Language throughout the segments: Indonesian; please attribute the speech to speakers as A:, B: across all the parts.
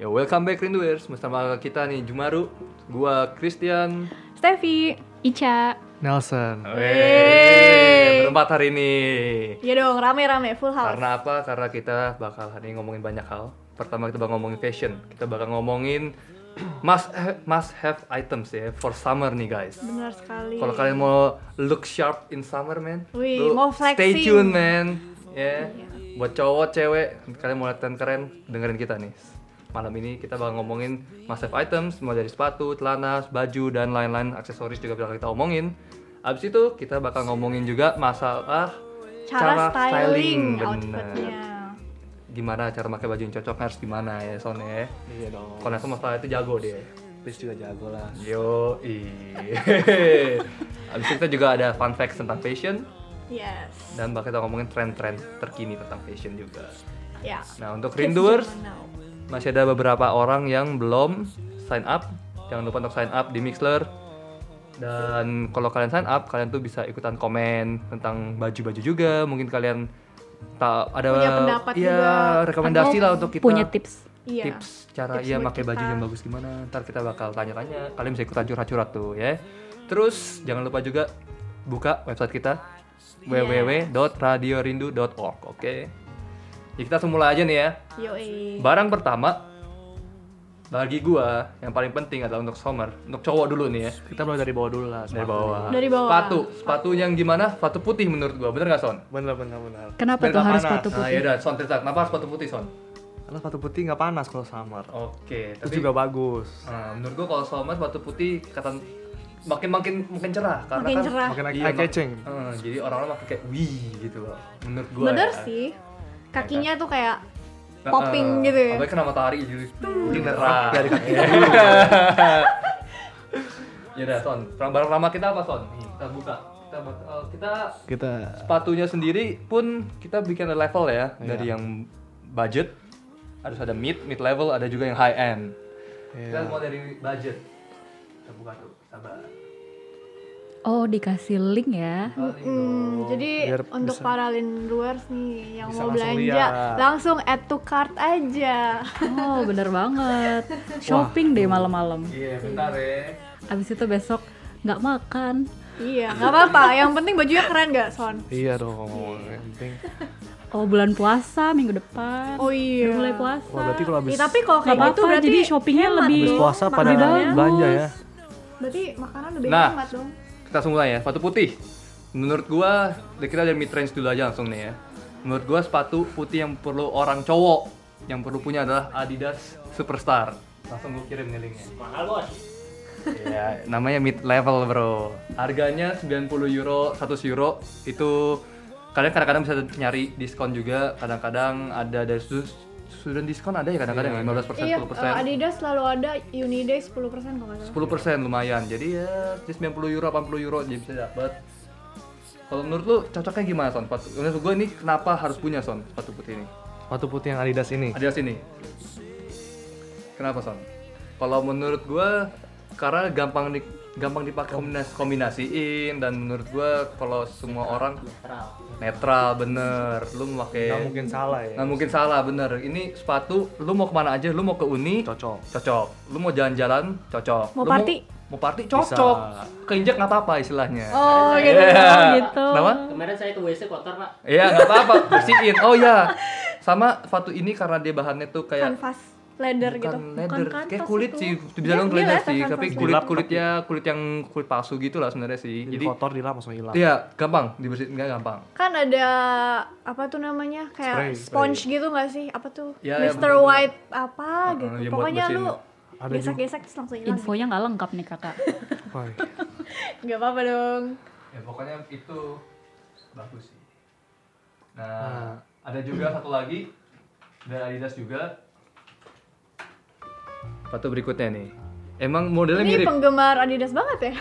A: Ya welcome back Rinduers bersama kita nih Jumaru, gua Christian,
B: Steffi, Ica.
C: Nelson.
A: Wey, berempat hari ini.
B: Ya dong, rame-rame full house.
A: Karena apa? Karena kita bakal hari ini ngomongin banyak hal. Pertama kita bakal ngomongin fashion, kita bakal ngomongin must have, must have items ya for summer nih guys.
B: Benar sekali.
A: Kalau kalian mau look sharp in summer man,
B: Wih,
A: lu
B: mau
A: stay
B: flexing. Iya.
A: tune man. Ya. Buat cowok, cewek, kalian mau lihat keren, dengerin kita nih. Malam ini kita bakal ngomongin must have items, mulai dari sepatu, celana, baju, dan lain-lain aksesoris juga bakal kita omongin. Abis itu kita bakal ngomongin juga masalah
B: cara, styling,
A: bener.
B: outfitnya.
A: Gimana cara pakai baju yang cocok harus gimana ya, Son ya.
C: Iya dong.
A: Kalau Nelson masalah itu jago deh.
C: Please juga jago lah.
A: Yo, Abis itu kita juga ada fun facts tentang fashion
B: Yes.
A: dan bakal kita ngomongin tren-tren terkini tentang fashion juga.
B: Ya.
A: Nah, untuk rinduers
B: Kids zaman now.
A: masih ada beberapa orang yang belum sign up. Jangan lupa untuk sign up di Mixler. Dan kalau kalian sign up, kalian tuh bisa ikutan komen tentang baju-baju juga. Mungkin kalian tak ada
B: Punya pendapat
A: iya,
B: juga.
A: rekomendasi
B: Atau
A: lah untuk kita
D: punya tips
B: Iya.
A: tips cara
B: Tips
A: iya
B: buat
A: pakai baju
B: kita.
A: yang bagus gimana ntar kita bakal tanya-tanya kalian bisa ikutan curhat-curhat tuh ya terus jangan lupa juga buka website kita
B: Iya.
A: www.radiorindu.org oke ya kita langsung mulai aja nih ya
B: Yo, eh.
A: barang pertama bagi gua yang paling penting adalah untuk summer untuk cowok dulu nih ya
C: Kita mulai dari bawah dulu lah.
A: dari
C: sepatu.
A: bawah
B: Dari bawah.
A: sepatu sepatu yang gimana sepatu putih menurut gua bener nggak son
C: Bener bener bener.
D: kenapa
C: Biar
D: tuh
C: nggak
D: harus
C: panas.
D: sepatu
A: nah
D: putih
A: yaudah son cerita kenapa sepatu putih son
C: Karena sepatu putih nggak panas kalau summer.
A: oke
C: Terus juga bagus.
A: Nah, menurut gua kalau somad batu putih kata makin makin makin cerah karena
B: Makin
A: kan
B: cerah.
C: Makin
A: Iya,
C: eye
A: mak-
C: catching.
A: Eh, jadi orang-orang makin kayak wih gitu loh. Menurut gua.
B: Bener
A: ya.
B: sih. Kakinya tuh kayak
A: Eh,
B: popping
A: eh,
B: gitu ya.
A: Apalagi kena matahari jadi jadi cerah.
C: dari kaki
A: Ya udah, Son. Barang barang lama kita apa, Son? Nih, kita buka. Kita bak- eh, kita
C: Kita
A: sepatunya sendiri pun kita bikin ada level ya
C: Iya.
A: dari yang budget harus ada mid mid level ada juga yang high end
C: Iya.
A: kita mau dari budget kita buka tuh sabar
D: oh dikasih link ya
A: Paling
B: Hmm, jadi
C: Biar
B: untuk
C: bisa-
B: para Linduers nih yang mau
C: Bisa langsung
B: belanja
C: lihat.
B: langsung add to cart aja.
D: oh bener banget shopping deh malam-malam
A: Iya, bentar ya.
D: abis itu besok nggak makan
B: iya, nggak apa-apa. Yang penting bajunya keren gak, Son?
C: Iya dong. Yang penting.
D: oh bulan puasa minggu depan
B: Oh iya.
D: Udah mulai puasa
C: Wah Oh, berarti kalau habis
B: Ya, tapi kalau
D: nggak
B: kayak
D: apa-apa
B: gitu berarti
D: jadi shoppingnya
B: hemat
D: lebih
C: habis
B: dong,
C: puasa pada
B: makanannya.
D: Makanannya.
C: belanja ya.
B: Berarti makanan lebih
A: Nah.
B: hemat dong.
A: Kita langsung mulai ya, sepatu putih. Menurut gua, ya kita dari mid range dulu aja langsung nih ya. Menurut gua sepatu putih yang perlu orang cowok yang perlu punya adalah Adidas Superstar. Langsung gua kirim nih linknya. Mahal bos. Iya, namanya mid level bro. Harganya 90 euro, 100 euro itu kalian kadang-kadang bisa nyari diskon juga. Kadang-kadang ada dari su- student diskon ada ya kadang-kadang ya, 15%,
B: Iya,
A: 10%.
B: eh, Adidas selalu ada Uniday 10% kalau nggak salah.
A: 10% lumayan. Jadi ya 90 euro 80 euro jadi bisa dapat. Kalau menurut lu cocoknya gimana Son? Sepatu menurut gue ini kenapa harus punya Son sepatu putih ini?
C: Sepatu putih yang Adidas ini.
A: Ada sini. Kenapa Son? Kalau menurut gua karena gampang di, gampang dipakai kombinasi, kombinasiin dan menurut gua kalau semua orang netral bener lu memakai
C: Nggak mungkin salah ya.
A: nggak mungkin salah bener ini sepatu lu mau kemana aja lu mau ke uni
C: Cocok.
A: cocok lu mau jalan-jalan cocok
B: Mau
A: Lu
B: party?
A: mau, party cocok keinjek nggak apa-apa istilahnya
B: Oh, gitu.
A: Iya.
D: gitu.
A: Kenapa?
E: Kemarin saya ke WC kotor pak
A: iya nggak apa-apa bersihin oh ya sama sepatu ini karena dia bahannya tuh kayak
B: Kanvas leather
A: bukan
B: gitu.
A: leather
D: Bukan
A: kayak
D: kanvas
A: kulit
D: itu.
A: sih bisa bilang
B: Kan Iya, Dia- kan
A: kulit
B: dia leather
A: sih
B: kanvas.
A: tapi
B: Dilap
A: kulit kulitnya kulit yang kulit palsu gitu lah sebenarnya sih
C: Jadi
A: jadi
C: kotor dilap langsung hilang.
A: iya gampang dibersihin nggak gampang
B: Kan ada apa tuh namanya? Kayak
C: Spray,
B: sponge gitu nggak sih? Apa tuh?
A: Ya, ya,
B: Mr.
A: bener-bener.
B: White apa
A: Heeh,
B: gitu.
A: yang buat
B: Pokoknya
A: bersihin.
B: lu
C: Ada
B: gesek-gesek terus langsung hilang.
D: infonya nggak lengkap nih kakak
C: Wah,
B: Gak apa-apa dong.
A: ya pokoknya itu bagus sih nah ada juga satu lagi dari Adidas juga sepatu berikutnya nih emang modelnya
B: Ini
A: mirip
B: penggemar Adidas banget ya.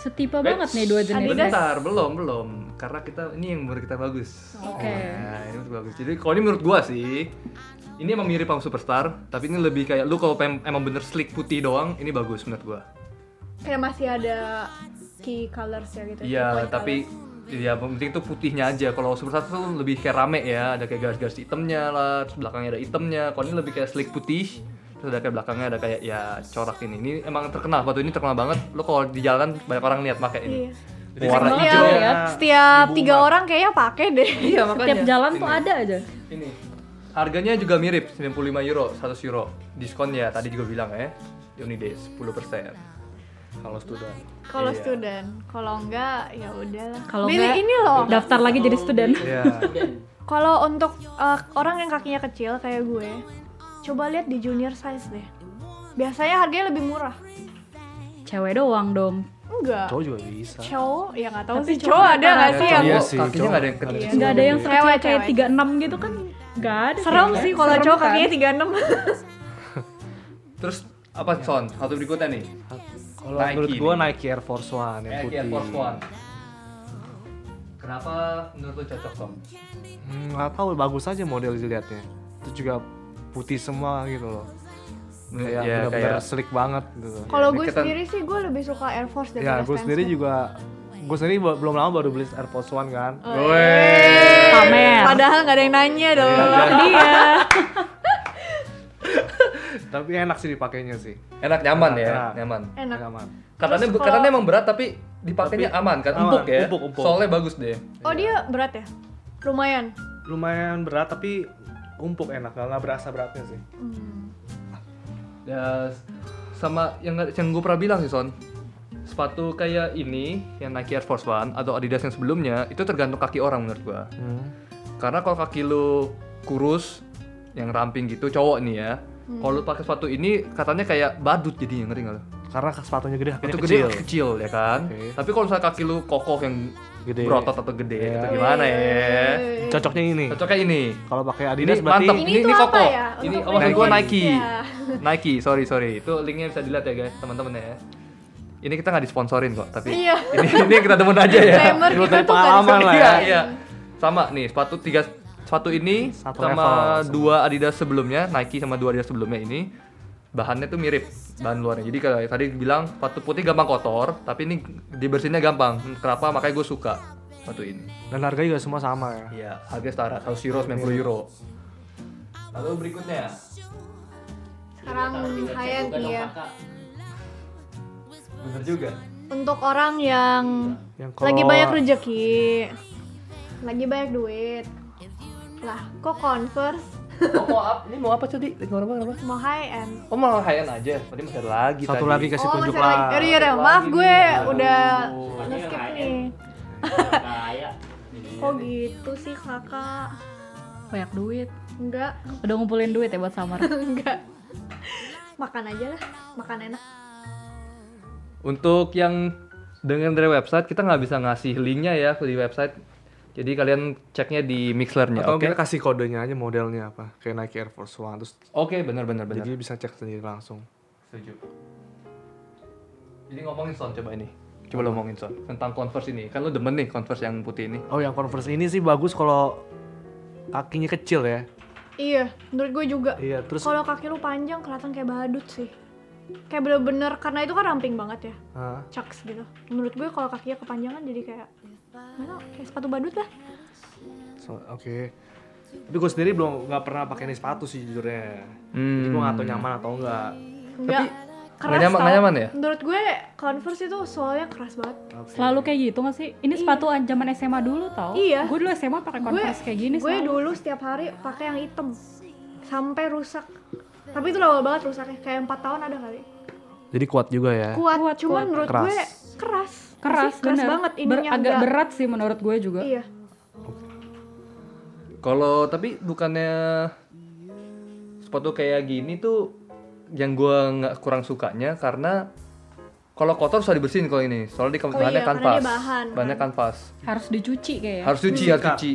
D: setipe banget nih dua jenis
B: Adidas.
A: bentar belum belum karena kita ini yang menurut kita bagus
D: oke
A: nah ini menurut gua bagus jadi kalau ini menurut gua sih ini emang mirip sama superstar tapi ini lebih kayak lu kalau pem- emang bener slick putih doang ini bagus menurut gua
B: Kayak masih ada key colors ya gitu. key
A: Iya,
B: point
A: tapi ya penting tuh putihnya aja. Kalau Super Satu tuh lebih kayak rame ya, ada kayak garis-garis hitamnya lah, terus belakangnya ada hitamnya. Kalau ini lebih kayak slick putih, terus ada kayak belakangnya ada kayak ya corak ini ini emang terkenal sepatu ini terkenal banget lo kalau di jalan kan banyak orang lihat pakai ini
B: Iya.
A: Jadi warna
D: Setiap-
A: hijau
D: ya.
B: Setiap
A: Ibu
B: tiga
A: Umar.
B: orang kayaknya pakai deh.
A: iya makanya
D: Setiap jalan tuh
A: Ini.
D: ada aja.
A: ini harganya juga mirip 95 euro 100 euro diskon ya tadi juga bilang ya di Unidays 10 kalau student
B: Kalau
A: Iya.
B: student, kalau enggak ya udahlah.
D: Kalau
B: Milih
D: enggak,
B: ini loh.
D: Daftar lagi jadi student.
A: Iya.
B: Kalau untuk uh, orang yang kakinya kecil kayak gue, coba lihat di junior size deh. Biasanya harganya lebih murah.
D: Cewek doang dong.
B: Enggak.
C: Cowok juga bisa.
B: Cowok, ya nggak tahu
D: Tapi
B: sih
D: cowok
B: cowok ada nggak
D: ada.
B: sih yang
C: Iya
A: Cowok
C: sih,
A: kakinya
C: cowok.
A: nggak ada yang kecil
B: Iya.
D: Nggak ada yang
B: Cewek,
D: sekecil kayak
B: cewek.
D: 36 gitu kan. Nggak ada.
B: serem sih kalau
D: Serem
B: cowok
D: kan?
B: kakinya 36
A: terus apa son satu berikutnya nih
C: Kalau
A: Nike
C: menurut
A: nih.
C: gua Nike Air Force One yang
A: Nike
C: putih.
A: Air Force One kenapa menurut lo cocok son
C: Hmm, nggak tahu bagus aja model dilihatnya. Itu juga putih semua gitu loh. Kayak
A: Iya,
C: benar-benar
A: kayak- Iya, kan?
C: sleek banget gitu.
B: Kalau gue
A: Deketan.
B: sendiri sih gue lebih suka Air Force
C: Ya,
B: daripada
C: gue
B: Stan
C: sendiri
B: Smith.
C: juga gue sendiri ba- belum lama baru beli Air Force One kan.
B: Oh, iya.
A: Weh.
D: Pamer.
B: Padahal nggak ada yang nanya dong.
D: Iya.
C: Tapi enak sih dipakainya sih.
A: enak nyaman
C: Enak,
A: ya
C: enak.
A: nyaman
B: Enak.
C: Aman.
A: katanya
B: Terus kalau-
A: katanya emang berat tapi dipakainya
C: Tapi-
A: aman kan
C: aman,
A: empuk ya
C: empuk, empuk.
A: soalnya bagus deh
B: Oh dia berat ya? Lumayan.
C: Lumayan berat tapi empuk enak, nggak nggak berasa beratnya sih.
A: ya sama yang yang gue pernah bilang sih son sepatu kayak ini yang Nike Air Force One atau Adidas yang sebelumnya itu tergantung kaki orang menurut gua
C: Hmm.
A: karena kalau kaki lu kurus yang ramping gitu cowok nih ya
B: Hmm.
A: kalau lu pakai sepatu ini katanya kayak badut jadinya ngerti nggak lu
C: Karena sepatunya gede,
A: itu
C: kakinya
A: gede
C: kecil.
A: kecil ya kan
C: Oke.
A: tapi kalau misalnya kaki lu kokoh yang
C: Gede.
A: berotot atau gede
C: Iya.
A: itu gimana ya
C: Cocoknya ini.
A: cocoknya ini
C: Kalau pakai Adidas
A: Ini
C: berarti
A: mantep.
B: Ini,
A: Ini-
B: tuh
A: ini
B: apa
A: kokoh.
B: ya?
A: Ini-
B: Untuk
A: oh, maksud gua
B: measurement?
A: Nike. Nah.
B: Ya.
A: Nike sorry sorry itu linknya bisa dilihat ya guys teman-teman ya ini kita nggak disponsorin kok tapi
B: Iya.
A: ini ini kita temen aja ya
B: Disclaimer
C: Menurut
B: kita
C: dari
B: tuh nggak
C: pengalaman
B: disebut.
C: lah
A: iya
C: ya.
A: iya sama nih sepatu tiga sepatu ini
C: Satu
A: sama
C: level semua.
A: dua Adidas sebelumnya Nike sama dua Adidas sebelumnya ini bahannya tuh mirip bahan luarnya jadi kalau tadi bilang sepatu putih gampang kotor tapi ini dibersihinnya gampang kenapa makanya gue suka sepatu ini
C: dan harganya juga semua sama ya. Iya.
A: iya harga setara 100 euro 90 euro lalu berikutnya
B: Sekarang Hayat nih ya.
A: bener juga
B: Untuk orang yang
C: Yang kalau-
B: lagi banyak rezeki, lagi banyak duit, lah kok Converse
A: Oh, mau apa? Ini mau apa tadi? Lagi ngomong apa?
B: mau high end?
A: Oh mau high end aja. Tadi masih ada lagi
C: Satu
A: tadi.
C: lagi kasih
B: oh
C: tunjuk
B: masih
C: lah.
B: lagi. Yaudah, yaudah. Maaf gue udah nge-skip nih. Kok gitu sih kakak?
D: Banyak duit.
B: Enggak,
D: Udah ngumpulin duit ya buat samar.
B: enggak. Makan aja lah, makan enak.
A: Untuk yang dengan dari website kita nggak bisa ngasih linknya ya di website. Jadi kalian ceknya di mixlernya,
C: Atau
A: oke?
C: kita kasih kodenya aja modelnya apa. Kayak Nike Air Force One terus
A: Oke, benar-benar benar.
C: jadi bisa cek sendiri langsung.
A: Setuju. Jadi ngomongin sound coba ini. Coba lo ngomongin sound tentang Converse ini. Kan lo demen nih Converse yang putih ini.
C: Oh, yang Converse ini sih bagus kalau kakinya kecil ya.
B: Iya, menurut gue juga.
C: Iya, terus
B: Kalau kaki lu panjang kelihatan kayak badut sih. Kayak bener-bener karena itu kan ramping banget ya,
C: Hah?
B: chucks gitu. Menurut gue kalau kakinya kepanjangan jadi kayak mana kayak sepatu badut lah.
C: So- oke. Tapi gue sendiri belum nggak pernah pakai ini sepatu sih jujurnya. Jadi gue nggak tahu
A: Hmm.
C: nyaman atau enggak.
B: Enggak. Keras
A: nggak nyaman-
B: tau.
A: nggak nyaman ya?
B: Menurut gue Converse itu soalnya keras banget.
D: Selalu kayak gitu gak sih? Ini sepatu zaman SMA dulu tau
B: Iya.
D: Gue dulu SMA pakai
B: Gue
D: converse kayak gini
B: Gue
D: selalu.
B: dulu setiap hari pakai yang hitam sampai rusak. Tapi itu lama banget rusaknya, kayak empat tahun ada kali.
C: Jadi kuat juga ya.
B: Kuat,
D: Eh. Kuat,
B: cuman
D: kuat.
B: menurut
C: Keras.
B: gue keras.
D: Keras,
B: Masih keras
D: bener.
B: banget
D: Ber-
B: ininya
D: Agak
B: enggak-
D: berat sih menurut gue juga
B: Iya.
A: Kalau tapi bukannya sepatu kayak gini tuh yang gua nggak kurang sukanya karena kalau kotor susah dibersihin kalau ini. Soalnya di
B: Oh
A: bahannya
B: iya, karena
A: kanvas.
B: dia bahan,
A: Bahannya
B: kan.
A: kanvas.
D: Harus dicuci
C: Iya.
D: kayaknya
A: Harus cuci, ya, harus cuci.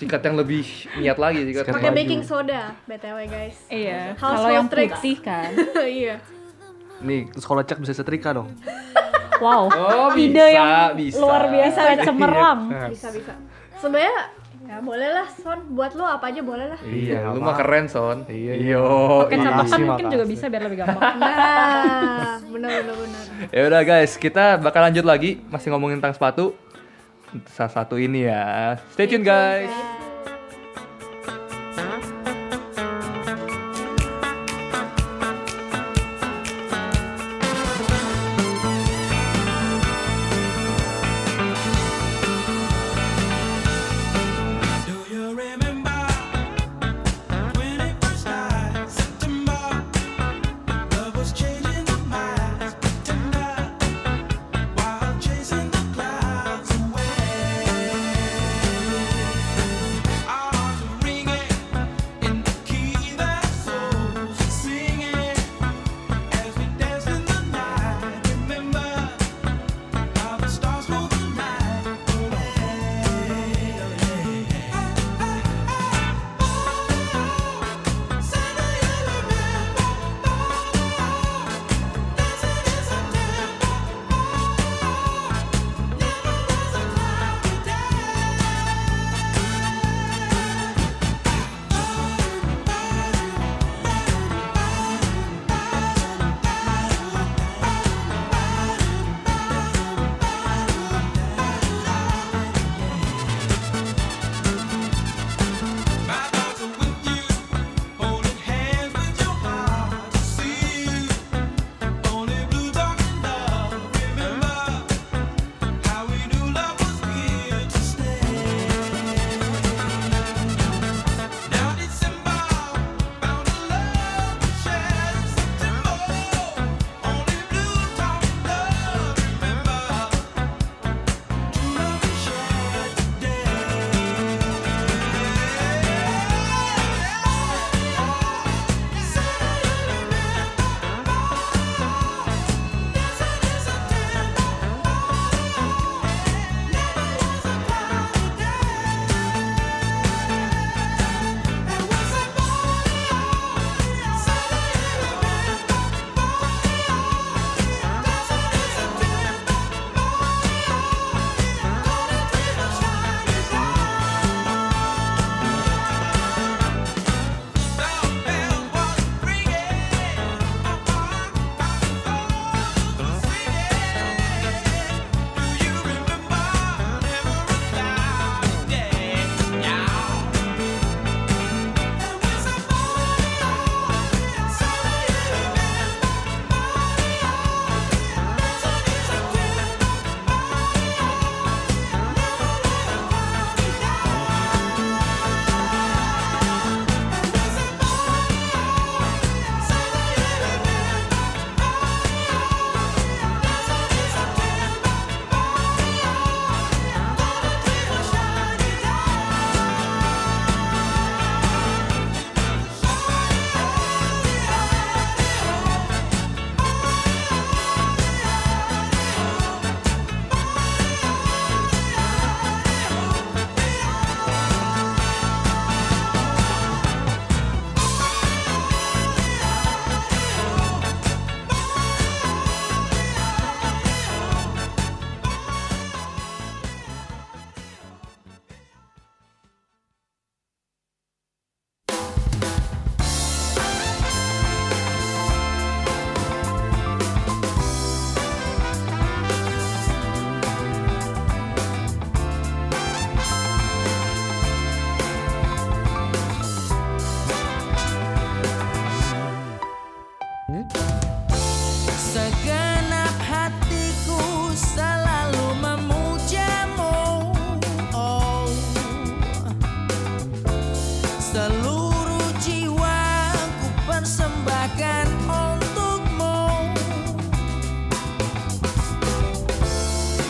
A: Sikat yang lebih niat lagi sikat.
C: Sikat
B: Pakai
C: Baju.
B: baking soda, BTW guys.
D: Iya
B: Household
D: Kalau yang
B: tricks.
D: putih kan
B: iya.
A: Nih.
C: Terus kalau cek bisa setrika dong.
D: Wow
A: Oh,
D: Ide
A: bisa,
D: yang
A: bisa. Nah.
D: luar biasa dan cemerlang
C: Iya.
B: bisa bisa sebenarnya ya boleh lah son buat lo apa aja boleh lah
A: Iya,
C: Iya,
A: lu mah
C: Mak.
A: keren, Son.
C: Iya, iya.
A: Yo.
D: Pakai
C: Makasih,
D: catakan
A: iya,
D: mungkin
C: makasih.
D: juga bisa biar lebih gampang
B: nah benar benar benar
A: Ya udah guys, kita bakal lanjut lagi masih ngomongin tentang sepatu. Salah satu ini ya. Stay tune guys.
F: Oh. Seluruh jiwaku persembahkan untukmu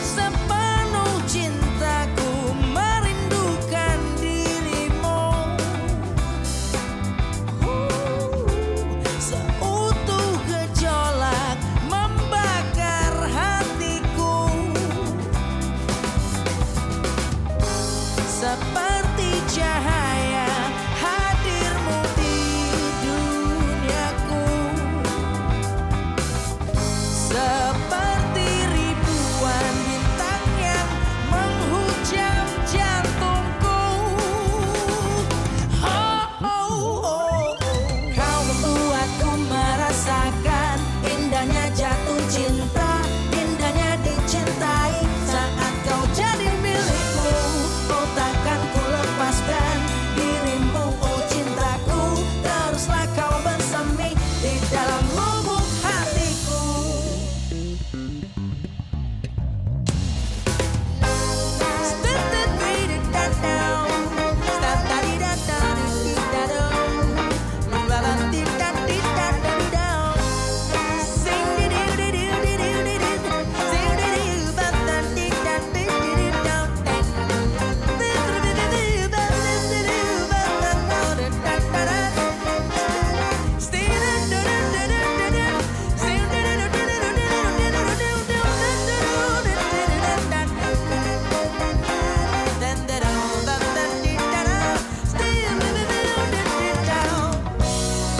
F: Sepenuh cintaku merindukan dirimu Uh. Seutuh gejolak membakar hatiku Seperti cahaya hadirmu di duniaku Seperti ribuan bintang yang menghujam jantungku Oh, oh, oh. Kau membuatku merasakan indahnya jatuh cinta Indahnya dicintai saat kau jadi milikku Oh takkan ku lepaskan dirimu oh cintaku Teruslah kau bersemi di dalam lubuk hatiku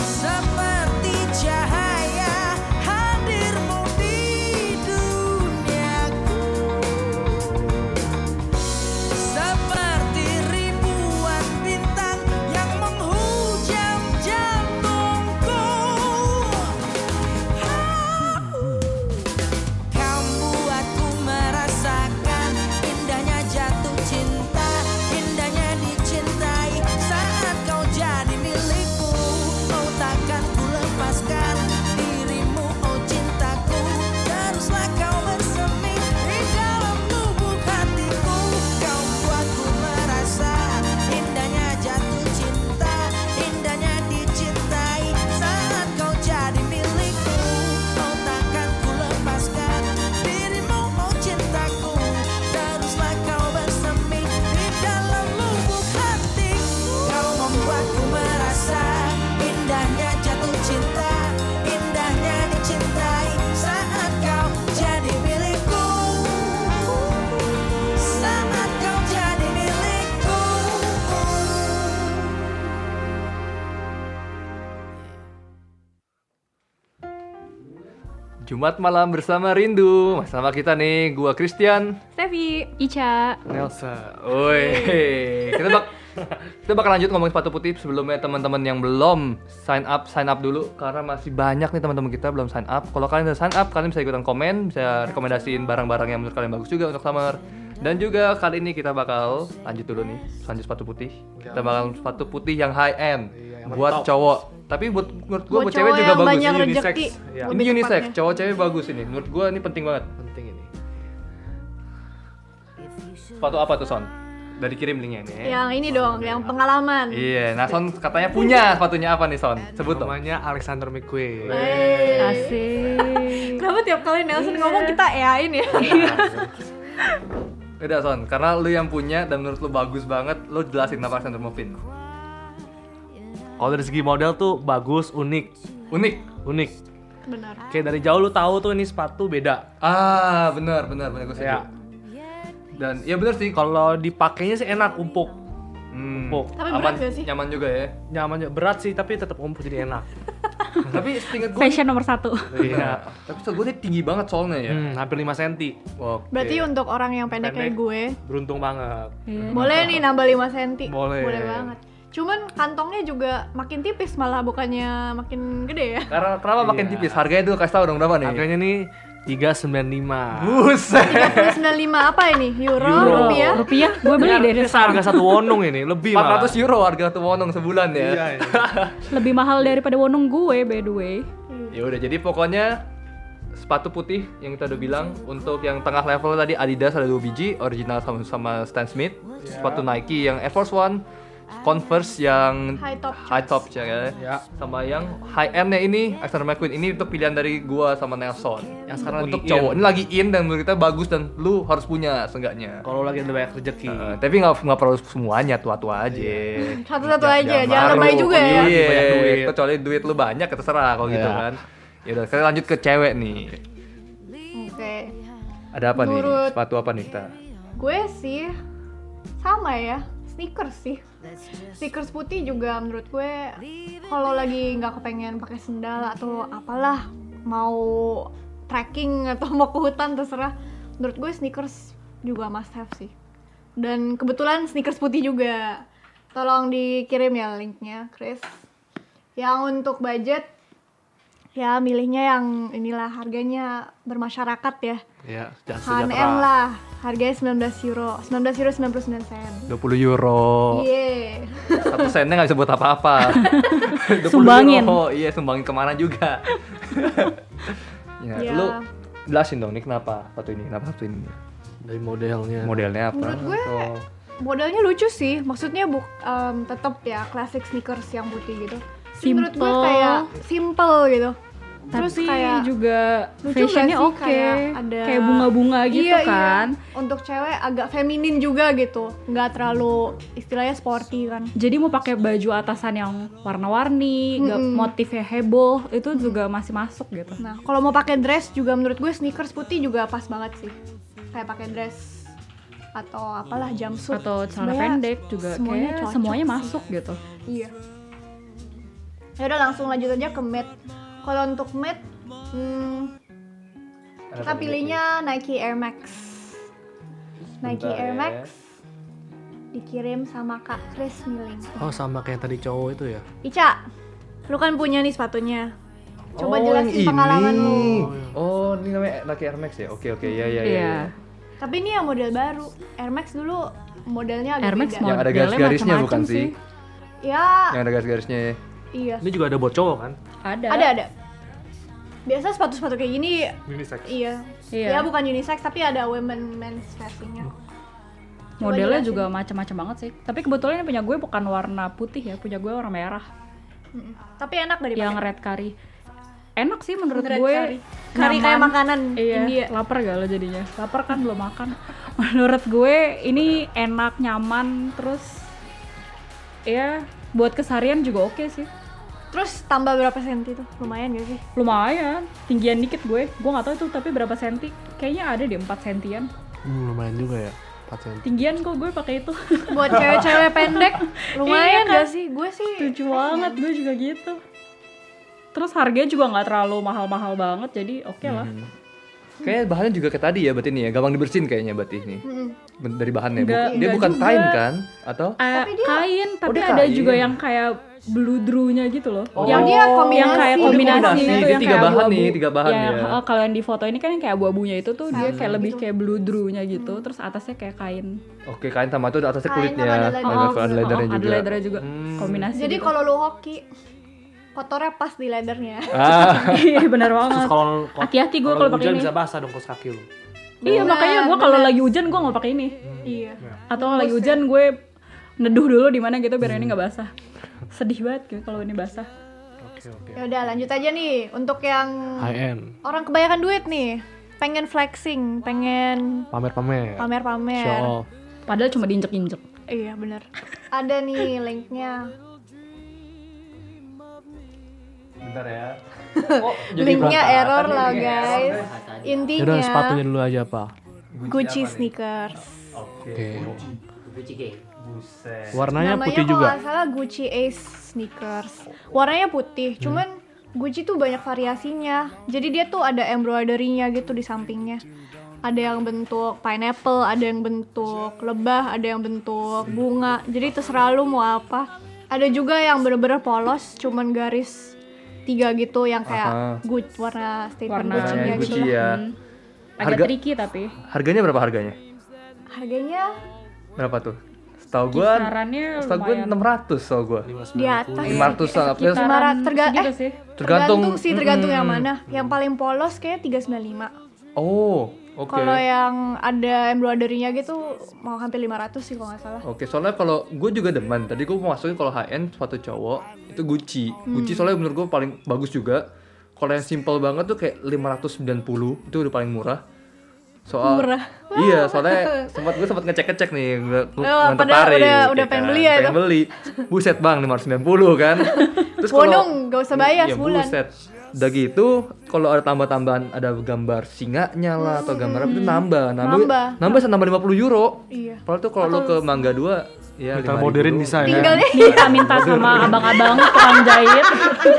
F: Seperti cahaya hadirmu di duniaku seperti ribuan bintang yang menghujam jantungku Kau buatku merasakan indahnya jatuh cinta Indahnya dicintai saat kau jadi milikku Oh takkan ku lepaskan dirimu oh cintaku Teruslah kau bersemi di dalam lubuk hatiku Kau buatku merasa indahnya jatuh cinta Indahnya dicintai saat kau jadi milikku Oh takkan ku lepaskan dirimu oh cintaku Teruslah kau bersemi di dalam lubuk hatiku Kau membuatku merasa indahnya jatuh cinta Indahnya dicintai saat kau jadi milikku Saat kau jadi milikku
A: Jumat malam bersama Rindu. Bersama kita nih, gua Christian.
B: Stevi,
D: Ica,
G: Nelsa.
A: Woi, kita bak kita bakal lanjut ngomongin sepatu putih sebelumnya teman-teman yang belum sign up sign up dulu karena masih banyak nih teman-teman kita belum sign up. Kalau kalian udah sign up, kalian bisa ikutan komen, bisa rekomendasiin barang-barang yang menurut kalian bagus juga untuk summer. Dan juga kali ini kita bakal lanjut dulu nih, lanjut sepatu putih. Kita bakal sepatu putih yang high end
G: Iya, yang
A: buat
G: mentok.
A: cowok. Tapi buat menurut gua buat, cewek
B: cowok
A: juga
B: yang
A: bagus.
B: banyak
G: Ini unisex,
B: rezeki.
G: ya.
A: Ini
B: lebih
A: unisex,
B: tepatnya.
A: cowok cewek bagus ini. Menurut gua ini penting banget.
G: Penting ini.
A: Sepatu apa tuh Son? Dari kirim linknya nih.
B: Yang ini dong, yang pengalaman.
A: Iya, nah Son katanya punya sepatunya apa nih Son? Sebut dong. Eh,
G: Namanya Alexander McQueen.
D: asik.
B: Kenapa tiap kali Nelson ngomong kita eain ya?
A: Udah Son, karena lu yang punya dan menurut lu bagus banget, lu jelasin apa Alexander Mopin.
G: Kalau dari segi model tuh bagus, unik,
A: Unik.
G: unik.
B: Benar.
G: Kayak dari jauh lu tahu tuh ini sepatu beda.
A: Ah, benar benar benar gue setuju.
G: Ya.
A: Dan ya benar sih kalau
G: Kalau dipakainya sih enak, empuk,
A: hmm,
G: empuk.
B: Tapi berat
A: aman,
B: nggak sih?
A: nyaman juga ya.
G: Nyaman juga. berat sih tapi tetap empuk jadi enak.
A: Tapi setingkat gue
D: Fashion nomor satu.
G: Nah,
A: Iya. Tapi setingkat gue dia tinggi banget soalnya ya.
G: Hmm, hampir 5 cm.
A: Oke.
B: Berarti untuk orang yang pendek kayak gue,
G: Pendek. Beruntung banget.
B: boleh nih nambah 5 cm.
G: Boleh.
B: Boleh banget. Cuman kantongnya juga makin tipis malah bukannya makin gede ya.
A: Karena kenapa makin
G: Iya.
A: tipis? Harganya tuh kasih tau dong berapa nih?
G: Harganya nih 395.
A: Buset.
B: 395 apa ini? Euro, rupiah?
D: Rupiah, gue beli
G: Ini
D: deh.
G: harga- harga satu wonung ini, lebih
A: 400 euro harga tuh wonong sebulan ya.
G: Iya, iya.
D: Lebih mahal daripada wonung gue by the way.
A: Ya udah jadi pokoknya sepatu putih yang kita udah bilang untuk yang tengah level
G: Iya.
A: tadi Adidas ada dua biji original sama, sama Stan Smith, sepatu Nike yang Air Force One, Converse yang
B: High top
A: high top ya, kan?
C: Ya.
A: sama yang high end-nya ini Alexander McQueen ini itu pilihan dari gua sama Nelson
C: Yang sekarang lagi
A: untuk
C: in.
A: cowok ini lagi in dan menurut kita bagus dan lu harus punya seenggaknya
C: Kalau lagi ada banyak rezeki.
A: Heeh, tapi nggak nggak perlu semuanya tua-tua aja
B: Satu-satu aja, jangan
A: malu.
B: lebay juga ya.
A: Iya,
C: Iya. Banyak duit.
A: kecuali duit lu banyak ya terserah kalau gitu
C: Iya.
A: kan. Ya udah, kita lanjut ke cewek nih.
B: Oke.
A: Ada apa nih?
B: Menurut-
A: Sepatu apa nih kita?
B: Gue sih sama ya, sneakers sih. Sneakers putih juga menurut gue kalau lagi nggak kepengen pakai sendal atau apalah mau trekking atau mau ke hutan terserah. Menurut gue sneakers juga must have sih. Dan kebetulan sneakers putih juga. Tolong dikirim ya linknya, Chris. Yang untuk budget ya milihnya yang inilah harganya bermasyarakat ya.
C: Ya, jangan
B: H&M lah, harganya 19 euro, 19 euro 99 sen.
A: 20
B: Iya.
A: euro.
B: Yeay.
A: Satu sennya nggak bisa buat apa-apa. 20
D: Sumbangin.
A: euro. Iya, sumbangin kemana juga. ya,
B: Iya.
A: lu jelasin dong nih kenapa sepatu ini, kenapa sepatu ini.
C: Dari modelnya.
A: Modelnya apa?
B: Menurut gue-
A: Atau-
B: Modelnya lucu sih, maksudnya bu, em, tetep ya klasik sneakers yang putih gitu. Tapi Menurut gue
D: Simple.
B: kayak simple gitu. Terus
D: Tapi
B: kayak
D: juga
B: lucu nggak
D: fashionnya
B: sih?
D: oke,
B: Kayak ada
D: kayak bunga-bunga gitu
B: Iya, iya.
D: kan.
B: Untuk cewek agak feminin juga gitu, nggak terlalu istilahnya sporty kan.
D: Jadi mau pakai baju atasan yang warna-warni, nggak
B: Mm-mm.
D: motifnya heboh, itu juga masih masuk gitu.
B: Nah, kalau mau pakai dress juga menurut gue sneakers putih juga pas banget sih. Kayak pakai dress atau apalah jumpsuit
D: Atau celana
B: Sebenarnya
D: pendek juga
B: semuanya
D: kayak
B: cocok
D: semuanya
B: sih.
D: masuk gitu.
B: Iya. Ya udah langsung lanjut aja ke matte. Kalau untuk matte, hmm,
A: Ada
B: kita
A: apa nih?
B: pilihnya Nike Air Max. Nike
A: Bentar
B: Air
A: ya.
B: Max dikirim sama Kak Chris Miling.
C: Oh, sama kayak tadi cowok itu ya.
B: Ica, lu kan punya nih sepatunya. Coba
A: Oh, yang
B: jelasin pengalaman
A: ini.
B: lu.
A: Oh, ini namanya Nike Air Max ya? Oke, oke, iya, iya, iya.
D: Iya.
A: iya.
B: Tapi ini yang model baru. Air Max dulu modelnya agak
D: Air Max
B: beda.
D: mau-
A: Yang ada
D: Modelnya
A: garis-garisnya
D: macem-macem
A: bukan sih?
D: sih.
B: Ya,
A: Yang ada garis-garisnya ya?
B: iya.
C: Ini juga ada buat cowok kan?
D: Ada.
B: Ada ada. Biasa sepatu-sepatu kayak gini
C: Unisex.
B: Iya.
D: Iya.
B: Ya bukan unisex tapi ada women men's fashionnya.
D: Modelnya
B: jelasin.
D: juga macam-macam banget sih. Tapi kebetulan yang punya gue bukan warna putih ya, punya gue warna merah.
B: Mm-mm. Tapi enak dari
D: yang red curry. Enak sih menurut
B: Red
D: gue.
B: curry. Curry kayak
D: nyaman.
B: makanan
D: Iya,
B: India.
D: lapar gak lo jadinya? Lapar kan belum makan. Menurut gue ini enak, nyaman, terus ya buat keseharian juga oke sih.
B: Terus tambah berapa senti tuh? Lumayan gak sih?
D: Lumayan, tinggian dikit gue. Gue nggak tahu itu tapi berapa senti. Kayaknya ada deh 4 sentian.
C: Hmm, lumayan juga ya. 4 cm.
D: Tinggian kok gue pakai itu.
B: Buat cewek-cewek pendek lumayan
D: Iya kan?
B: gak sih? Gue sih
D: Lucu banget, gue juga gitu. Terus harganya juga nggak terlalu mahal-mahal banget, jadi oke lah.
A: Hmm. Kayaknya bahannya juga kayak tadi ya berarti ini ya, gampang dibersihin kayaknya berarti ini.
B: Mm-mm.
A: Ben- Dari bahannya. Bu-
D: Nggak-
A: dia
D: nggak
A: bukan
D: juga.
A: kain kan? Atau
D: Eh,
B: Tapi dia-
D: kain, tapi
A: dia
D: ada
A: kain.
D: juga yang kayak bludrunya gitu loh.
A: Oh.
B: Yang dia kombinasi gitu.
D: yang kayak
A: Oh,
D: kombinasi,
A: kombinasi.
D: itu
A: Jadi
D: yang
A: tiga
D: kayak
A: bahan
D: abu-abu.
A: nih, tiga bahan
D: Yang,
A: ya.
D: eh, kalau yang di foto ini kan yang kayak abu-abunya itu tuh dia
B: Sama
D: kayak lebih
B: gitu.
D: kayak bludrunya gitu, terus atasnya kayak kain.
A: oke kain sama itu atasnya
B: Kain
A: kulitnya.
B: sama ada
A: Ada,
B: leather.
A: ada, leathernya
D: gitu. Oh,
A: juga.
D: Ada leathernya juga.
A: Hmm.
D: Kombinasi.
B: Jadi
D: gitu.
B: kalau lu hoki kotornya pas di leathernya.
A: Ah,
D: iya benar banget.
C: Terus kalau
D: Hati-hati gue kalau pakai
C: hujan
D: ini.
C: bisa basah dong kaos kaki lu.
D: Iya
B: Benar,
D: makanya gue kalau
B: benar.
D: lagi hujan gue nggak pakai ini.
B: iya.
C: Ya,
D: Atau lagi hujan gue neduh dulu di mana gitu biar ini nggak basah. Sedih banget gitu kalau ini basah.
C: Oke, oke.
B: Ya udah lanjut aja nih untuk yang
C: High end.
B: orang kebanyakan duit nih. Pengen flexing, pengen
A: Iya.
C: Pamer-pamer.
B: pamer-pamer.
C: Show off.
D: Padahal cuma diinjek-injek.
B: Iya benar. Ada nih linknya.
A: bentar ya.
B: Linknya error lah guys.
C: Iya, Ya udah
B: Intinya
C: sepatunya dulu aja, Pak.
B: Gucci sneakers.
A: Oke.
C: Oke.
A: Buset.
C: Warnanya
B: Namanya
C: putih
B: kalau
C: juga.
B: nggak salah Gucci Ace sneakers. Warnanya
A: Hmm.
B: putih, cuman Gucci tuh banyak variasinya. Jadi dia tuh ada embroidery-nya gitu di sampingnya. Ada yang bentuk pineapple, ada yang bentuk lebah, ada yang bentuk bunga. Jadi terserah lu mau apa. Ada juga yang bener-bener polos, cuman garis tiga gitu yang
A: Aha.
B: kayak Gucci warna statement
D: Warna
B: Gucci-nya
A: Gucci
B: gitu.
A: ya.
D: Hmm. Agak
A: Harga-
D: tricky tapi.
A: Harganya berapa harganya?
B: Nah, Harganya
A: Berapa tuh? Setahu gua
D: Kisarannya
A: setahu gua
D: lumayan.
A: 600 setahu gua.
B: di atas.
A: 500-an apa ya?
D: Sekitaran
B: Lima ratus, terga-
D: segitu
B: eh.
D: sih.
A: Tergantung- Hmm.
B: sih, tergantung yang
A: Mm-mm.
B: mana. Yang paling polos kayak 395.
A: Oh, Oke.
B: Kalau yang ada embroidery-nya gitu mau hampir 500 sih kalau nggak salah.
A: Oke, soalnya kalau gue juga demen. Tadi gue mau masukin kalau HN sepatu cowok itu Gucci. Gucci
B: Hmm.
A: soalnya menurut gue paling bagus juga. Kalau yang simple banget tuh kayak 590 itu udah paling murah. Soal
B: Murah.
A: Iya, soalnya sempat gue sempat ngecek-ngecek nih, gue
B: padahal udah- udah pengen beli ya
A: kan? Pengen
B: itu.
A: beli. Buset, Bang, 590 kan. Terus kalau-
B: Bodong, nggak usah bayar
A: Iya,
B: sebulan.
A: Buset. Udah gitu, kalau ada tambah-tambahan ada gambar singanya lah atau gambar apa itu nambah, nambah.
B: Hmm. Nambah.
A: Nambah bisa nambah 50 euro.
B: Iya.
A: Padahal tuh kalau lo ke Mangga 2 ya Iya.
C: Metal
A: 5.000.
C: modern bisa ya.
B: Tinggalnya
D: Minta-minta sama abang-abang tukang jahit.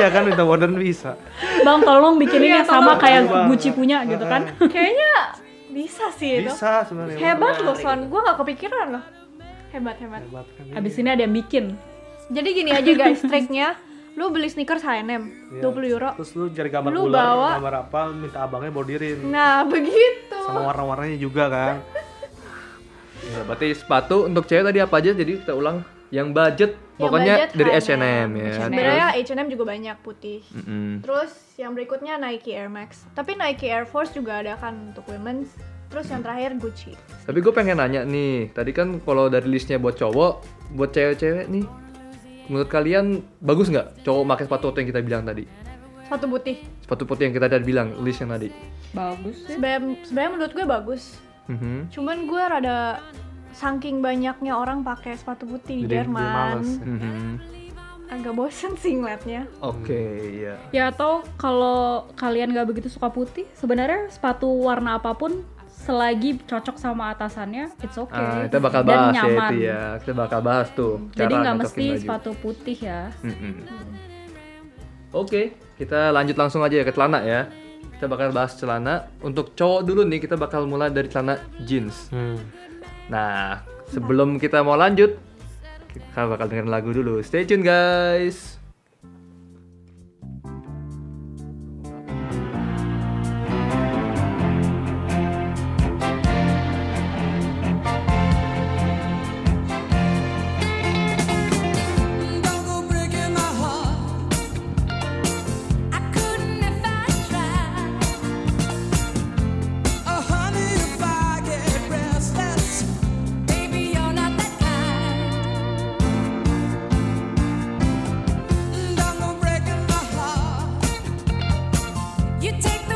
C: iya kan metal modern bisa.
D: Bang tolong bikinin
B: Iya,
D: yang sama kayak
C: Bang.
D: Gucci punya gitu kan.
B: kayaknya bisa sih itu.
C: Bisa sebenarnya.
B: Hebat loh Son, gue nggak kepikiran loh. Hebat hebat.
C: Hebat kan.
D: Habis ini ada yang bikin.
B: Jadi gini aja guys, triknya lu beli sneakers H&M
C: Iya.
B: 20 euro.
C: Terus lu cari gambar
B: Lu
C: ular,
B: bawa-
C: gambar apa, minta abangnya bordirin.
B: Nah, begitu.
C: Sama warna-warnanya juga kan.
A: Ya, berarti sepatu untuk cewek tadi apa aja? Jadi kita ulang yang budget
B: Yang
A: pokoknya
B: budget
A: dari
B: H&M.
A: H&M ya.
B: Sebenarnya H&M juga banyak putih.
A: Mm-mm.
B: Terus yang berikutnya Nike Air Max. Tapi Nike Air Force juga ada kan untuk women's. Terus yang terakhir Gucci.
A: Tapi gue pengen nanya nih, tadi kan kalau dari listnya buat cowok, buat cewek-cewek nih, menurut kalian bagus nggak cowok pakai sepatu yang kita bilang tadi?
B: Satu putih.
A: Sepatu putih yang kita tadi bilang, list yang tadi.
D: Bagus sih.
B: Sebenarnya sebenarnya menurut gue bagus.
A: Mhm.
B: Cuman gue rada saking banyaknya orang pakai sepatu putih di
C: Jadi dia
B: Jerman.
C: males.
A: Mhm.
B: Agak bosen sih ngeliatnya.
A: Oke, iya.
D: Ya atau kalau kalian nggak begitu suka putih, sebenarnya sepatu warna apapun selagi cocok sama atasannya, it's okay.
A: Ah, kita bakal
D: Dan
A: bahas ya
D: nyaman.
A: itu ya. Kita bakal bahas tuh.
D: Jadi
A: cara
D: nggak
A: nyocokin
D: mesti
A: baju. Mhm.
D: sepatu putih ya.
A: Mm-mm. Oke, kita lanjut langsung aja ya ke celana ya. Kita bakal bahas celana. Untuk cowok dulu nih, kita bakal mulai dari celana jeans.
C: Hmm.
A: Nah, sebelum kita mau lanjut, kita bakal dengerin lagu dulu. Stay tune guys.
E: Don't go breaking my heart. I couldn't if I tried. Oh, honey, if I get restless, baby, you're not that kind.
H: Oh, Oh, Oh, Oh, Oh,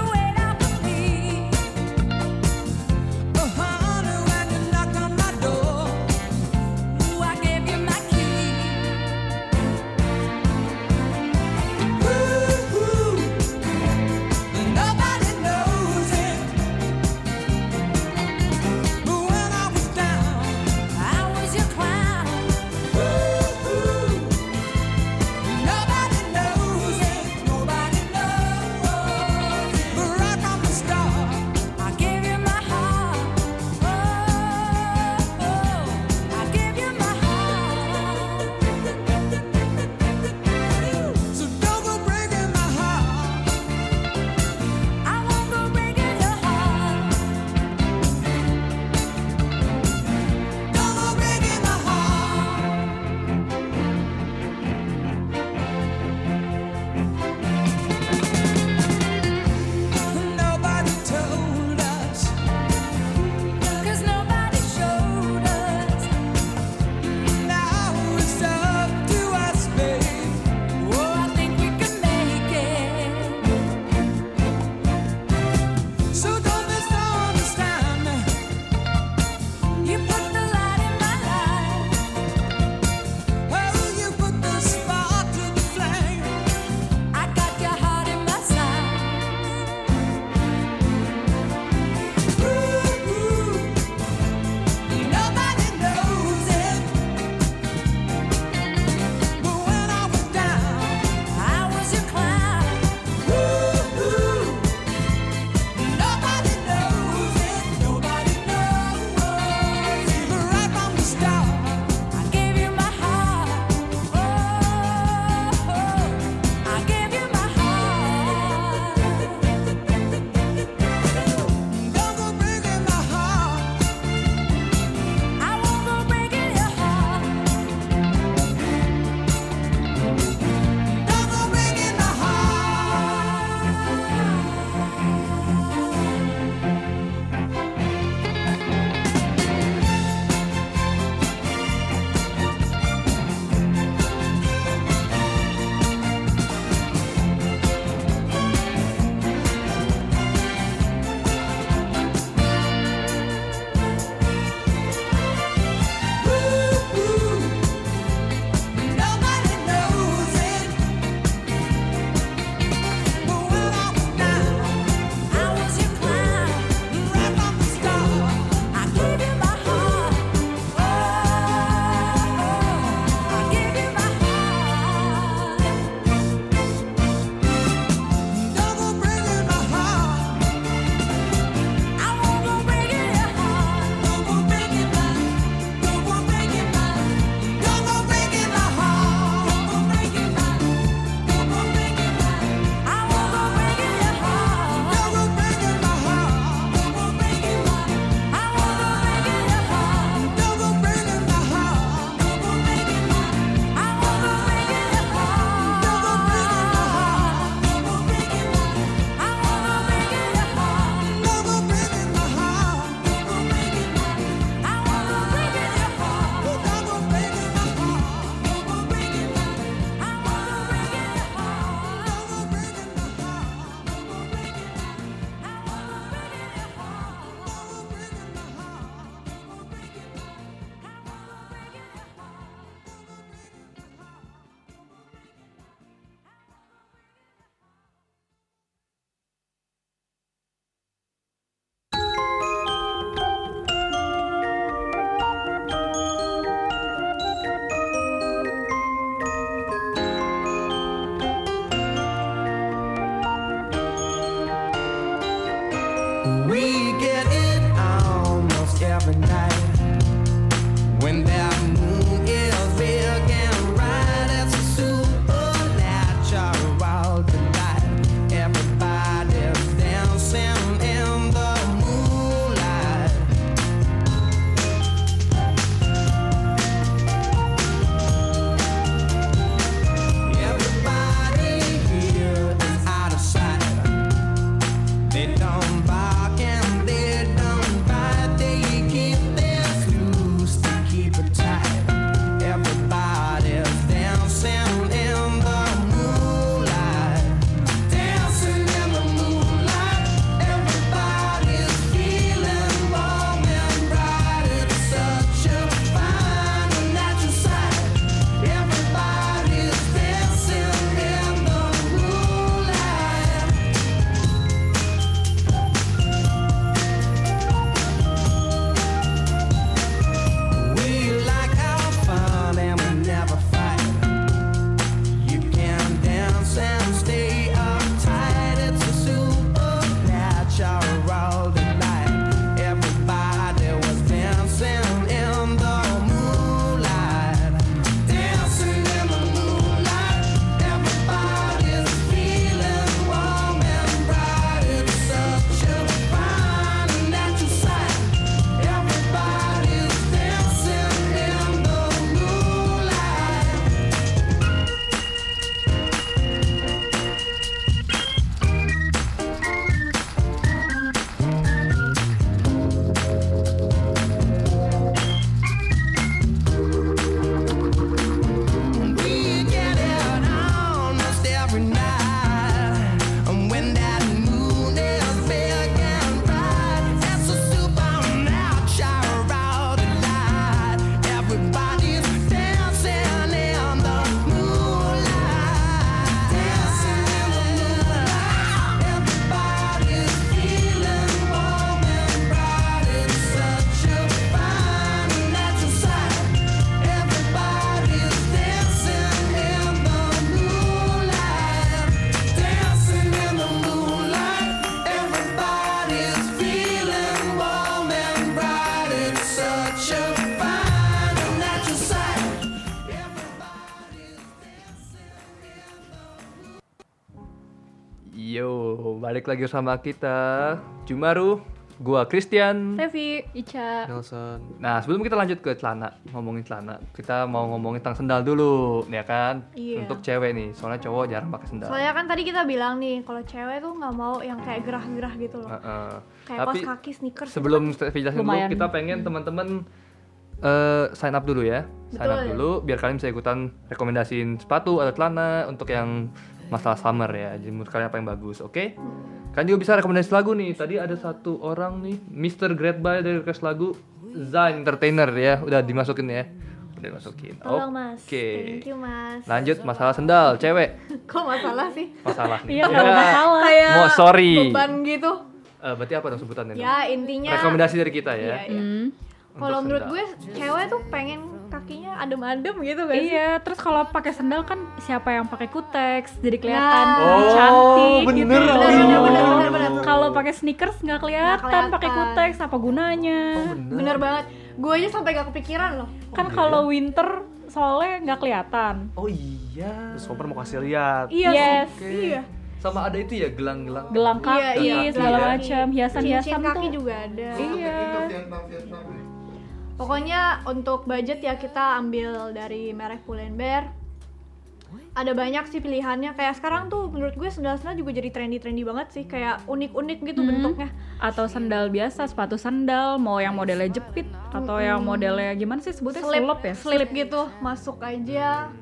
A: Yo, balik lagi sama kita Jumaru, gua Christian
B: Sevi, Ica.
C: Nelson
A: Nah, sebelum kita lanjut ke celana, ngomongin celana Kita mau ngomongin tentang sendal dulu, ya kan?
B: Iya.
A: Untuk cewek nih, soalnya cowok jarang pakai sendal
B: Soalnya kan tadi kita bilang nih, kalau cewek tuh nggak mau yang kayak gerah-gerah gitu loh.
A: Heeh.
B: Kayak
A: Tapi
B: kaos kaki sneakers. gitu.
A: sebelum Steffi jelasin dulu,
D: Lumayan.
A: kita pengen
B: hmm.
A: teman-teman eh, sign up dulu ya Sign up
B: Betul.
A: dulu, biar kalian bisa ikutan rekomendasiin sepatu atau celana untuk yang masalah summer ya Jadi menurut kalian apa yang bagus, oke?
B: Hmm.
A: Kalian juga bisa rekomendasi lagu nih Tadi ada satu orang nih, Mr. Great Buy dari request lagu Zain Entertainer ya Udah dimasukin ya Udah dimasukin
B: Tolong mas.
A: Oke.
B: Thank you mas.
A: Lanjut masalah sendal, cewek
B: Kok masalah sih?
A: Masalah nih
D: Iya, nggak ada masalah.
B: Kayak
A: Mau sorry.
B: beban gitu.
A: Eh, Berarti apa dong sebutannya? dong?
B: Ya intinya.
A: Rekomendasi dari kita ya
B: Iya, iya.
D: Hmm.
B: Kalau
A: Untuk
B: menurut
A: sendal.
B: gue cewek tuh pengen kakinya adem-adem gitu kan.
D: Iya, terus kalau pakai sendal kan siapa yang pakai kutex jadi kelihatan
B: Nah.
A: Oh,
D: cantik
A: bener.
D: gitu. loh.
B: Bener, bener, bener, bener, bener.
D: Kalau pakai sneakers nggak kelihatan,
B: Nggak
D: pakai
B: kelihatan.
D: kutex apa gunanya?
A: Oh,
B: Bener banget. Gue aja sampai gak kepikiran loh.
D: kan kalau winter soalnya nggak kelihatan.
A: iya. Oh iya.
C: terus Cooper mau kasih lihat
D: Iya. Yes.
B: Iya.
A: Sama ada itu ya gelang-gelang.
D: Gelang
B: Iya,
D: kaki
B: iya,
D: segala
B: iya.
D: macam,
B: Cincin
D: hiasan-hiasan
B: kaki
D: tuh.
B: juga ada.
D: Iya.
B: Pokoknya untuk budget ya kita ambil dari merek Pull&Bear Ada banyak sih pilihannya, kayak sekarang tuh menurut gue sendal-sendal juga jadi trendy-trendy banget sih Kayak unik-unik gitu
D: Hmm.
B: bentuknya
D: Atau sendal biasa, sepatu sendal, mau yang modelnya jepit atau yang modelnya gimana sih sebutnya?
B: Slip,
D: Selop ya?
B: slip gitu, masuk aja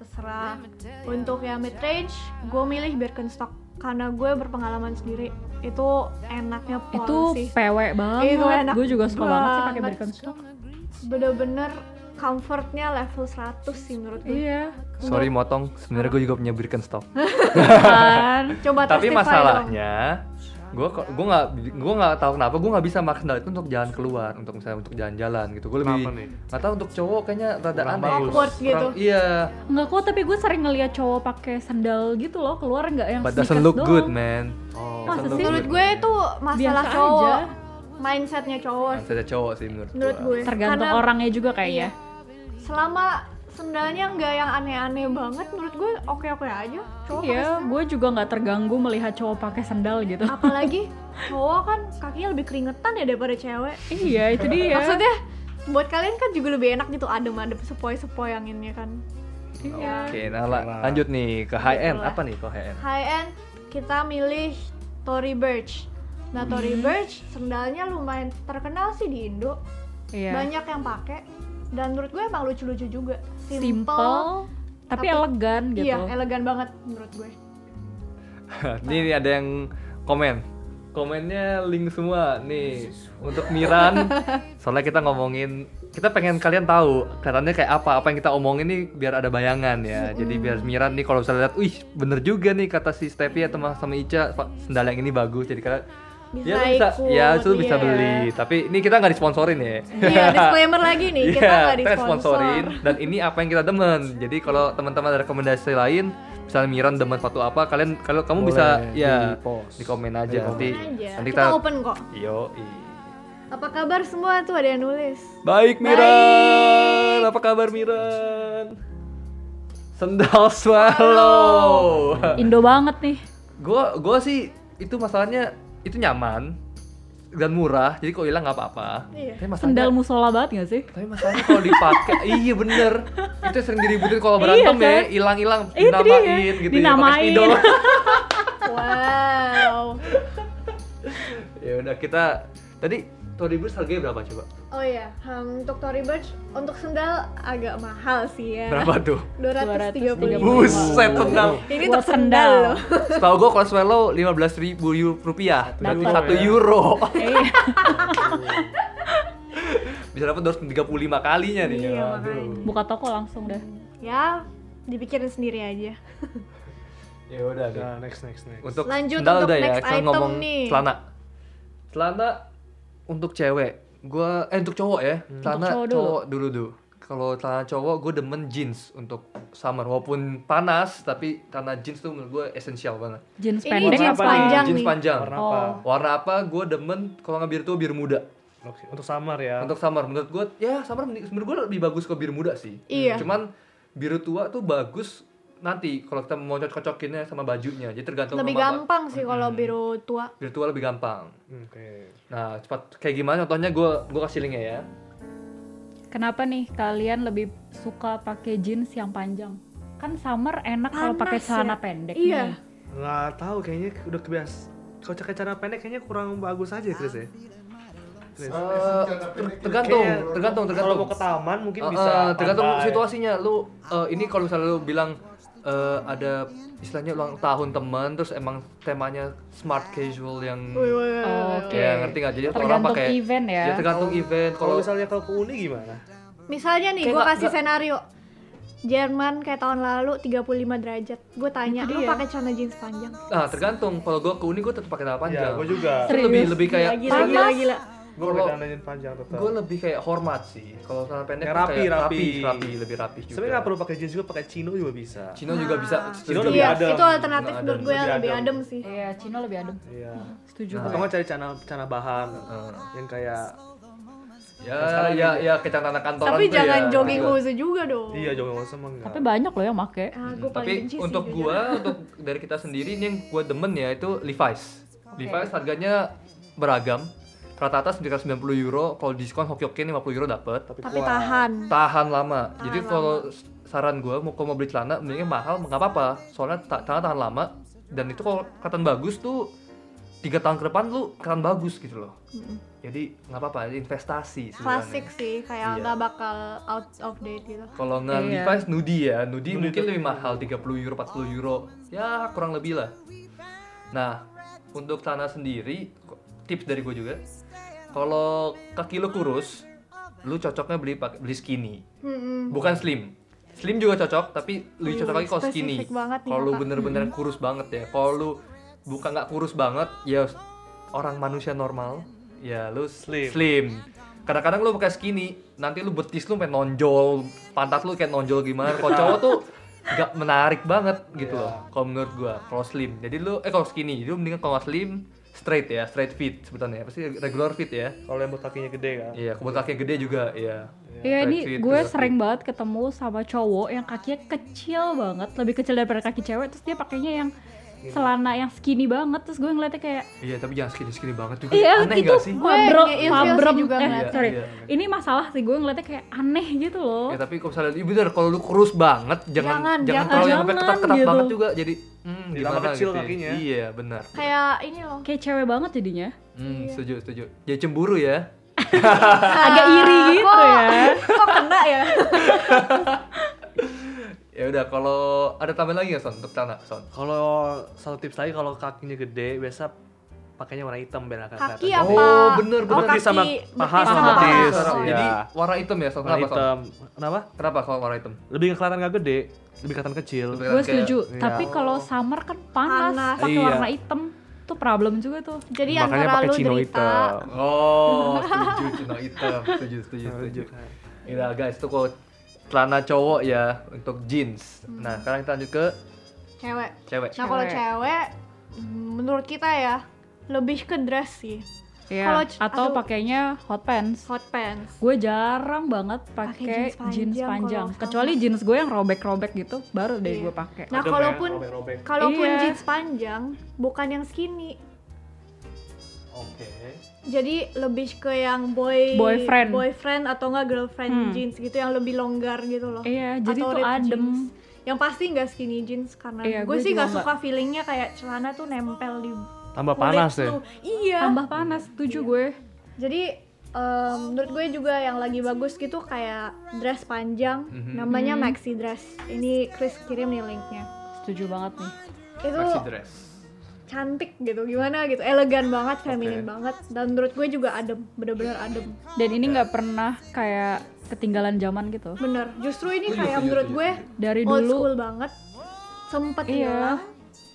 B: Terserah Untuk yang mid-range, gue milih Birkenstock Karena gue berpengalaman sendiri Itu enaknya pol
D: Itu
B: sih
D: PW banget.
B: Itu enak
D: Gue juga suka banget sih pakai
B: banget.
D: Birkenstock.
B: Bener-bener comfortnya level 100 sih menurut gue
D: Iya.
A: Sorry motong, sebenarnya gue juga punya Birkenstock.
D: Kan.
B: Coba testify
A: Tapi
B: dong.
A: masalahnya gue gue nggak gue nggak tahu kenapa gue nggak bisa pakai sendal itu untuk jalan keluar untuk misalnya untuk jalan-jalan gitu gue lebih
C: Kenapa nih?
A: nggak tahu untuk cowok kayaknya rada
C: Kurang
A: aneh
C: bagus.
B: Awkward gitu.
A: iya
D: Enggak kok, tapi gue sering ngeliat cowok pakai sendal gitu loh, keluar nggak yang
A: but
D: sneakers
A: doesn't look
D: doang.
A: good man
C: oh
D: Masa
A: Doesn't
D: sih?
A: look
B: Menurut
A: good,
B: gue
A: man.
B: itu masalah
D: Biasa
B: cowok,
D: aja.
B: mindsetnya cowok.
A: Harus ada cowok sih menurut,
B: Menurut
A: gua.
B: gue.
D: Tergantung
B: Karena- Iya.
D: orangnya juga kayaknya.
B: Selama sendalnya nggak yang aneh-aneh banget, menurut gue oke-oke aja. Cowok pakai
D: Iya,
B: sendal.
D: gue juga nggak terganggu melihat cowok pakai sendal gitu.
B: Apalagi cowok kan kakinya lebih keringetan ya daripada cewek.
D: iya, itu dia.
B: Maksudnya buat kalian kan juga lebih enak gitu adem-adem sepoi-sepoi anginnya kan.
D: iya.
A: oke nah la- lanjut nih ke high end
B: Itulah.
A: apa nih ke high end
B: High end kita milih Tory Burch. Nah,
D: Hmm.
B: Tory Burch sendalnya lumayan terkenal sih di Indo.
D: Iya.
B: Banyak yang pakai dan menurut gue emang lucu-lucu juga.
D: simple tapi,
B: tapi-
D: elegan gitu.
B: Iya, elegan banget menurut gue.
A: nih, nih ada yang komen komennya link semua nih untuk Miran soalnya kita ngomongin kita pengen kalian tahu kelihatannya kayak apa apa yang kita omongin nih biar ada bayangan ya jadi biar Miran nih kalau bisa lihat wih bener juga nih kata si Stepi ya teman sama Ica Pak, sendal yang ini bagus jadi kalian
B: Bisa
A: ya lu bisa
B: ikut,
A: ya lu bisa
B: iya.
A: beli tapi ini kita nggak disponsorin ya
B: Iya, disclaimer lagi nih, kita
A: Iya,
B: nggak disponsorin.
A: dan ini apa yang kita demen jadi kalau teman-teman ada rekomendasi lain misalnya Miran demen sepatu apa kalian kalau kamu
C: Boleh,
A: bisa ya
C: di post.
A: di komen aja nanti
B: Aja.
A: nanti
B: kita...
A: kita
B: open kok.
A: yo
B: Apa kabar semua tuh ada yang nulis.
A: baik Miran apa kabar Miran sendal swallow
D: Indo banget nih.
A: gua gua sih itu masalahnya itu nyaman dan murah jadi kok hilang nggak apa-apa
B: Iya.
A: tapi masalahnya
D: Sendal musola banget gak sih?
A: Tapi masalahnya kalau dipakai, iya bener. Itu yang sering diributin kalau berantem
D: Iya,
A: ya,
D: kan?
A: hilang-hilang,
D: Itu dia.
A: dinamain gitu ya, pakai
D: Dinamain.
A: spidol.
B: Wow.
A: ya udah kita tadi Tory Burch harganya berapa coba?
B: Oh iya, um, untuk Tory Burch untuk sendal agak mahal sih ya.
A: Berapa tuh?
B: 235.
D: 235.
A: Buset sendal.
B: Ini
D: Buat
B: untuk sendal
D: sendal.
B: loh.
A: Setahu gua kalau swallow 15 ribu rupiah, berarti
D: Dapat.
A: satu euro.
B: Iya.
D: Eh,
A: Bisa dapat 235 kalinya nih.
B: Iya,
A: Aduh.
B: makanya.
D: buka toko langsung dah.
B: Ya, dipikirin sendiri aja.
A: Ya udah deh.
C: Nah, next next next
A: Untuk
B: Lanjut
A: sendal
B: untuk
A: udah ya,
B: next
A: kita
B: item
A: ngomong
B: nih.
A: celana. Celana untuk cewek, gua eh untuk cowok ya.
C: Hmm.
A: Celana
D: cowok
A: cowok,
D: dulu.
A: dulu dulu. Kalau celana cowok, gue demen jeans untuk summer walaupun panas, tapi celana jeans tuh menurut gue esensial banget.
D: Jeans
B: Ini
D: pendek.
B: jeans
C: apa nih?
B: panjang
A: jeans
B: nih.
A: panjang.
C: warna
A: Warna,
C: apa
A: apa? Gue demen kalau nggak biru tua biru muda.
C: oke untuk summer ya
A: Untuk summer menurut gue, ya summer meni- menurut gue lebih bagus ke biru muda sih.
B: Iya.
A: Cuman biru tua tuh bagus nanti kalau kita mau cocok-cocokinnya sama bajunya. Jadi tergantung
B: Lebih
A: sama-
B: gampang sih kalau
A: Hmm.
B: biru tua.
A: Virtual lebih gampang.
C: Oke.
A: Nah, cepat kayak gimana contohnya gue gue kasih linknya ya.
D: Kenapa nih kalian lebih suka pakai jeans yang panjang? Kan summer enak kalau pakai
B: Panas ya?
D: celana pendek.
B: Iya.
D: nih.
C: Nggak tahu kayaknya udah kebiasa. Kalau pakai cara pendek kayaknya kurang bagus aja Chris ya. Chris.
A: Eh, ter- tergantung,
C: Kayaknya
A: tergantung,
C: Kalau
A: tergantung.
C: mau ke taman mungkin
A: Eh,
C: bisa.
A: eh, tergantung
C: pantai.
A: situasinya. Lu eh, ini kalau misalnya lu bilang eh, ada istilahnya ulang tahun teman terus emang temanya smart casual yang
B: Wih, wih, wih.
D: Oke.
A: ya ngerti nggak jadi orang
D: Tergantung
A: pakai
D: event ya.
A: tergantung event
C: Oh, Kalau
A: kalau
C: misalnya kalau ke Uni gimana?
B: Misalnya nih,
A: Kayak
B: gue
A: nggak-
B: kasih
A: nggak-
B: senario. Jerman kayak tahun lalu 35 derajat. Gue tanya, lu pakai celana jeans panjang?
A: nah tergantung kalau gua ke uni gua tetap pakai celana panjang
C: Ya, gue juga.
A: Tapi lebih
D: Serius?
A: lebih kayak
B: Gila, gila, gila.
C: Gue
A: Kalau-
C: pakai dandanin panjang tetap.
A: gue lebih kayak hormat sih kalau celana pendek
C: Yang
A: tuh
C: rapi,
A: kayak
C: rapi.
A: rapi rapi lebih rapi juga
C: Sebenarnya nggak perlu pakai jeans juga pakai chino juga bisa.
A: Cino juga bisa
C: Cino
A: setuju.
C: lebih
B: Iya,
C: adem.
B: itu alternatif
A: Lebih
B: menurut
A: adem, Nah,
B: gue yang
C: lebih
B: lebih
C: adem.
B: adem sih.
D: Iya, Cino lebih adem.
C: Iya.
D: Setuju
C: Atau nggak cari cana cana bahan yang kayak
A: Ah. ya ya ya kecang tanah kantoran
B: Tapi
A: tuh
B: jangan
A: ya.
B: jogging
A: Gitu.
B: house juga dong.
C: iya jogging sama enggak.
D: Tapi banyak loh yang pakai.
B: Ah, gue
A: tapi
B: paling benci sih,
A: untuk
B: jujur.
A: gua untuk dari kita sendiri ini yang gua demen ya itu Levi's Levi's harganya beragam rata-rata sekitar 90 euro kalau diskon hoki-hoki 50 euro dapat
B: Tapi tahan.
A: tahan lama jadi kalau s- saran gua mau kalau mau beli celana mendingnya mahal nggak apa-apa soalnya ta- celana tahan lama dan itu kalau katan bagus tuh tiga tahun ke depan lu katan bagus gitu loh jadi nggak apa-apa investasi sebenarnya.
B: Klasik sih, kayak nggak bakal out of date gitu.
A: Iya. Kalau nggak
D: Iya.
A: Levi's Nudi ya, Nudi mungkin lebih mahal 30 euro, 40 euro, ya kurang lebih lah. Nah, untuk celana sendiri, ko- tips dari gue juga, kalau kaki lo kurus, lu cocoknya beli pak- beli skinny,
B: Mm-mm.
A: bukan slim. Slim juga cocok, tapi lebih cocok lagi kalau skinny.
B: spesifik banget nih,
A: Kalau lu
B: Kakak.
A: bener-bener kurus banget ya, kalau lu bukan nggak kurus banget, ya s- orang manusia normal, ya lu
C: Slim.
A: slim. Kadang-kadang lu pakai skinny, nanti lu betis lu pengen nonjol, pantat lu kayak nonjol gimana. Kalau cowok tuh nggak menarik banget gitu loh.
C: Iya.
A: Kalau menurut gua, kalau slim. Jadi lu eh kalau skinny, jadi lu mendingan kalau nggak slim straight ya, straight fit sebutannya. Pasti regular fit ya.
C: Kalau yang buat kakinya gede kan.
A: Iya, kebun kakinya gede juga, iya. Straight
D: Iya ini
A: fit,
D: gue
A: regular
D: sering banget ketemu sama cowok yang kakinya kecil banget, lebih kecil daripada kaki cewek. Terus dia pakainya yang celana yang skinny banget. Terus gue ngeliatnya kayak
A: Iya, tapi jangan skinny-skinny banget juga.
D: Iya
A: Aneh
D: gitu
A: nggak sih?
D: mabrok
B: Gue nge-ilfeel sih
D: mabrem
B: juga
D: eh,
B: ngeliatnya.
D: sorry.
A: Iya.
D: Ini masalah sih gue ngeliatnya kayak aneh gitu loh.
A: Ya tapi kalau misalnya iya bener kalau lu kurus banget jangan
B: Jangan,
A: jangan,
B: jangan,
A: terlalu yang sampai
D: jangan
A: ketat-ketat
D: gitu.
A: banget juga jadi hmm,
C: Ditambah
A: gimana
C: kecil
A: gitu. ya.
C: kakinya.
A: Iya, benar.
B: Kayak ini loh.
D: Kayak cewek banget jadinya.
A: Hmm,
D: Iya.
A: setuju, setuju. Jadi cemburu ya.
D: Agak iri gitu ya.
B: Ah, Kok kena ya?
A: Ya udah kalau ada tambahan lagi nggak Son untuk celana Son?
C: Kalau satu tips lagi kalau kakinya gede biasa pakainya warna hitam biar nggak
B: Kaki
C: kelihatan.
B: apa?
A: Oh, bener, bener.
B: kaki,
C: Betis sama paha
B: betis
C: sama
B: sama paha.
C: betis.
A: Son,
C: Iya.
A: Jadi warna hitam ya Son.
C: Warna
A: Kenapa Son?
C: hitam. Kenapa?
A: Kenapa kalau warna hitam?
C: Lebih nggak kelihatan nggak gede, lebih kelihatan kecil.
A: Lebih
D: Gue
A: Kayak-
D: setuju.
C: iya.
D: Tapi kalau summer kan panas,
B: Panas.
D: pakai
C: Iya.
D: warna hitam tuh problem juga tuh.
B: Jadi
C: Makanya
B: antara
C: pakai
B: lu
C: chino
B: derita.
C: hitam.
A: Oh, setuju cino hitam. Setuju, setuju, setuju. Ya guys, itu kalau celana cowok ya untuk jeans. Nah, sekarang kita lanjut ke
B: Cewek.
A: cewek.
B: Nah kalau
D: Cewek.
B: cewek, mm, menurut kita ya lebih ke dress sih,
D: Iya.
B: Kalau c-
D: Atau
B: aduh.
D: pakainya hot pants.
B: hot pants.
D: Gue jarang banget
B: jeans
D: pakai jeans
B: panjang
D: panjang.
B: kalau summer.
D: Kecuali jeans gue yang robek-robek gitu, baru deh gue pakai.
B: Nah
C: Adem ya,
B: kalaupun
C: robek-robek.
B: kalaupun
D: Iya.
B: jeans panjang, bukan yang skinny.
C: Oke.
B: Jadi lebih ke yang boy
D: Boyfriend. Hmm.
B: boyfriend atau enggak girlfriend jeans gitu yang lebih longgar gitu loh.
D: Iya, jadi
B: Atau
D: tuh
B: ripped
D: adem.
B: jeans. Yang pasti nggak skinny jeans karena
D: Iya,
B: gue
D: gue
B: sih
D: juga
B: nggak
D: nggak.
B: suka feelingnya kayak celana tuh nempel di
C: Tambah
B: kulit
C: panas ya.
B: lu. Iya.
D: Tambah panas, setuju gue.
B: Jadi em, menurut gue juga yang lagi bagus gitu kayak dress panjang,
C: Mhm.
D: Mhm.
B: namanya maxi dress. Ini Chris kirim nih linknya.
D: Setuju banget nih.
B: Itu
A: Maxi dress.
B: cantik gitu gimana gitu elegan banget feminin
A: Oke.
B: banget dan menurut gue juga adem bener-bener adem
D: Dan
C: Iya.
D: ini nggak pernah kayak ketinggalan zaman gitu.
B: bener justru ini
A: Setuju,
B: kayak
A: setuju,
B: menurut
A: setuju,
B: gue
D: Dari
B: old
D: dulu
B: school banget sempet
D: Iya.
B: hilang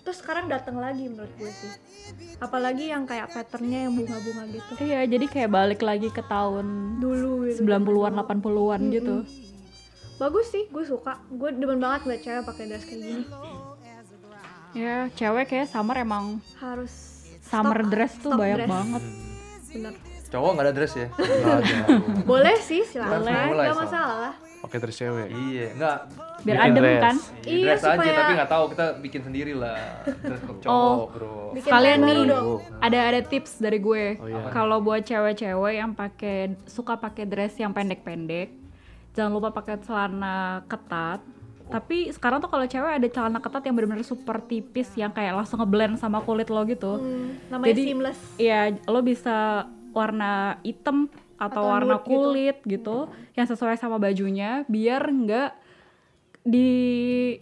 B: terus sekarang datang lagi menurut gue sih apalagi yang kayak patternnya yang bunga-bunga gitu
D: Iya, jadi kayak balik lagi ke tahun
B: dulu gitu.
D: 90-an, 80-an gitu.
B: bagus sih gue suka gue demen banget ngeliat cewek pakai dress kayak gini
D: Ya, cewek kayak summer emang
B: harus
D: summer
B: stock-
D: dress
B: stock
D: tuh banyak
B: dress.
D: banget.
B: bener
A: Cowok nggak ada dress ya?
B: boleh sih silakan
A: Langsung mulai,
B: nggak
A: Sal.
B: masalah
A: Oke,
C: pakai dress cewek
A: Iya, enggak.
D: Biar
C: Bikin
D: adem
C: dress.
D: kan?
A: Iya,
B: Iya,
A: dress aja
B: supaya-
A: tapi nggak tahu kita bikin sendiri lah. Dress code cowok,
D: Oh.
A: bro.
B: Bikin
D: Sekalian
B: tren
D: nih
B: baru dong.
D: ada ada tips dari gue.
C: Oh, iya.
D: Kalau buat cewek-cewek yang pakai suka pakai dress yang pendek-pendek, jangan lupa pakai celana ketat. Tapi sekarang tuh kalau cewek ada celana ketat yang benar-benar super tipis yang kayak langsung ngeblend sama kulit lo gitu.
B: Hmm, namanya
D: Jadi-
B: seamless
D: Iya, lo bisa warna hitam atau,
B: Atau
D: warna
B: nude gitu.
D: kulit gitu. yang sesuai sama bajunya biar nggak di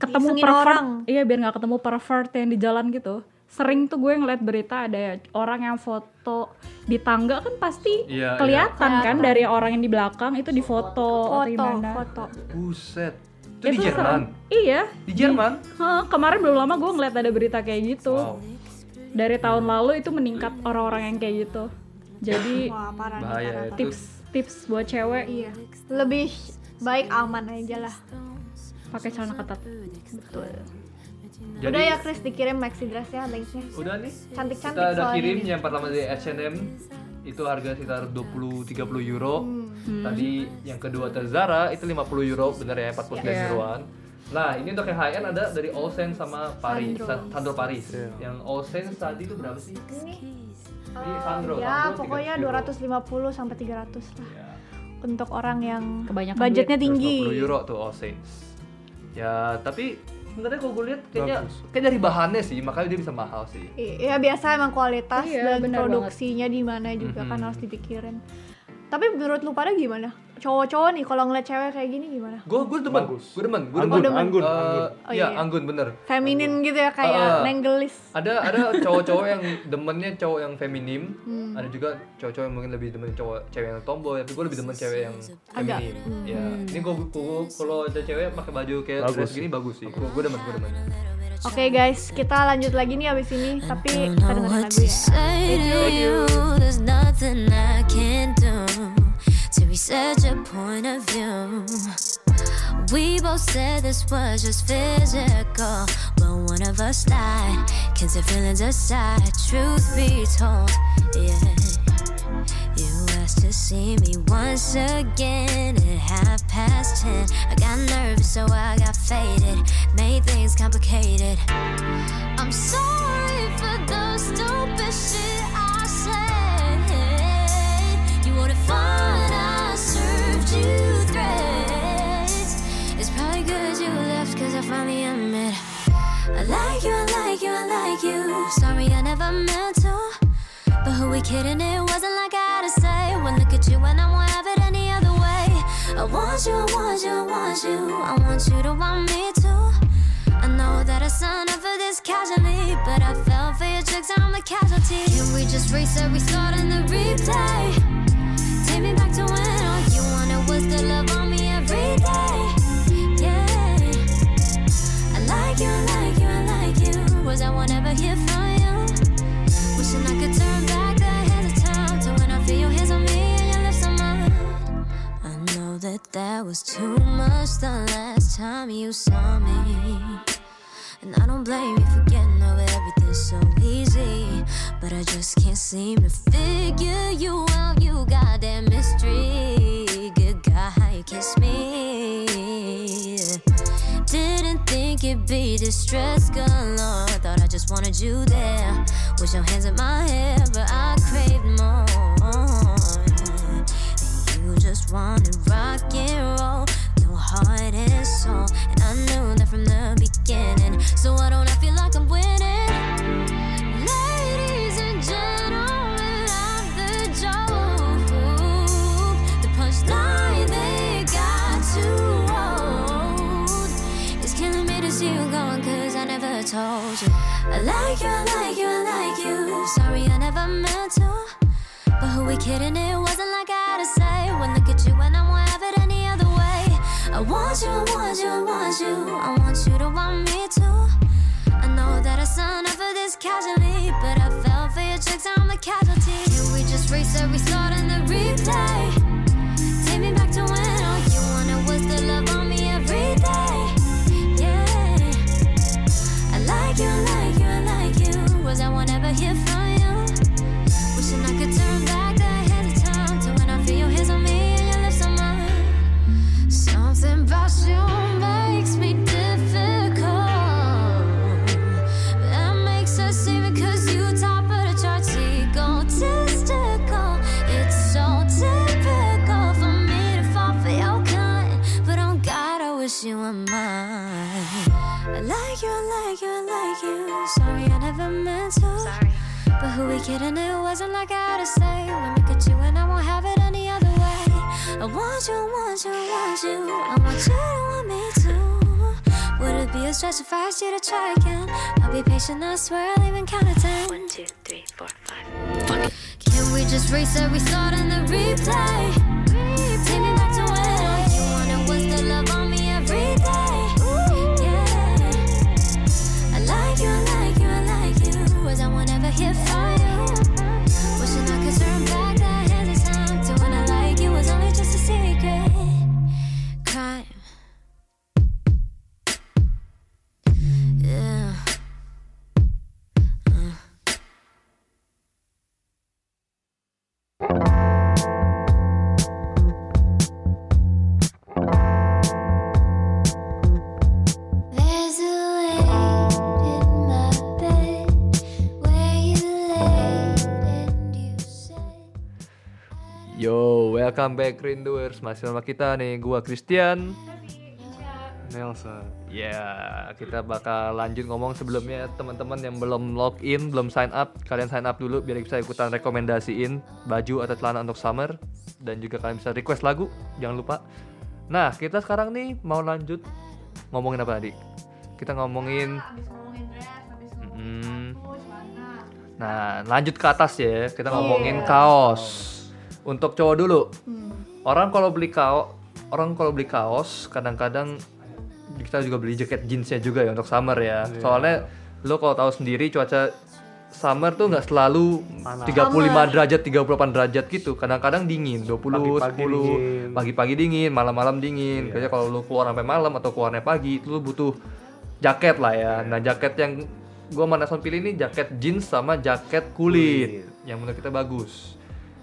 D: ketemu
B: Disengin
D: pervert.
B: orang.
D: Iya, biar nggak ketemu pervert yang di jalan gitu. Sering tuh gue ngeliat berita ada orang yang foto di tangga kan pasti
A: Iya,
D: kelihatan
B: iya.
D: kan dari orang yang di belakang itu di foto atau
B: foto
D: gimana.
B: foto
A: Buset. Itu di
D: Itu
A: Jerman.
D: serem. Iya.
A: Di Jerman?
D: Hah, kemarin belum lama gue ngeliat ada berita kayak gitu
A: Wow,
D: dari tahun lalu itu meningkat orang-orang yang kayak gitu jadi
B: wah parah nih, parah,
A: bahaya itu.
B: parah.
D: tips tips buat cewek
B: iya lebih baik aman aja lah
D: pakai celana ketat
B: betul
A: Jadi,
B: udah ya Chris dikirim maxi ya, dressnya linknya
A: udah nih.
B: cantik cantik
A: Kita udah kirim yang pertama dari H&M itu harga sekitar 20-30 euro. Tadi yang kedua dari Zara itu 50 euro benar ya 49
D: Iya.
A: euroan. Nah, ini untuk yang high end ada dari Olsen sama Paris,
B: Sandro.
A: Sa- Sandro Paris.
C: Iya.
A: Yang Olsen tadi itu berapa sih?
B: ini
A: Ini
B: eh,
A: Sandro,
B: ya
A: Sandro
B: pokoknya
A: 300
B: 250 sampai 300 lah
A: Ya.
B: untuk orang yang
D: Kebanyakan
B: budgetnya tinggi
A: 150 euro tuh all saints. Ya, tapi sebenarnya kalau gue lihat kayaknya
C: Bagus.
A: kayak dari bahannya sih, makanya dia bisa mahal sih.
B: Iya biasa emang kualitas
D: Iya,
B: dan
D: benar
B: produksinya di mana juga kan
A: Mhm.
B: harus dipikirin. Tapi menurut lu pada gimana? Cowok-cowok nih kalau ngeliat cewek kayak gini gimana?
A: Gue gue demen,
C: Bagus.
A: gue demen, gue
C: Anggun,
A: demen.
C: anggun,
A: Eh,
C: anggun.
B: Oh,
A: iya,
B: iya.
A: anggun bener.
B: Feminin gitu ya kayak
A: Ah, ah.
B: nenggelis.
A: Ada ada cowok-cowok yang demennya cowok yang feminim,
B: Hmm.
A: ada juga cowok-cowok yang mungkin lebih demen cowok cewek yang tomboy, tapi gue lebih demen cewek yang
B: Agak, Hmm.
A: feminim. Ya, ini gue kalau ada cewek pakai baju kayak
C: Bagus
A: dress
C: sih.
A: gini bagus sih. Gue gue demen, gue demen.
B: Oke guys, kita lanjut lagi nih abis ini, tapi
E: don't
B: kita
E: know
B: dengerin
E: what
B: lagu ya.
E: to say to you. There's nothing I can do to reset your point of view. We both said this was just physical, but one of us lied, kids their feelings aside. Truth be told, yeah. You asked to see me once again at half past ten. I got nervous, so I got faded, made things complicated. I'm sorry for the stupid shit I said. You wanted fun, I served you threats. It's probably good you left, cause I finally admit. I like you, I like you, I like you. Sorry, I never meant to. But who we kidding? It wasn't like I had to say. When look at you and I won't have it any other way. I want you, I want you, I want you. I want you to want me too. I know that I signed up for this casually, but I fell for your tricks, I'm the casualty. Can we just reset, restart, and the replay? Take me back to when all you wanted was the love on me every day. Yeah. I like you, I like you, I like you. Was I one ever here from you? Wishing I could turn back the hands of time to when I feel your hands on me and your lips on mine. I know that that was too much the last time you saw me. And I don't blame you for getting over everything so easy. But I just can't seem to figure you out. You got that mystery. Good God, how you kiss me. Didn't think it'd be distress galore. Thought I just wanted you there. With your hands in my hair, but I craved more. And you just wanted rock and roll, no heart and soul. And I knew that from the beginning. So why don't I feel like I'm winning? Ladies and gentlemen, I'm the joke. The punchline they got too old. It's killing me to see you going, cause I never told you. I like you, I like you, I like you. Sorry, I never meant to. But who we kidding? It wasn't like I had to say. When look at you, and I won't have it any other way. I want you, I want you, I want you. I want you to want me too. I know that I signed up for this casually, but I fell for your tricks, I'm the casualty. Can we just reset, restart, and the replay? Take me back to when all you wanted was the love on me every day. Yeah. I like you, I like you, I like you. Was I one ever hear from you? Wishing I could turn back the hands of time to when I feel your hands on me and your lips on mine. So oh I like you, I like you, I like you. Sorry, I never meant to. Sorry. But who we kidding? It wasn't like I had to say. When look at you, and I won't have it any other way. I want you, want you, want you. I want you to want me too. Would it be a stretch if I asked you to try again? I'll be patient, I swear I'll even count to ten. One, two, three, four, five. Fuck it. Can we just reset, restart, and the replay? Take me back to when all you wanted was the love on me every day. Yeah. I like you, I like you, I like you. Was I won't ever hit fire? Wishing I could turn back the hands of time to when I like you was only just a secret crime. Yeah. There's a lake in my bed where you lay and you say.
A: Yo, welcome back Rinduers Masih sama kita nih, gua Christian Nelson Ya, kita bakal lanjut ngomong sebelumnya teman-teman yang belum login, belum sign up Kalian sign up dulu biar bisa ikutan rekomendasiin Baju atau celana untuk summer Dan juga kalian bisa request lagu, jangan lupa Nah, kita sekarang nih mau lanjut ngomongin apa tadi? Kita ngomongin
B: Abis ngomongin dress, abis
A: Mm-mm.
B: aku, celana.
A: Mm-hmm. Nah, lanjut ke atas ya. Kita ngomongin
B: Iya.
A: kaos. Untuk cowok dulu.
B: Hmm.
A: Orang kalau beli kaos, orang kalau beli kaos kadang-kadang kita juga beli jaket jeansnya juga ya untuk summer ya.
C: Iya.
A: Soalnya lo kalau tahu sendiri cuaca summer tuh nggak selalu
C: Panas.
A: 35 derajat, 38 derajat gitu. Kadang-kadang dingin, 20,
C: Pagi-pagi
A: 10,
C: dingin. Iya.
A: pagi-pagi dingin, malam-malam dingin. Kayaknya kalau lu keluar sampai malam atau keluarnya pagi itu lu butuh jaket lah
C: Iya.
A: ya. Nah, jaket yang gua sama Nelson pilih ini jaket jeans sama jaket kulit, yang menurut kita bagus.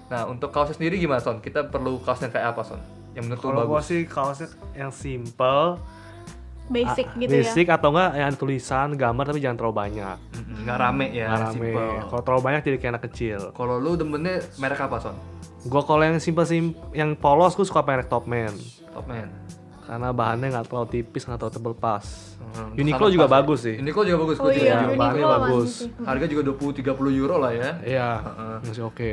A: Nah, untuk kaosnya sendiri gimana, Son? Kita perlu kaos yang kayak apa, Son? Yang menurut lu
C: Kalau gua
A: bagus.
C: sih kaosnya yang simple,
B: Basic
C: ah,
B: gitu ya.
C: basic atau enggak yang tulisan gambar tapi jangan terlalu banyak.
A: Mm-mm, Nggak rame ya,
C: Nggak rame.
A: simple.
C: Kalau terlalu banyak jadi kayak anak kecil.
A: Kalau lu demennya merek apa, Son?
C: Gua kalau yang simple sim, yang polos gua suka merek Topman
A: Topman.
C: karena bahannya nggak terlalu tipis nggak terlalu tebel pas.
A: Hmm,
C: Uniqlo
A: sama
C: juga
A: pas.
C: bagus sih.
A: Uniqlo juga bagus,
B: Oh
A: gua juga.
B: iya,
C: Iya,
B: Uniqlo
C: bahannya
B: masih
C: bagus.
B: sih.
A: Harga juga 20-30 euro lah ya.
C: Iya,
A: Heeh.
C: masih oke.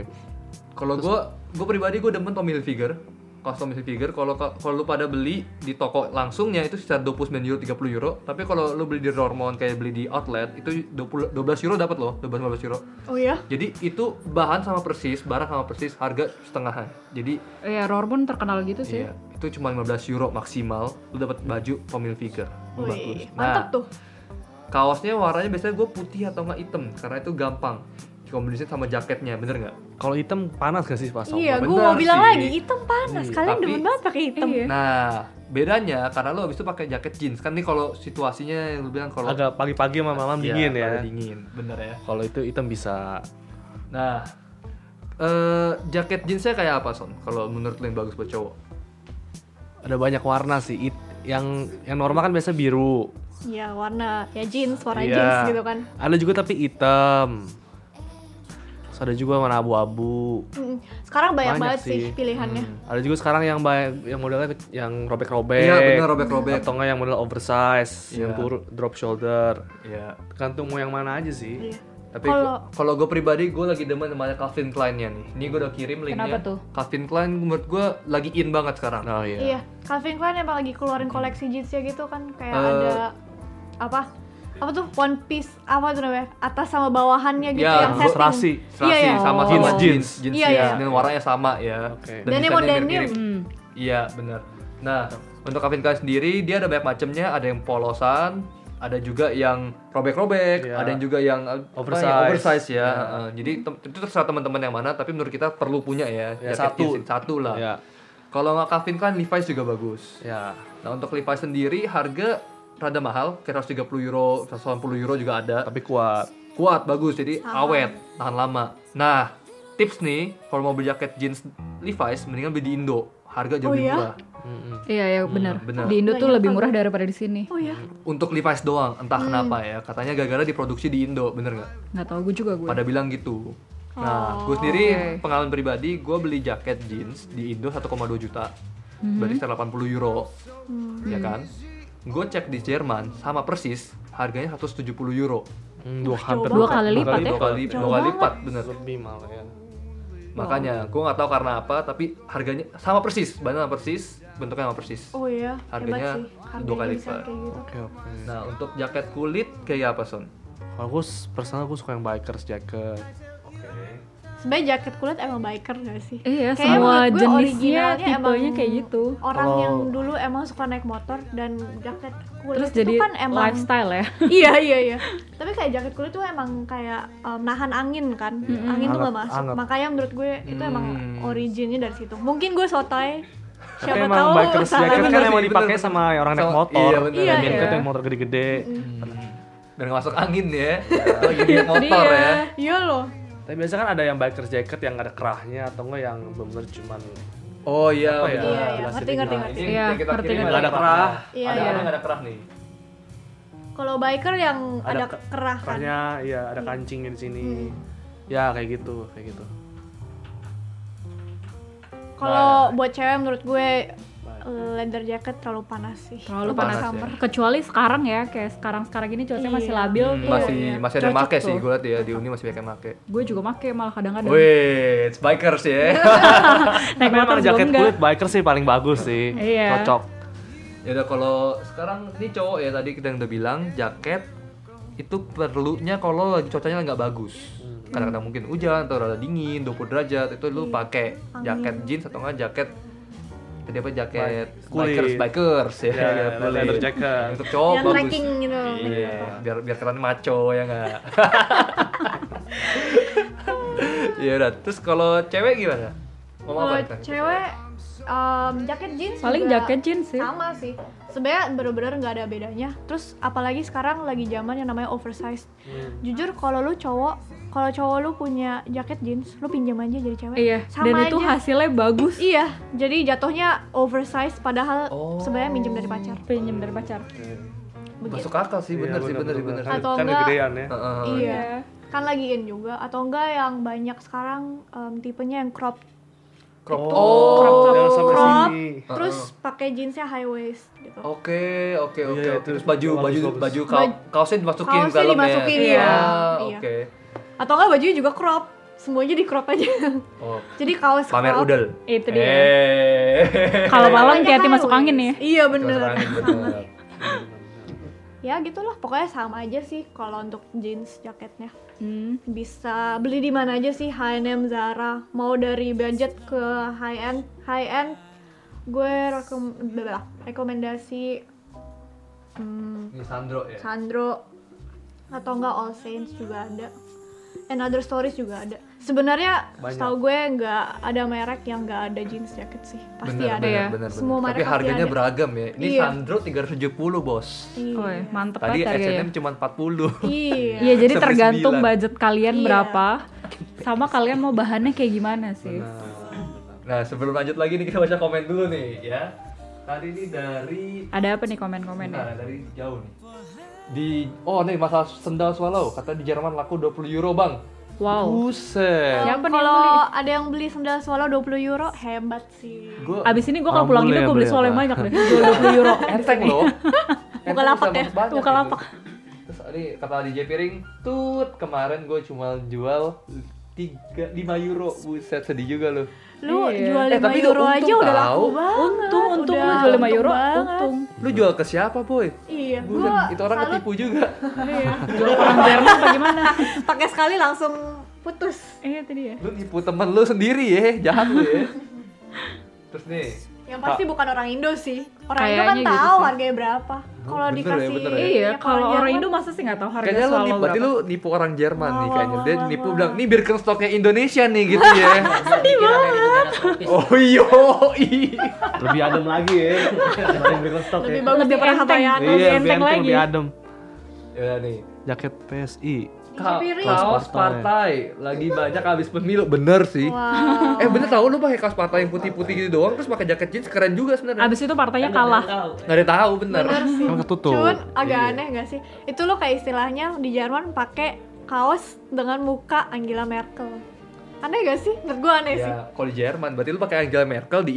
A: Kalau gue, gue pribadi gue demen Tommy Hilfiger, kaos Tommy Hilfiger. Kalau kalau lu pada beli di toko langsungnya itu sekitar 29 euro, 30 euro. Tapi kalau lu beli di Dortmund kayak beli di outlet itu 20, 12 euro dapat loh, 12 15 euro.
B: Oh iya?
A: Jadi itu bahan sama persis, barang sama persis, harga setengahan. Jadi
D: Iya, Rorbon terkenal gitu sih.
B: ya?
A: iya, itu cuma 15 euro maksimal lu dapat baju Tommy Hilfiger.
B: Wih,
A: Bagus. Nah,
B: mantep tuh.
A: Kaosnya warnanya biasanya gue putih atau nggak hitam karena itu gampang. Kombinasinya sama jaketnya, bener nggak?
C: Kalau hitam panas gak sih pas? Om?
B: Iya, gue
A: bener
B: mau bilang
A: sih.
B: lagi, hitam panas.
A: Hmm,
B: Kalian
A: tapi-
B: demen banget pakai hitam.
D: Iya.
A: Nah, bedanya karena lo abis itu pakai jaket jeans kan nih kalau situasinya yang lu bilang kalau
C: Agak pagi-pagi sama malam
A: Iya,
C: dingin ya.
A: agak Dingin, bener ya.
C: Kalau itu hitam bisa
A: Nah, eh jaket jeansnya kayak apa son? Kalau menurut lo yang bagus buat cowok?
C: ada banyak warna sih. It- yang yang normal kan biasa biru.
B: Iya, warna ya jeans, warna
C: Iya.
B: jeans gitu kan.
C: Ada juga tapi hitam. Terus ada juga warna abu-abu.
B: Mm-mm. Hmm, Sekarang banyak,
C: Banyak
B: banget sih,
C: sih. Hmm.
B: pilihannya.
A: Hmm.
C: Ada juga sekarang yang ba- yang modelnya ke- yang robek-robek.
A: Iya, bener, robek-robek.
C: Atau enggak yang model oversize, yang
A: Iya.
C: kur drop shoulder.
A: Iya.
C: Tergantung mau yang mana aja sih.
B: Iya.
A: Tapi
B: Kalau-
A: kalau gue pribadi gue lagi demen sama Calvin Klein nya nih. Ini gue udah kirim linknya.
D: Kenapa tuh?
A: Calvin Klein menurut gue lagi in banget sekarang.
C: Oh iya.
B: Iya, Calvin Klein emang lagi keluarin koleksi jeansnya gitu kan kayak
A: Eh.
B: ada apa? Apa tuh one piece apa tuh namanya? Atas sama bawahannya gitu
A: Ya,
B: yang
A: terus
B: setting.
C: rasi.
A: Serasi
B: Iya, iya.
A: sama
C: Jeans,
A: sama
C: jeans.
A: jeans,
B: Iya,
A: ya.
B: iya.
A: Dan warnanya sama ya.
C: Oke.
A: Dan
B: Denim
A: desainnya
B: on denim.
A: mirip-mirip.
D: Hmm.
A: Iya benar. Nah untuk Calvin Klein sendiri dia ada banyak macamnya, ada yang polosan, ada juga yang robek-robek,
C: Iya.
A: ada yang juga yang eh, apa,
C: Oversize. Iya.
A: yang oversize ya. Heeh. Jadi tem- itu terserah teman-teman yang mana, tapi menurut kita perlu punya ya,
C: Ya,
A: jaket
C: satu.
A: jeans, satu lah.
C: Iya.
A: Kalau nggak Calvin Klein, Levi's juga bagus.
C: Iya.
A: Nah untuk Levi's sendiri harga rada mahal, kayak 130 euro, 180 euro juga ada
C: Tapi kuat.
A: kuat bagus jadi awet tahan lama nah tips nih kalau mau beli jaket jeans Levi's mendingan beli di Indo harga jauh
B: Oh iya?
A: lebih murah
C: Mm-mm.
D: Iya, iya benar.
A: benar.
D: Di Indo tuh
B: Banyak
D: lebih
B: banget.
D: murah daripada di sini.
B: Oh ya,
A: untuk Levi's doang entah
B: Hmm.
A: kenapa ya katanya gara-gara diproduksi di Indo bener nggak
D: Nggak tahu gue juga gue.
A: pada bilang gitu nah
B: Oh,
A: gue sendiri pengalaman pribadi gue beli jaket
B: Hmm.
A: jeans di Indo 1,2 juta berarti sekitar 80 euro ya kan Gue cek di Jerman sama persis harganya 170 euro.
C: Hmm, dua,
D: Wah,
C: hampir
D: jauh Dua kali lipat
A: dua
D: ya?
A: kali,
D: Jauh
A: dua kali
D: banget.
A: lipat bener.
C: Lebih malah ya.
A: Makanya gue nggak tahu karena apa tapi harganya sama persis, bahannya sama persis, bentuknya sama persis.
B: Oh iya,
A: Harganya
B: hebat sih. Harganya
A: dua kali
B: bisa
A: lipat.
B: Kayak gitu.
C: Oke oke.
A: Nah untuk jaket kulit kayak apa son?
C: Kalau gue s- personal gue suka yang bikers jacket.
B: Sebenarnya jaket kulit emang biker gak sih?
D: Iya,
B: Kayaknya menurut
D: semua
B: gue
D: jenisnya,
B: originalnya
D: tipenya
B: emang
D: kayak gitu.
B: Orang
C: Kalau-
B: yang dulu emang suka naik motor dan jaket kulit
D: Terus
B: itu
D: jadi
B: kan emang
D: lifestyle ya.
B: iya iya iya. Tapi kayak jaket kulit tuh emang kayak um, nahan angin kan. Angin tuh gak
C: Anget,
B: masuk.
C: anget.
B: Makanya menurut gue itu emang
A: Hmm.
B: originnya dari situ. Mungkin gue sotoy.
C: Tapi
B: Siapa
C: emang
B: tahu
C: bikers
B: salah.
C: jacket kan
A: Bener
C: emang
A: sih,
C: dipakai
A: bener.
C: sama orang naik
A: Sama-
C: motor.
A: iya, bener.
B: Iya,
C: Yang
B: iya.
C: itu yang motor gede-gede.
A: Hmm. Dan nggak masuk angin ya, lagi naik motor
D: Iya.
A: ya.
B: Iya loh.
C: Tapi biasanya kan ada yang bikers jacket yang nggak ada kerahnya atau enggak yang bener-bener cuman
A: Oh iya,
C: Apa ya?
A: bener.
B: Iya iya,
C: jelasin
B: ngerti
C: ini
B: ngerti
C: gimana
B: ngerti.
A: Ini
D: Iya,
A: yang kita
D: ngerti,
A: kirim
D: ngerti.
A: nggak ada kerah.
B: Iya,
A: ada
B: iya.
A: orang nggak ada kerah nih.
B: Kalau biker yang ada,
C: ke-
B: kerah kan.
C: kerahnya, iya ada kancingnya di sini.
B: Hmm.
C: Ya kayak gitu, kayak gitu.
A: Nah,
B: Kalau buat cewek menurut gue eh, leather jacket terlalu panas sih.
D: Terlalu
B: Untuk
A: panas ya.
B: summer.
D: Kecuali sekarang ya, kayak sekarang-sekarang ini cuacanya masih
B: Iya.
D: labil
A: Hmm,
D: tuh.
A: masih masih ada yang
D: Cocok
A: make sih
D: tuh.
A: gue liat ya di Uni masih banyak yang make.
D: Gue juga make malah kadang-kadang.
A: Wait, it's bikers ya.
C: Tapi
D: Naik motor
C: emang
D: juga
C: jaket
D: enggak.
C: kulit biker sih paling bagus sih.
D: Iya.
C: Cocok.
A: ya udah kalau sekarang ini cowok ya tadi kita yang udah bilang jaket itu perlunya kalau lagi cuacanya nggak bagus
B: Hmm.
A: kadang-kadang mungkin hujan atau rada dingin 20 derajat itu lu
B: Iya.
A: pakai jaket jeans atau nggak jaket tadi apa jaket
C: Kulit.
A: bikers bikers ya,
C: Ya,
A: jaket kulit.
C: leather jacket.
A: untuk cowok
B: Yang
A: bagus
B: trekking gitu.
A: iya biar biar keren maco ya nggak ya udah terus kalau cewek gimana mau
B: Kalau
A: apa kita?
B: cewek em, jaket jeans
D: Paling
B: juga
D: jaket jeans sih.
B: sama sih. Sebenarnya bener-bener nggak ada bedanya. Terus apalagi sekarang lagi zaman yang namanya oversize. Jujur kalau lu cowok, kalau cowok lu punya jaket jeans, lu pinjam aja jadi cewek.
D: Iya,
B: Sama
D: dan itu
B: aja.
D: hasilnya bagus.
B: Iya, jadi jatuhnya oversize padahal
A: Oh.
B: sebenarnya minjem dari pacar.
D: Pinjem dari pacar.
B: Begitu.
A: masuk akal sih bener
C: Iya,
A: sih bener sih bener
C: bener-bener.
A: sih
B: Atau
C: kan
B: enggak-
C: gedean ya.
A: Heeh.
B: Iya. Kan lagi in juga atau enggak yang banyak sekarang em, tipenya yang crop
A: Crop
B: Itu.
A: top.
B: crop top.
C: Yang sampai
B: Crop.
C: sini.
B: terus pakai jeansnya high waist gitu.
A: Oke, oke,
C: Iya,
A: oke.
C: iya,
A: oke.
C: itu
A: Terus baju
C: bagus,
A: baju
C: bagus.
A: baju kau,
B: Baj-
A: kaosnya dimasukin
B: kaosnya
A: ke dalam
B: dimasukin,
A: ya.
B: iya.
A: Ah,
B: Iya.
A: Oke.
B: Atau enggak bajunya juga crop. Semuanya di crop aja.
A: Oh,
B: Jadi kaos
A: pamer
B: crop.
A: udel.
D: Itu dia.
A: Eh.
D: Kalau malam
B: Pakai
D: kayak hati
B: high
D: masuk
B: waist.
D: angin ya.
B: Iya bener.
A: Terus angin, bener.
B: Ya gitulah pokoknya sama aja sih kalau untuk jeans jaketnya.
D: Hmm.
B: Bisa beli di mana aja sih H&M, Zara, mau dari budget ke high end, high end gue rekom- blablabla, rekomendasi hmm,
A: Ini Sandro ya.
B: Sandro atau enggak All Saints juga ada Another Stories juga ada sebenarnya
C: Banyak.
B: setahu gue nggak ada merek yang nggak ada jeans jacket sih pasti
A: Bener,
B: ada
A: bener,
D: ya.
A: bener,
B: Semua
A: bener. Tapi
B: merek pasti
A: harganya
B: ada.
A: beragam ya. Ini
B: Iya.
A: Sandro 370, Bos.
B: Iya.
D: Woi, mantep
A: Tadi
D: banget harganya.
A: S&M cuma 40.
B: iya
D: Iya, jadi
A: Sampai
D: tergantung
A: sembilan.
D: budget kalian
B: Iya.
D: berapa. Sama kalian mau bahannya kayak gimana sih?
A: Nah, sebelum lanjut lagi nih kita baca komen dulu nih ya. Tadi ini dari
D: Ada apa nih komen-komen ya?
A: Bentar, dari jauh nih. Di oh nih masalah sendal swallow, kata di Jerman laku 20 euro, Bang.
D: Wow.
A: Buset.
D: Siapa nih yang
B: kalau
D: beli?
B: ada yang beli sendal swallow 20 euro hebat sih
A: Gua ya,
D: Abis ini gue kalau
C: Orang
D: pulang
C: bule
D: itu
C: yang
D: gue beli
C: beli
D: soalnya
C: apa?
D: banyak deh. Jual 20 euro.
A: enteng loh. Enteng bisa
B: lapak ya?
A: banget banyak
D: Buka
A: gitu.
D: lapak.
A: Terus tadi kata DJ Piring, tut kemarin gue cuma jual 3 5 euro. Buset sedih juga loh.
B: lu
D: Iya.
B: jual 5
A: Eh, tapi lu
B: euro
A: untung
B: aja udah
A: tahu.
B: laku banget
D: Untung, untung lu
B: Udah,
D: jual 5 euro,
B: banget.
D: untung.
A: Lu jual ke siapa, Boy?
B: iya
A: Buset,
B: gua
A: itu orang
B: salut.
A: ketipu juga.
B: Iya.
D: Jual orang Jerman apa gimana?
B: pakai sekali langsung putus
D: Iya tadi ya.
A: Lu nipu temen lu sendiri ya, jahat lu ya. Terus nih,
B: Yang pasti bukan orang Indo sih. Orang
D: Kayaknya
B: Indo
D: gitu
B: kan tahu
D: sih.
B: harganya berapa. Kalau
A: bener ya,
B: dikasih
A: bener ya.
D: Iya,
B: minyak
D: kalau orang
B: Jerman,
D: Indo masa sih nggak tahu harga
A: kayaknya lu
D: swallow
A: nipu, berarti
D: berapa.
A: lu nipu orang Jerman nih
B: Wah,
A: kayaknya.
B: wah,
A: Dia
B: wah,
A: nipu
B: wah.
A: bilang, "Nih biar stoknya Indonesia nih" gitu ya.
I: Sedih banget.
A: oh iya.
C: Lebih adem lagi ya. Dibanding beli stok ya.
B: lebih bagus
D: Lebih
B: daripada
D: enteng.
B: Havaianas.
D: lebih
C: Iya,
D: enteng
C: enteng,
D: lagi.
C: lebih adem.
A: Ya nih,
C: Jaket PSI.
A: Ka-
B: piring.
A: kaos
C: Kaos
A: partai lagi banyak habis pemilu bener sih
B: Wow.
A: eh bener tau lu pakai kaos partai yang putih-putih gitu doang terus pakai jaket jeans keren juga sebenarnya
D: Abis itu partainya kalah.
A: nggak ada yang tahu bener
B: Bener sih.
C: Kan ketutup.
B: Cuman agak
A: Iya.
B: aneh gak sih? Itu lo kayak istilahnya di Jerman pakai kaos dengan muka Angela Merkel. Aneh gak sih? Menurut gue aneh sih.
A: Ya, kalau di Jerman berarti lu pakai Angela Merkel di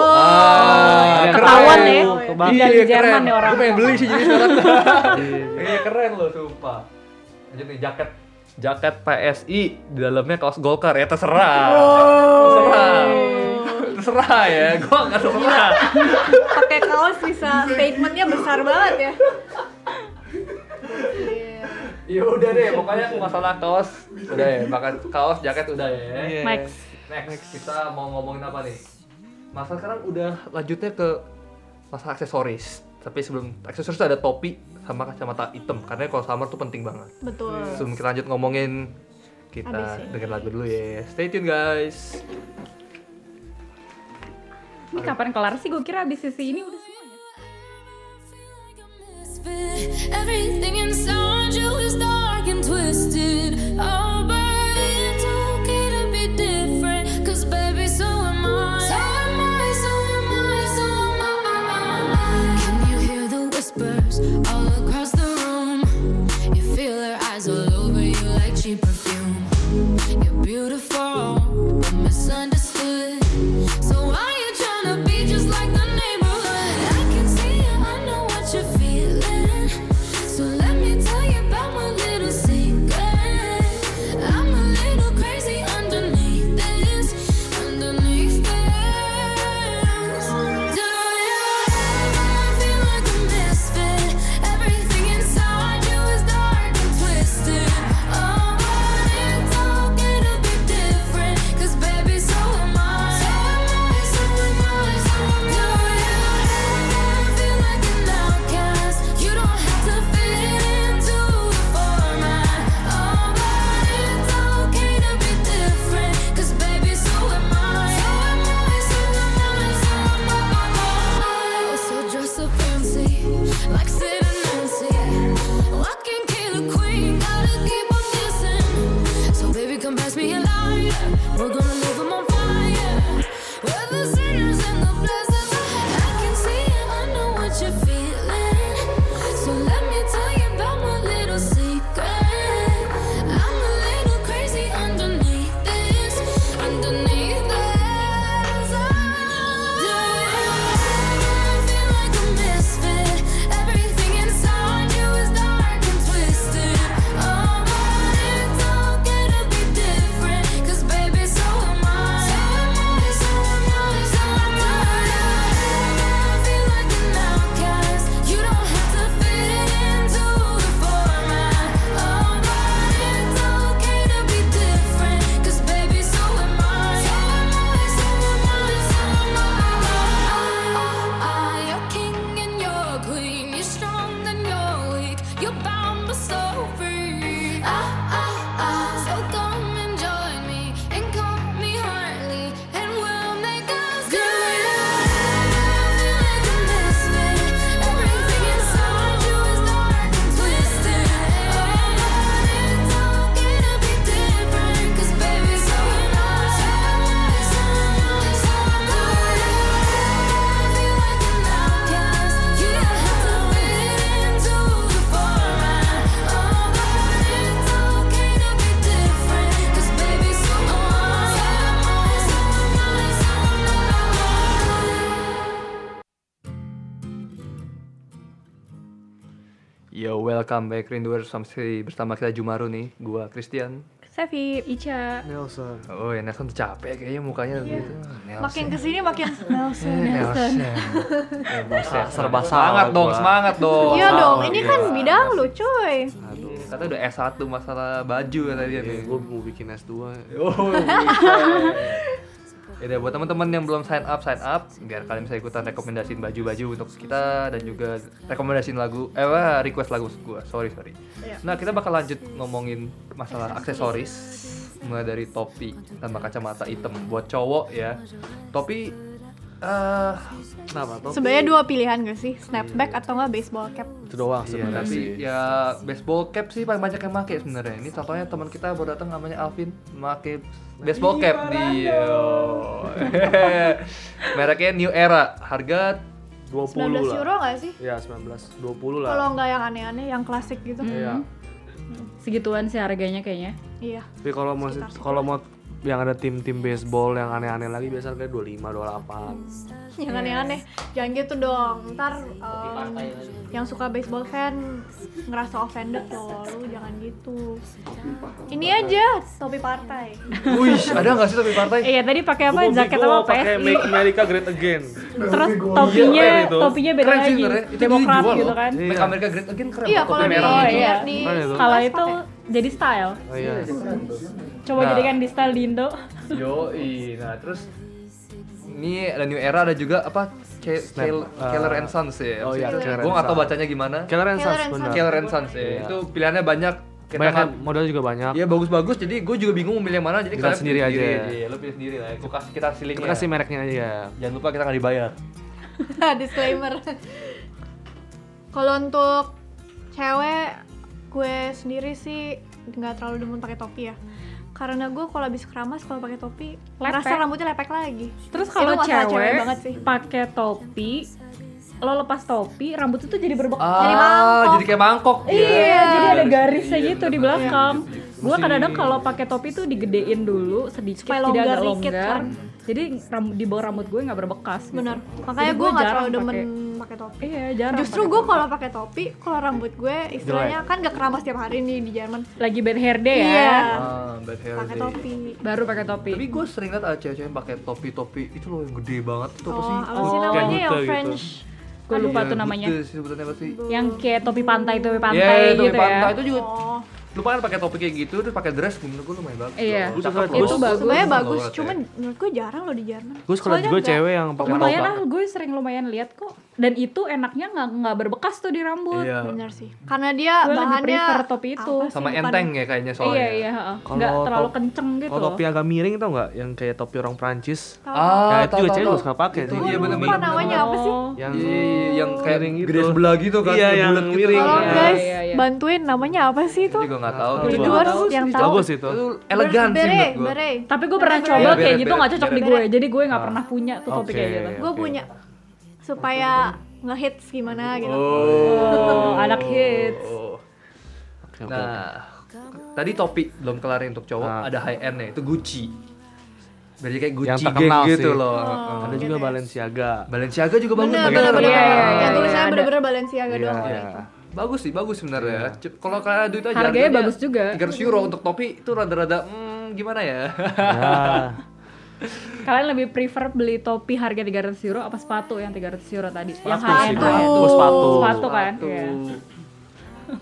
B: Oh, iya.
A: ah,
D: ketahuan
A: keren.
D: ya.
H: Kebak-
D: Tinggal di Jerman nih orang.
A: Gue pengen beli sih jadi sekarang. Iya keren loh sumpah. Lanjut nih jaket jaket PSI di dalamnya kaos Golkar ya terserah. Terserah. Terserah ya, gua nggak terserah.
B: Pakai kaos bisa statementnya besar banget ya. Iya.
A: Ya udah deh, pokoknya masalah kaos udah ya, bahkan kaos jaket udah ya.
H: Iya.
D: Max.
A: Next, kita mau ngomongin apa nih? Masalah sekarang udah lanjutnya ke masalah aksesoris. Tapi sebelum aksesoris tuh ada topi sama kacamata hitam karena kalau summer tuh penting banget.
B: Betul.
A: Sebelum kita lanjut ngomongin kita
B: ABC.
A: dengerin lagu dulu ya. Stay tune guys.
D: Ini kapan kelar sih? Gue kira abis sisi ini udah semuanya.
C: Everything inside you is dark and twisted. Oh, but it's okay to be different. Cause baby, so am I. So am I, so am I, so am I. Can you hear the whispers all across the room? You feel her eyes all over you like cheap perfume. You're beautiful, but misunderstood. So why you tryna be just like the neighborhood? I can see you, I know what you're feeling. So let me tell you about my little secret. I'm a little crazy underneath this, underneath this. Do you ever feel like a misfit? Everything inside you is dark and twisted. Oh, but it's okay to be different. 'Cause baby, so am I. So am I, so am I, so am I. Do you ever feel like an outcast? You don't have to fit into the format. Oh, but it's okay to be different. 'Cause baby, so am I. So am I, so am I, so am I. Oh, so dress up fancy, like Sid and Nancy. Walking killer queen, gotta keep on dancing. So baby, come pass me a light. We're gonna leave 'em on fire. We're the sinners and the blessers. I can see it, I know what you're feeling. So let me tell you about my little secret. I'm a little crazy underneath this, underneath this. Do you ever feel like a misfit? Everything inside you is dark and twisted. Oh, but it's okay to be different. 'Cause baby, so am I. So am I, so am I, so am I. Do you ever feel like an outcast? You don't have to fit into the format. Oh, but it's okay to be different. 'Cause baby, so am I. So am I, so am I, so am I. You're king and you're queen. You're strong and you're weak. You're bound but so free. Ah, ah, ah. So come and join me and call me Hartley, and we'll make us Everything inside you is dark and twisted. It's okay to be different, 'cause baby, so am I. So am I, so am I, so am I. Feel like an outcast. You don't have to fit into the format. Oh, but it's okay to be different, 'cause baby, so am I. So am I, so am I, so am I.
A: Yo, welcome back Rinduers masih bersama kita Jumaru nih, gua Christian.
B: Sevi,
D: Ica.
H: Nelson.
A: Oh, ya Nelson tuh capek kayaknya mukanya
B: Iya.
A: gitu. Nelson.
B: makin kesini makin Nelson.
A: Nelson. Nelson. Serba
H: Semangat
A: salah
H: dong,
A: gua.
H: semangat dong.
B: Iya
A: Wow,
B: dong, ini kan
A: iya.
B: bidang lu cuy.
A: Aduh, kata udah S1 masalah baju kata dia nih.
H: gue Iya, mau bikin S2.
A: Oh,
C: Iya.
A: Ya udah buat teman-teman yang belum sign up, sign up biar kalian bisa ikutan rekomendasiin baju-baju untuk kita dan juga rekomendasiin lagu eh wah, request lagu gua. Sorry, sorry. Nah, kita bakal lanjut ngomongin masalah aksesoris mulai dari topi sama kacamata hitam buat cowok ya. Topi eh
H: Kenapa? Top?
B: Sebenarnya dua pilihan gak sih? Snapback atau nggak baseball cap?
H: Itu doang
A: Iya,
H: sebenarnya
A: tapi
H: sih.
A: ya baseball cap sih paling banyak yang make sebenarnya. Ini contohnya teman kita baru datang namanya Alvin make baseball cap dia. Mereknya New Era, harga
H: 20
B: 19
H: lah.
B: euro gak sih?
H: Iya, 19. 20 lah.
B: Kalau nggak yang aneh-aneh, yang klasik gitu.
H: Iya.
D: Hmm, Segituan sih harganya kayaknya.
B: Iya.
H: Tapi kalau mau
B: Sekitar situ
H: kalau mau
C: yang ada tim-tim baseball yang aneh-aneh lagi biasa harganya 25, 28
B: Jangan yang aneh, jangan gitu dong. Ntar em, yang suka baseball fan ngerasa offended loh, lu jangan gitu. Ini aja topi partai.
A: Wih, ada nggak sih tapi partai?
D: Iya tadi pakai apa jaket apa
C: pakai
D: PSI.
C: Make America Great Again
D: Terus topinya
C: Keren itu.
D: topinya beda
A: keren sih
D: lagi.
A: sebenarnya. Itu
D: Demokrat
A: dijual
D: gitu
A: loh.
D: kan.
A: Make America Great Again keren.
B: Iya,
A: loh,
B: kalau
A: topi
B: di
A: merah
D: Oh
A: gitu.
D: iya.
B: di
C: Keren itu.
D: Kalau
B: Mas
D: itu jadi style.
C: oh, iya.
D: Coba
A: Nah.
D: jadikan di style di Indo.
A: Yoi, nah terus ini ada new era ada juga apa Ke- Kel-
C: Ah.
A: Keller and Sons ya.
C: Oh iya,
B: Killer
C: Killer
A: Gue
C: and
A: nggak tahu
C: Sons.
A: bacanya gimana.
C: Killer and
B: Killer
C: Sons,
B: and
C: benar.
B: Sons.
A: Keller and Sons ya.
C: Iya.
A: Itu pilihannya banyak. Kita
C: Banyak kan,
A: nggak-
C: modal juga banyak
A: Iya bagus-bagus. Jadi gue juga bingung mau milih yang mana. Jadi
C: Kita
A: kalian
C: sendiri
A: pilih
C: aja.
A: Iya, lo pilih sendiri lah. Gue kasih kita
C: Kita
A: silingnya.
C: kasih mereknya aja ya
A: Jangan lupa kita nggak dibayar.
B: disclaimer. Kalau untuk cewek gue sendiri sih nggak terlalu demen pakai topi ya. Karena gue kalau habis keramas kalau pakai topi ngerasa rambutnya lepek lagi.
D: Terus
B: Itu
D: kalau
B: masalah
D: cewek,
B: banget sih.
D: pakai topi, lo lepas topi, rambut itu jadi berbek.
A: Ah,
B: mangkok.
A: jadi kayak mangkok.
D: Iya, jadi ada
A: Garis.
D: garisnya gitu di
A: bener.
D: belakang.
A: gitu.
D: Gua
C: Mesti-
D: kadang-kadang kalau pakai topi tuh digedein dulu sedikit
B: Supaya
D: jadi
B: longgar
D: agak
B: dikit,
D: longgar.
B: kan.
D: Jadi ram- di bawah rambut gue nggak berbekas. gitu.
B: Bener. Makanya
D: Jadi
B: gue nggak
D: jarang
B: terlalu demen
D: pakai-
B: pakai topi.
D: Iya, jarang.
B: Justru
D: pakai
B: gue kalau pakai topi, kalau rambut gue istilahnya kan gak keramas tiap hari nih di Jerman.
D: topi. lagi bad hair day ya.
B: Iya.
A: Ah, bad hair
B: Pakai
A: day.
B: topi.
D: Baru pakai topi.
A: Tapi gue sering liat ada cewek-cewek yang pakai topi-topi itu loh yang gede banget itu apa
B: Oh,
A: sih?
B: apa sih
D: Oh,
B: namanya
C: kayak
B: yang
C: buta gitu.
B: French?
D: Gue lupa
A: Iya,
D: tuh namanya.
A: buta sih sebutannya apa sih?
D: Yang kayak topi pantai, topi
A: Iya,
D: pantai
A: topi
D: gitu
A: pantai
D: ya.
A: itu juga
B: Oh,
A: lu kan pakai topi kayak gitu terus pakai dress menurut gue lumayan bagus
D: Iya.
A: loh. Cakep
C: Itu
A: loh.
D: Itu bagus.
B: sebenarnya bagus,
A: Nggak
B: cuman menurut gue jarang loh di Jerman.
C: ya. Gue sekolah
B: Soalnya
C: juga
B: nggak-
C: cewek yang pakai
D: Lumayan
C: rok.
D: lah, gue sering lumayan lihat kok. Dan itu enaknya nggak nggak berbekas tuh di rambut.
A: iya
B: Bener sih, karena dia
D: Gue lebih
B: bahannya
D: prefer topi itu.
B: apa sih,
A: sama
B: bukan-
A: enteng ya kayaknya soalnya
D: Iya iya, heeh.
C: Kalau
D: nggak terlalu
C: top-
D: kenceng gitu.
C: Kalau
D: loh.
C: topi agak miring tau nggak? Yang kayak topi orang Prancis.
B: Tahu.
A: ah
C: Nah,
A: tahu,
C: itu juga
A: tahu,
C: cewek
A: tahu.
C: juga suka pakai
A: Itu
C: tuh.
A: iya
C: Lupa
A: bener bener
B: namanya
A: bener.
B: apa sih?
D: Oh.
C: Yang
A: Iya, yang kayak
C: miring
A: gede sebelah gitu kan
C: Iya, yang
A: bulat gitu.
C: miring.
B: Tolong
C: Iya,
B: guys,
D: iya, iya.
B: bantuin namanya apa sih itu?
A: Gue juga nggak tahu
C: Di
A: Gua juga
B: luar
A: nggak tahu
B: yang
A: sih.
B: tahu.
C: Bagus itu.
A: itu elegan sih
B: Beret,
A: menurut gue
B: beret.
D: Tapi gue pernah
B: Beret,
D: coba
A: beret,
D: kayak gitu
A: beret,
D: nggak cocok di
A: beret.
D: gue, jadi gue nggak pernah punya tuh topi
C: Ah. Oke.
D: kayak gitu.
B: Gue
C: Oke.
B: punya supaya ngehits gimana gitu.
A: oh
D: anak hits.
C: Oke, oke, oke.
A: Nah, tadi topik belum kelar untuk cowok,
C: Ah.
A: ada high end-nya itu Gucci. Jadi kayak Gucci
C: Yang
A: gang
C: terkenal
A: gitu
C: sih.
A: loh.
B: Oh.
A: Heeh.
C: Ada juga
B: Oke, guys.
C: Balenciaga.
A: Balenciaga juga bagus
B: Bener,
A: bener.
B: bener, bener.
D: Iya, iya, iya,
B: Yang tulisannya
D: ada.
B: bener-bener Balenciaga doang.
C: Iya.
A: Bagus sih, bagus sebenarnya. C- Kalau kalian ada duit aja
D: Harganya bagus juga.
A: 300 euro untuk topi itu rada-rada hmm, gimana ya?
C: Ya.
D: Kalian lebih prefer beli topi harga 300 euro apa sepatu yang 300 euro tadi?
C: Sepatu
D: yang
C: sih,
D: high-end
C: Bang.
D: kan?
B: Sepatu.
C: Oh, sepatu.
D: Sepatu kan?
A: Sepatu.
D: Iya.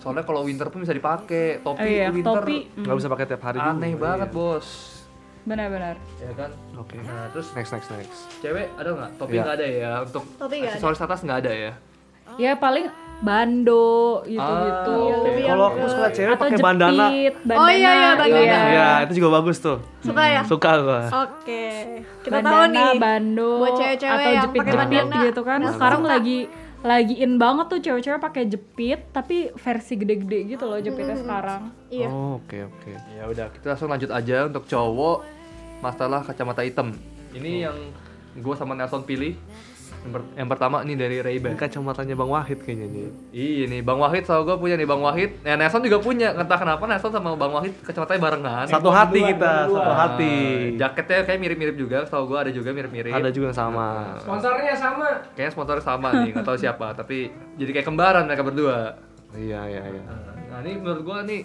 A: Soalnya kalau winter pun bisa dipakai, topi
D: Oh iya,
A: winter
D: topi
C: Nggak bisa pakai tiap hari
A: aneh
C: juga.
A: banget,
C: Iya.
A: Bos.
D: benar-benar.
A: Ya kan?
C: Oke.
A: Nah, terus
C: Next next next.
A: cewek ada nggak? Topi
C: Iya.
A: nggak ada ya untuk
B: Topi nggak ada.
A: aksesoris atas nggak ada ya?
D: Ya paling bando gitu-gitu.
A: Ah, oke.
B: Lebih yang
C: Kalau
B: ke-
C: aku sekolah cewek
D: Atau
C: pakai
D: jepit,
C: bandana.
D: bandana.
B: Oh, iya, iya, bandana.
D: Iya.
C: Iya, itu juga bagus tuh.
B: Suka ya?
C: Suka gua.
B: Oke, kita
D: bandana,
B: tahu nih.
D: bando
B: buat cewek-cewek
D: atau
B: yang pakai
D: jepit-jepit
B: bandana.
D: gitu kan.
B: Nah,
D: Sekarang
B: suka.
D: lagi lagi in banget tuh cewek-cewek pakai jepit tapi versi gede-gede gitu loh jepitnya sekarang.
B: Iya.
C: Oh, oke oke.
A: Ya udah, kita langsung lanjut aja untuk cowok masalah kacamata hitam.
C: Oh.
A: Ini yang gue sama Nelson pilih. Yang, per- yang pertama ini dari
C: Ini
A: Ray-Ban.
C: kacamatanya Bang Wahid kayaknya nih.
A: Iya nih, Bang Wahid sama gue punya nih Bang Wahid. Nah, Nelson juga punya. Entah kenapa Nelson sama Bang Wahid kacamatanya barengan.
C: Satu hati kita, satu
A: Nah,
C: hati.
A: Jaketnya kayak mirip-mirip juga, tau gue ada juga mirip-mirip. Nah,
C: Ada juga yang sama.
I: Sponsornya sama.
A: Kayaknya sponsornya sama nih, nggak tahu siapa. Tapi jadi kayak kembaran mereka berdua.
C: Iya iya iya.
A: Nah ini menurut gue nih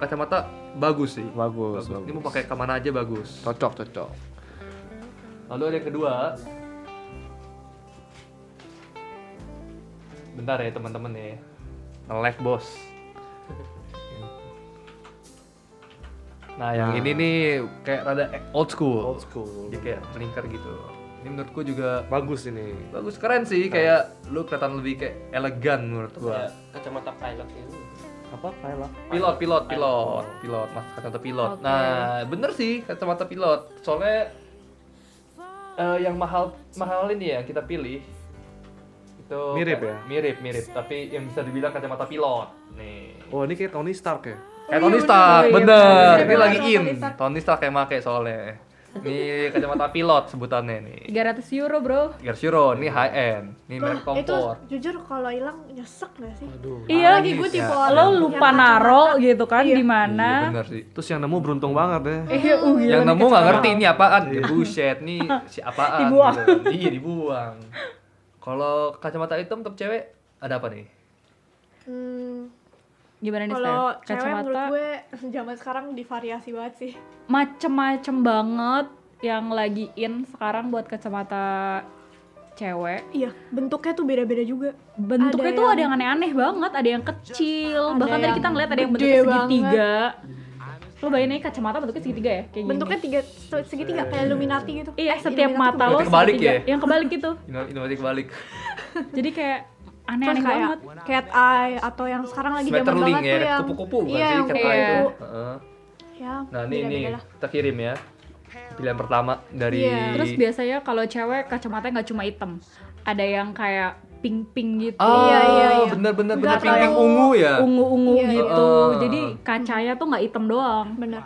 A: kacamata bagus sih.
C: Bagus,
A: Ini
C: bagus.
A: mau pakai kemana aja bagus.
C: Cocok cocok.
A: Lalu ada yang kedua. Bentar ya teman-teman ya. Nge-lag bos. Nah yang
C: Nah.
A: ini nih kayak rada old school.
C: Old school.
A: Jadi kayak melingkar gitu. Ini menurutku juga
C: Bagus ini. Nah.
A: bagus keren sih kayak lu kelihatan lebih kayak elegan menurut
J: Iya.
A: gua.
I: Kacamata pilot itu.
C: Apa pilot?
A: Pilot, pilot, pilot, pilot, mas kacamata pilot.
D: Oke.
A: Nah, bener sih kacamata pilot. Soalnya eh, yang mahal mahal ini ya kita pilih itu
C: Mirip
A: kayak-
C: ya?
A: mirip mirip tapi yang bisa dibilang kacamata pilot nih
C: Oh, ini kayak Tony Stark ya.
A: kayak
B: iya,
A: Tony
B: bener,
A: Stark
D: iya,
A: bener
D: bener.
A: ini lagi
B: Tony
A: in
B: Stark.
A: Tony Stark kayak make soalnya Ini kacamata pilot sebutannya nih.
D: 300 euro bro
A: Garsiro, ini high end. Ini merek
B: Loh, itu
A: kompor.
B: jujur kalau hilang nyesek gak sih?
C: Aduh.
D: Iya
B: lagi gue tipe
A: Ya,
B: orang
D: lo lupa naro gitu kan di
A: Iya,
D: mana
A: bener sih.
C: Terus yang nemu beruntung banget ya.
B: iya,
D: eh uh, gila
A: Yang
D: nih
A: nemu nggak
D: kacamata.
A: ngerti ini apaan. Ya, buset, ini si apaan.
D: Dibuang.
A: gitu. Iya, dibuang. Kalau kacamata hitam untuk cewek ada apa nih?
B: Hmm,
D: gimana nih Stan?
B: kalau cewek menurut
D: kacamata
B: gue zaman sekarang divariasi banget sih.
D: macem-macem banget yang lagi in sekarang buat kacamata cewek
B: Iya, bentuknya tuh beda-beda juga.
D: bentuknya
B: Ada
D: tuh
B: yang-
D: ada yang aneh-aneh banget ada yang kecil
B: Ada
D: bahkan tadi
B: yang
D: kita ngeliat ada yang
B: gede
D: bentuknya segitiga lo bayangin aja kacamata bentuknya segitiga ya kayak gini
B: Bentuknya tiga segitiga kayak Illuminati gitu.
D: iya
B: Eh,
D: setiap
B: Illuminati
D: mata
B: bukan.
D: lo
A: Berarti kebalik
D: segitiga.
A: ya?
D: yang kebalik gitu
A: Ino- Inovasi kebalik.
D: jadi kayak
B: Terus
D: aneh-aneh
B: kayak
D: banget
B: cat eye atau yang sekarang lagi zaman
A: Sweater
B: banget
A: link
B: tuh
A: ya,
B: yang
A: kupu-kupu bukan
B: iya,
A: sih
B: yang
A: kata
D: kayak-
A: itu.
B: kupu-kupu.
A: Heeh.
B: Ya,
A: Nah, ini nih,
B: beda-beda lah.
A: kita kirim ya. Pilihan pertama dari
B: Iya.
D: terus biasanya kalau cewek kacamatanya nggak cuma hitam ada yang kayak pink-pink gitu
A: Oh,
B: Iya, iya, iya.
A: bener bener
B: Nggak
A: bener pink
B: terlalu
A: pink ungu ya.
D: ungu-ungu
B: Iya, iya.
D: gitu
A: Heeh.
D: jadi kacanya tuh nggak hitam doang
B: Bener.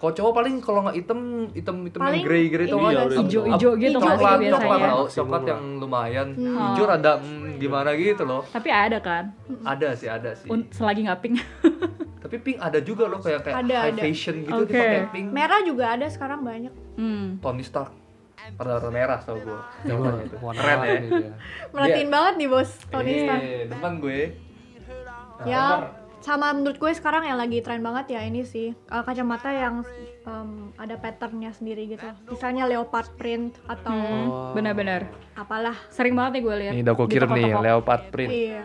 A: Kalau cowok paling kalau nggak hitam hitam hitam yang
B: Paling
A: grey grey itu
B: ini
A: kan
B: ada sih.
D: Ijo-ijo gitu
B: Ijo sih
A: coklat coklat
B: biasanya.
A: tau coklat yang lumayan
B: Hmm.
A: hijau rada mm, gimana gitu loh
D: tapi ada kan
A: ada sih ada sih
D: Un- selagi nggak pink
A: tapi pink ada juga loh kayak kayak
B: Ada,
A: high
B: ada.
A: fashion gitu
D: Oke.
A: dipakai pink
B: Merah juga ada sekarang banyak.
D: hmm.
A: Tony Stark pada warna merah tau gue jawabannya itu
C: Warna
A: keren ya
C: warni dia.
B: Merhatiin banget nih bos Tony
A: Iya,
B: Stark.
A: depan gue Nah,
B: Ya, sama menurut gue sekarang yang lagi tren banget ya ini sih eh, kacamata yang em, ada patternnya sendiri gitu. Misalnya leopard print atau
D: Hmm, benar-benar
B: apalah.
D: sering banget nih gue lihat
A: Oh. ini udah gue
D: di
A: kirim nih
D: toko-toko.
A: leopard print
B: Iya.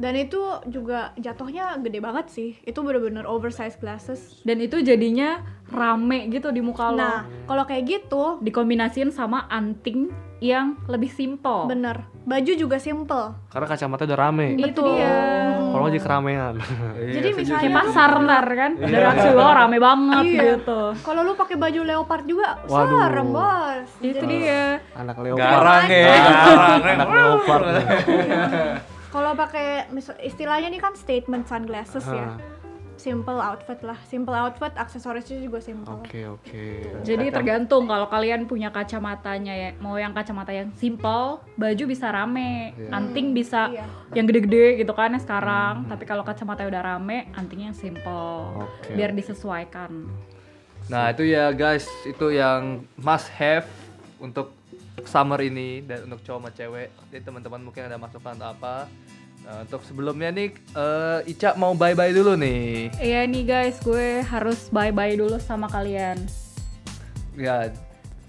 B: Dan itu juga jatuhnya gede banget sih. Itu bener-bener oversized glasses.
D: dan itu jadinya rame gitu di muka lo
B: Nah, kalau kayak gitu,
D: dikombinasiin sama anting yang lebih simple
B: bener. Baju juga simple. Gitu
C: Karena kacamata udah rame.
A: Iya.
D: itu dia
C: Kalau nggak jadi keramaian.
B: Jadi misalnya
A: gitu.
D: kayak pasar ntar kan
A: Iya.
D: ada reaksi lo rame banget
B: Iya.
D: gitu
B: Kalau lu pakai baju leopard juga,
C: Waduh.
B: serem bos.
D: itu
B: Jadi
D: dia
C: Anak leopard.
A: garang ya garang ya.
C: Anak leopard.
B: kalau pakai misal- istilahnya nih kan statement sunglasses ya.
C: Ah.
B: Simple outfit lah, simple outfit, aksesorisnya juga simple.
C: Oke oke.
D: jadi tergantung kalau kalian punya kacamatanya ya mau yang kacamata yang simple baju bisa rame anting bisa
B: Iya.
D: yang gede-gede gitu kan yang
A: Hmm.
D: sekarang tapi kalau kacamata udah rame antingnya yang simple
C: Oke,
D: biar disesuaikan
A: Nah itu ya guys, itu yang must have untuk summer ini dan untuk cowok sama cewek. Jadi teman-teman mungkin ada masukan atau apa. Nah, untuk sebelumnya nih, eh, Ica mau bye-bye dulu nih.
D: Iya nih guys, gue harus bye-bye dulu sama kalian.
A: Ya,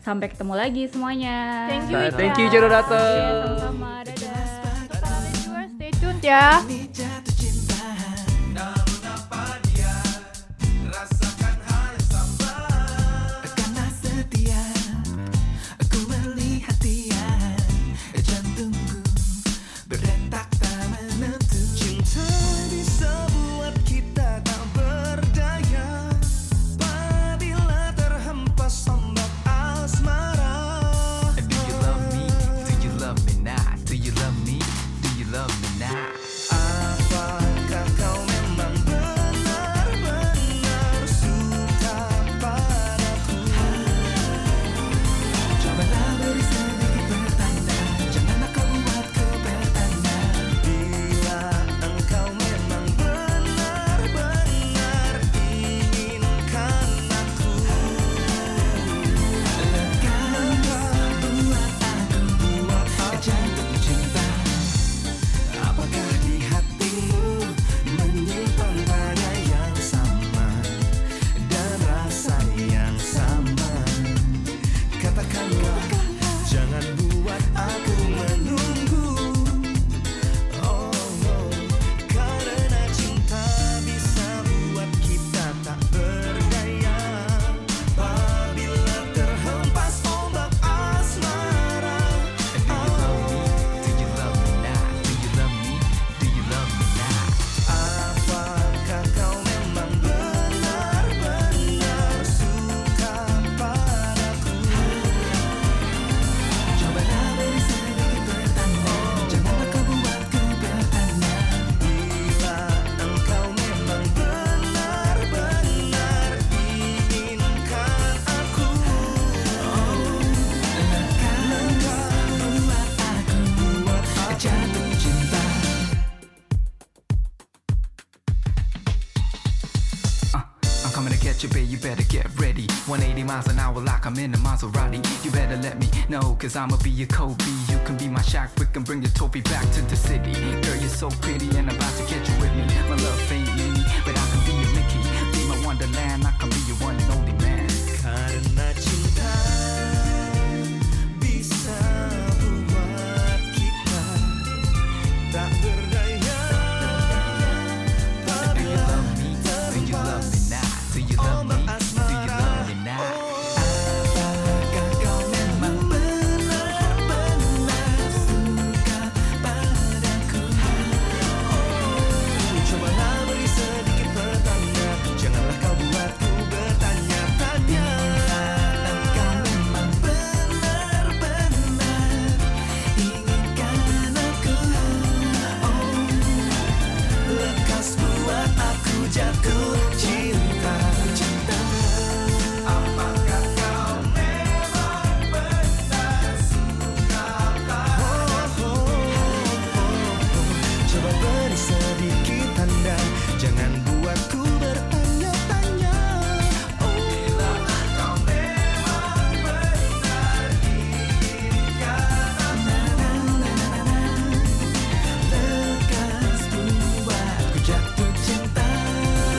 D: Sampai ketemu lagi semuanya.
B: Thank you, Ica.
A: Nah, thank you Ica udah dateng.
D: Sama, dadah.
B: Stay tune ya.
K: Karena setia Aku melihat dia Jantungku Berdetak tak menentu Cinta bisa buat kita tak berdaya Bila terhempas ombak asmara Do you love me? Do you love me now? Do you love me? Do you love me now?
H: Oh, oh, nah, Uh, Coming to catch you, babe, you better get ready. 180 miles an hour like I'm in a Maserati. You better let me know, cause I'ma be your Kobe. You can be my Shaq, we can bring your trophy back to the city. Girl, you're so pretty and I'm about to get you with me. My love ain't mini, but I can be your Mickey. Be my Wonderland, I can be your one and only man.
G: Karena cinta bisa buat kita tak berdaya
H: Do you love me? Do you love me now? Do you love me? Do you love me
G: Oh.
H: now?
G: Apakah kau memang benar-benar suka padaku? Oh, cobalah beri sedikit pertanda, janganlah kau buatku bertanya-tanya. Apakah kau memang benar-benar inginkan aku? Oh, lekas buat aku jatuh cinta, cinta. Apakah kau memang benar suka padaku? Coba beri sedikit tanda, jangan buatku bertanya-tanya. Bila kau memang benar inginkan Lekas buatku jatuh cinta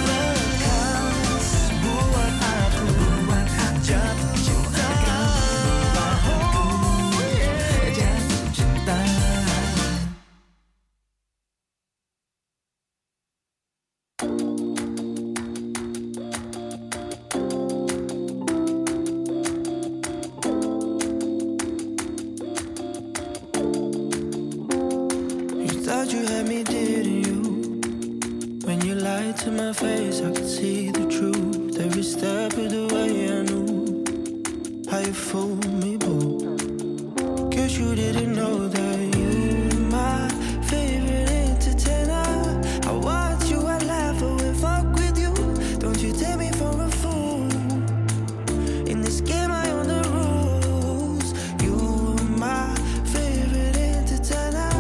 G: Lekas buat aku buat aku jatuh cinta Oh yeah jatuh cinta You thought you had me didn't you? When you lied to my face, I could see the truth. Every step of the way, I knew how you fooled me, boo. Guess you didn't know that you were my favorite entertainer. I watch you, I laugh, I will fuck with you. Don't you take me for a fool. In this game, I own the rules. You were my favorite entertainer.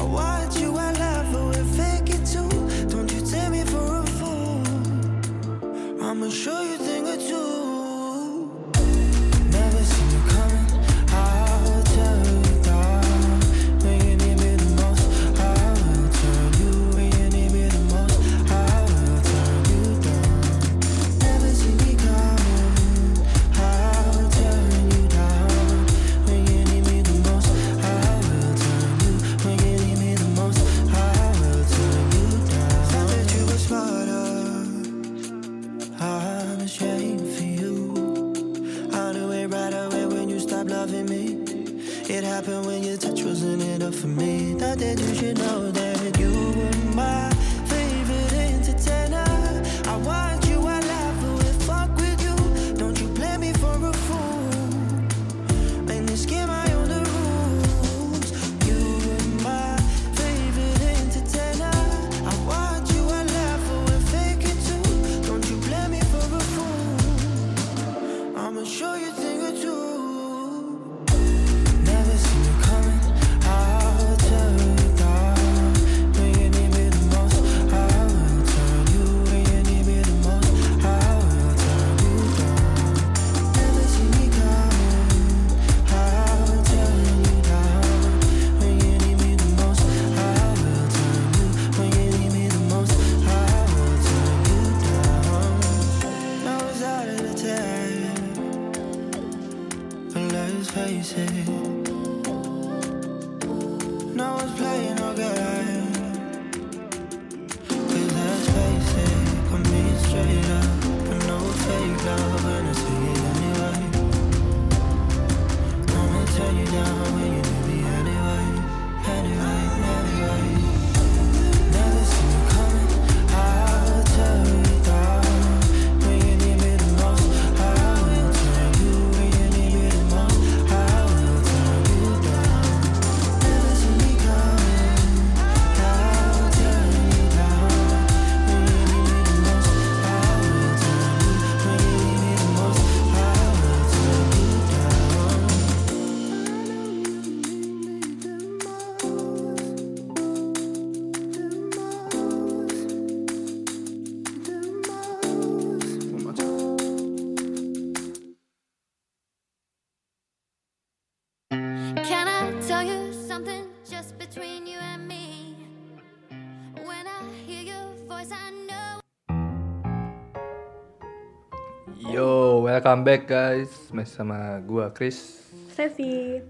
G: I watch you, I laugh, I will fake it too. Don't you take me for a fool. I'ma show you a thing or two. Never seen you coming. I will tell you down when you need me the most. I will turn you when you need me the most. I will turn you down. Never seen me coming. I will turn you down when you need me the most. I will turn you when you need me the most. I will turn you down. Thought that you were smarter. I'm ashamed for you. I knew it right away when you stopped loving me. It happened when your touch wasn't enough for me. Thought that you should know that you were my favorite entertainer. I want you, I laugh, I will fuck with you. Don't you play me for a fool. In this game, I own the rules. You were my favorite entertainer. I want you, I laugh, I will fake it too. Don't you play me for a fool. I'ma show you a thing or two. Never seen you coming. I will turn you down when you need me the most. I will turn you when you need me the most. I will turn you down. Never seen me coming. I will turn you down when you need me the most. I will turn you when you need me the most. I will turn you down. I was out of the time. But let's face it. No one's playing no game. Cause let's face it. Come meet straight up. But no fake love when I see it anyway. I'ma turn you down when you need me anyway. Anyway, anyway. Never seen you coming. I will turn you down when you need me the most. I will turn you when you need me the most. I will turn
A: Yo, welcome back guys. Masih sama gua Chris.
B: Sevi.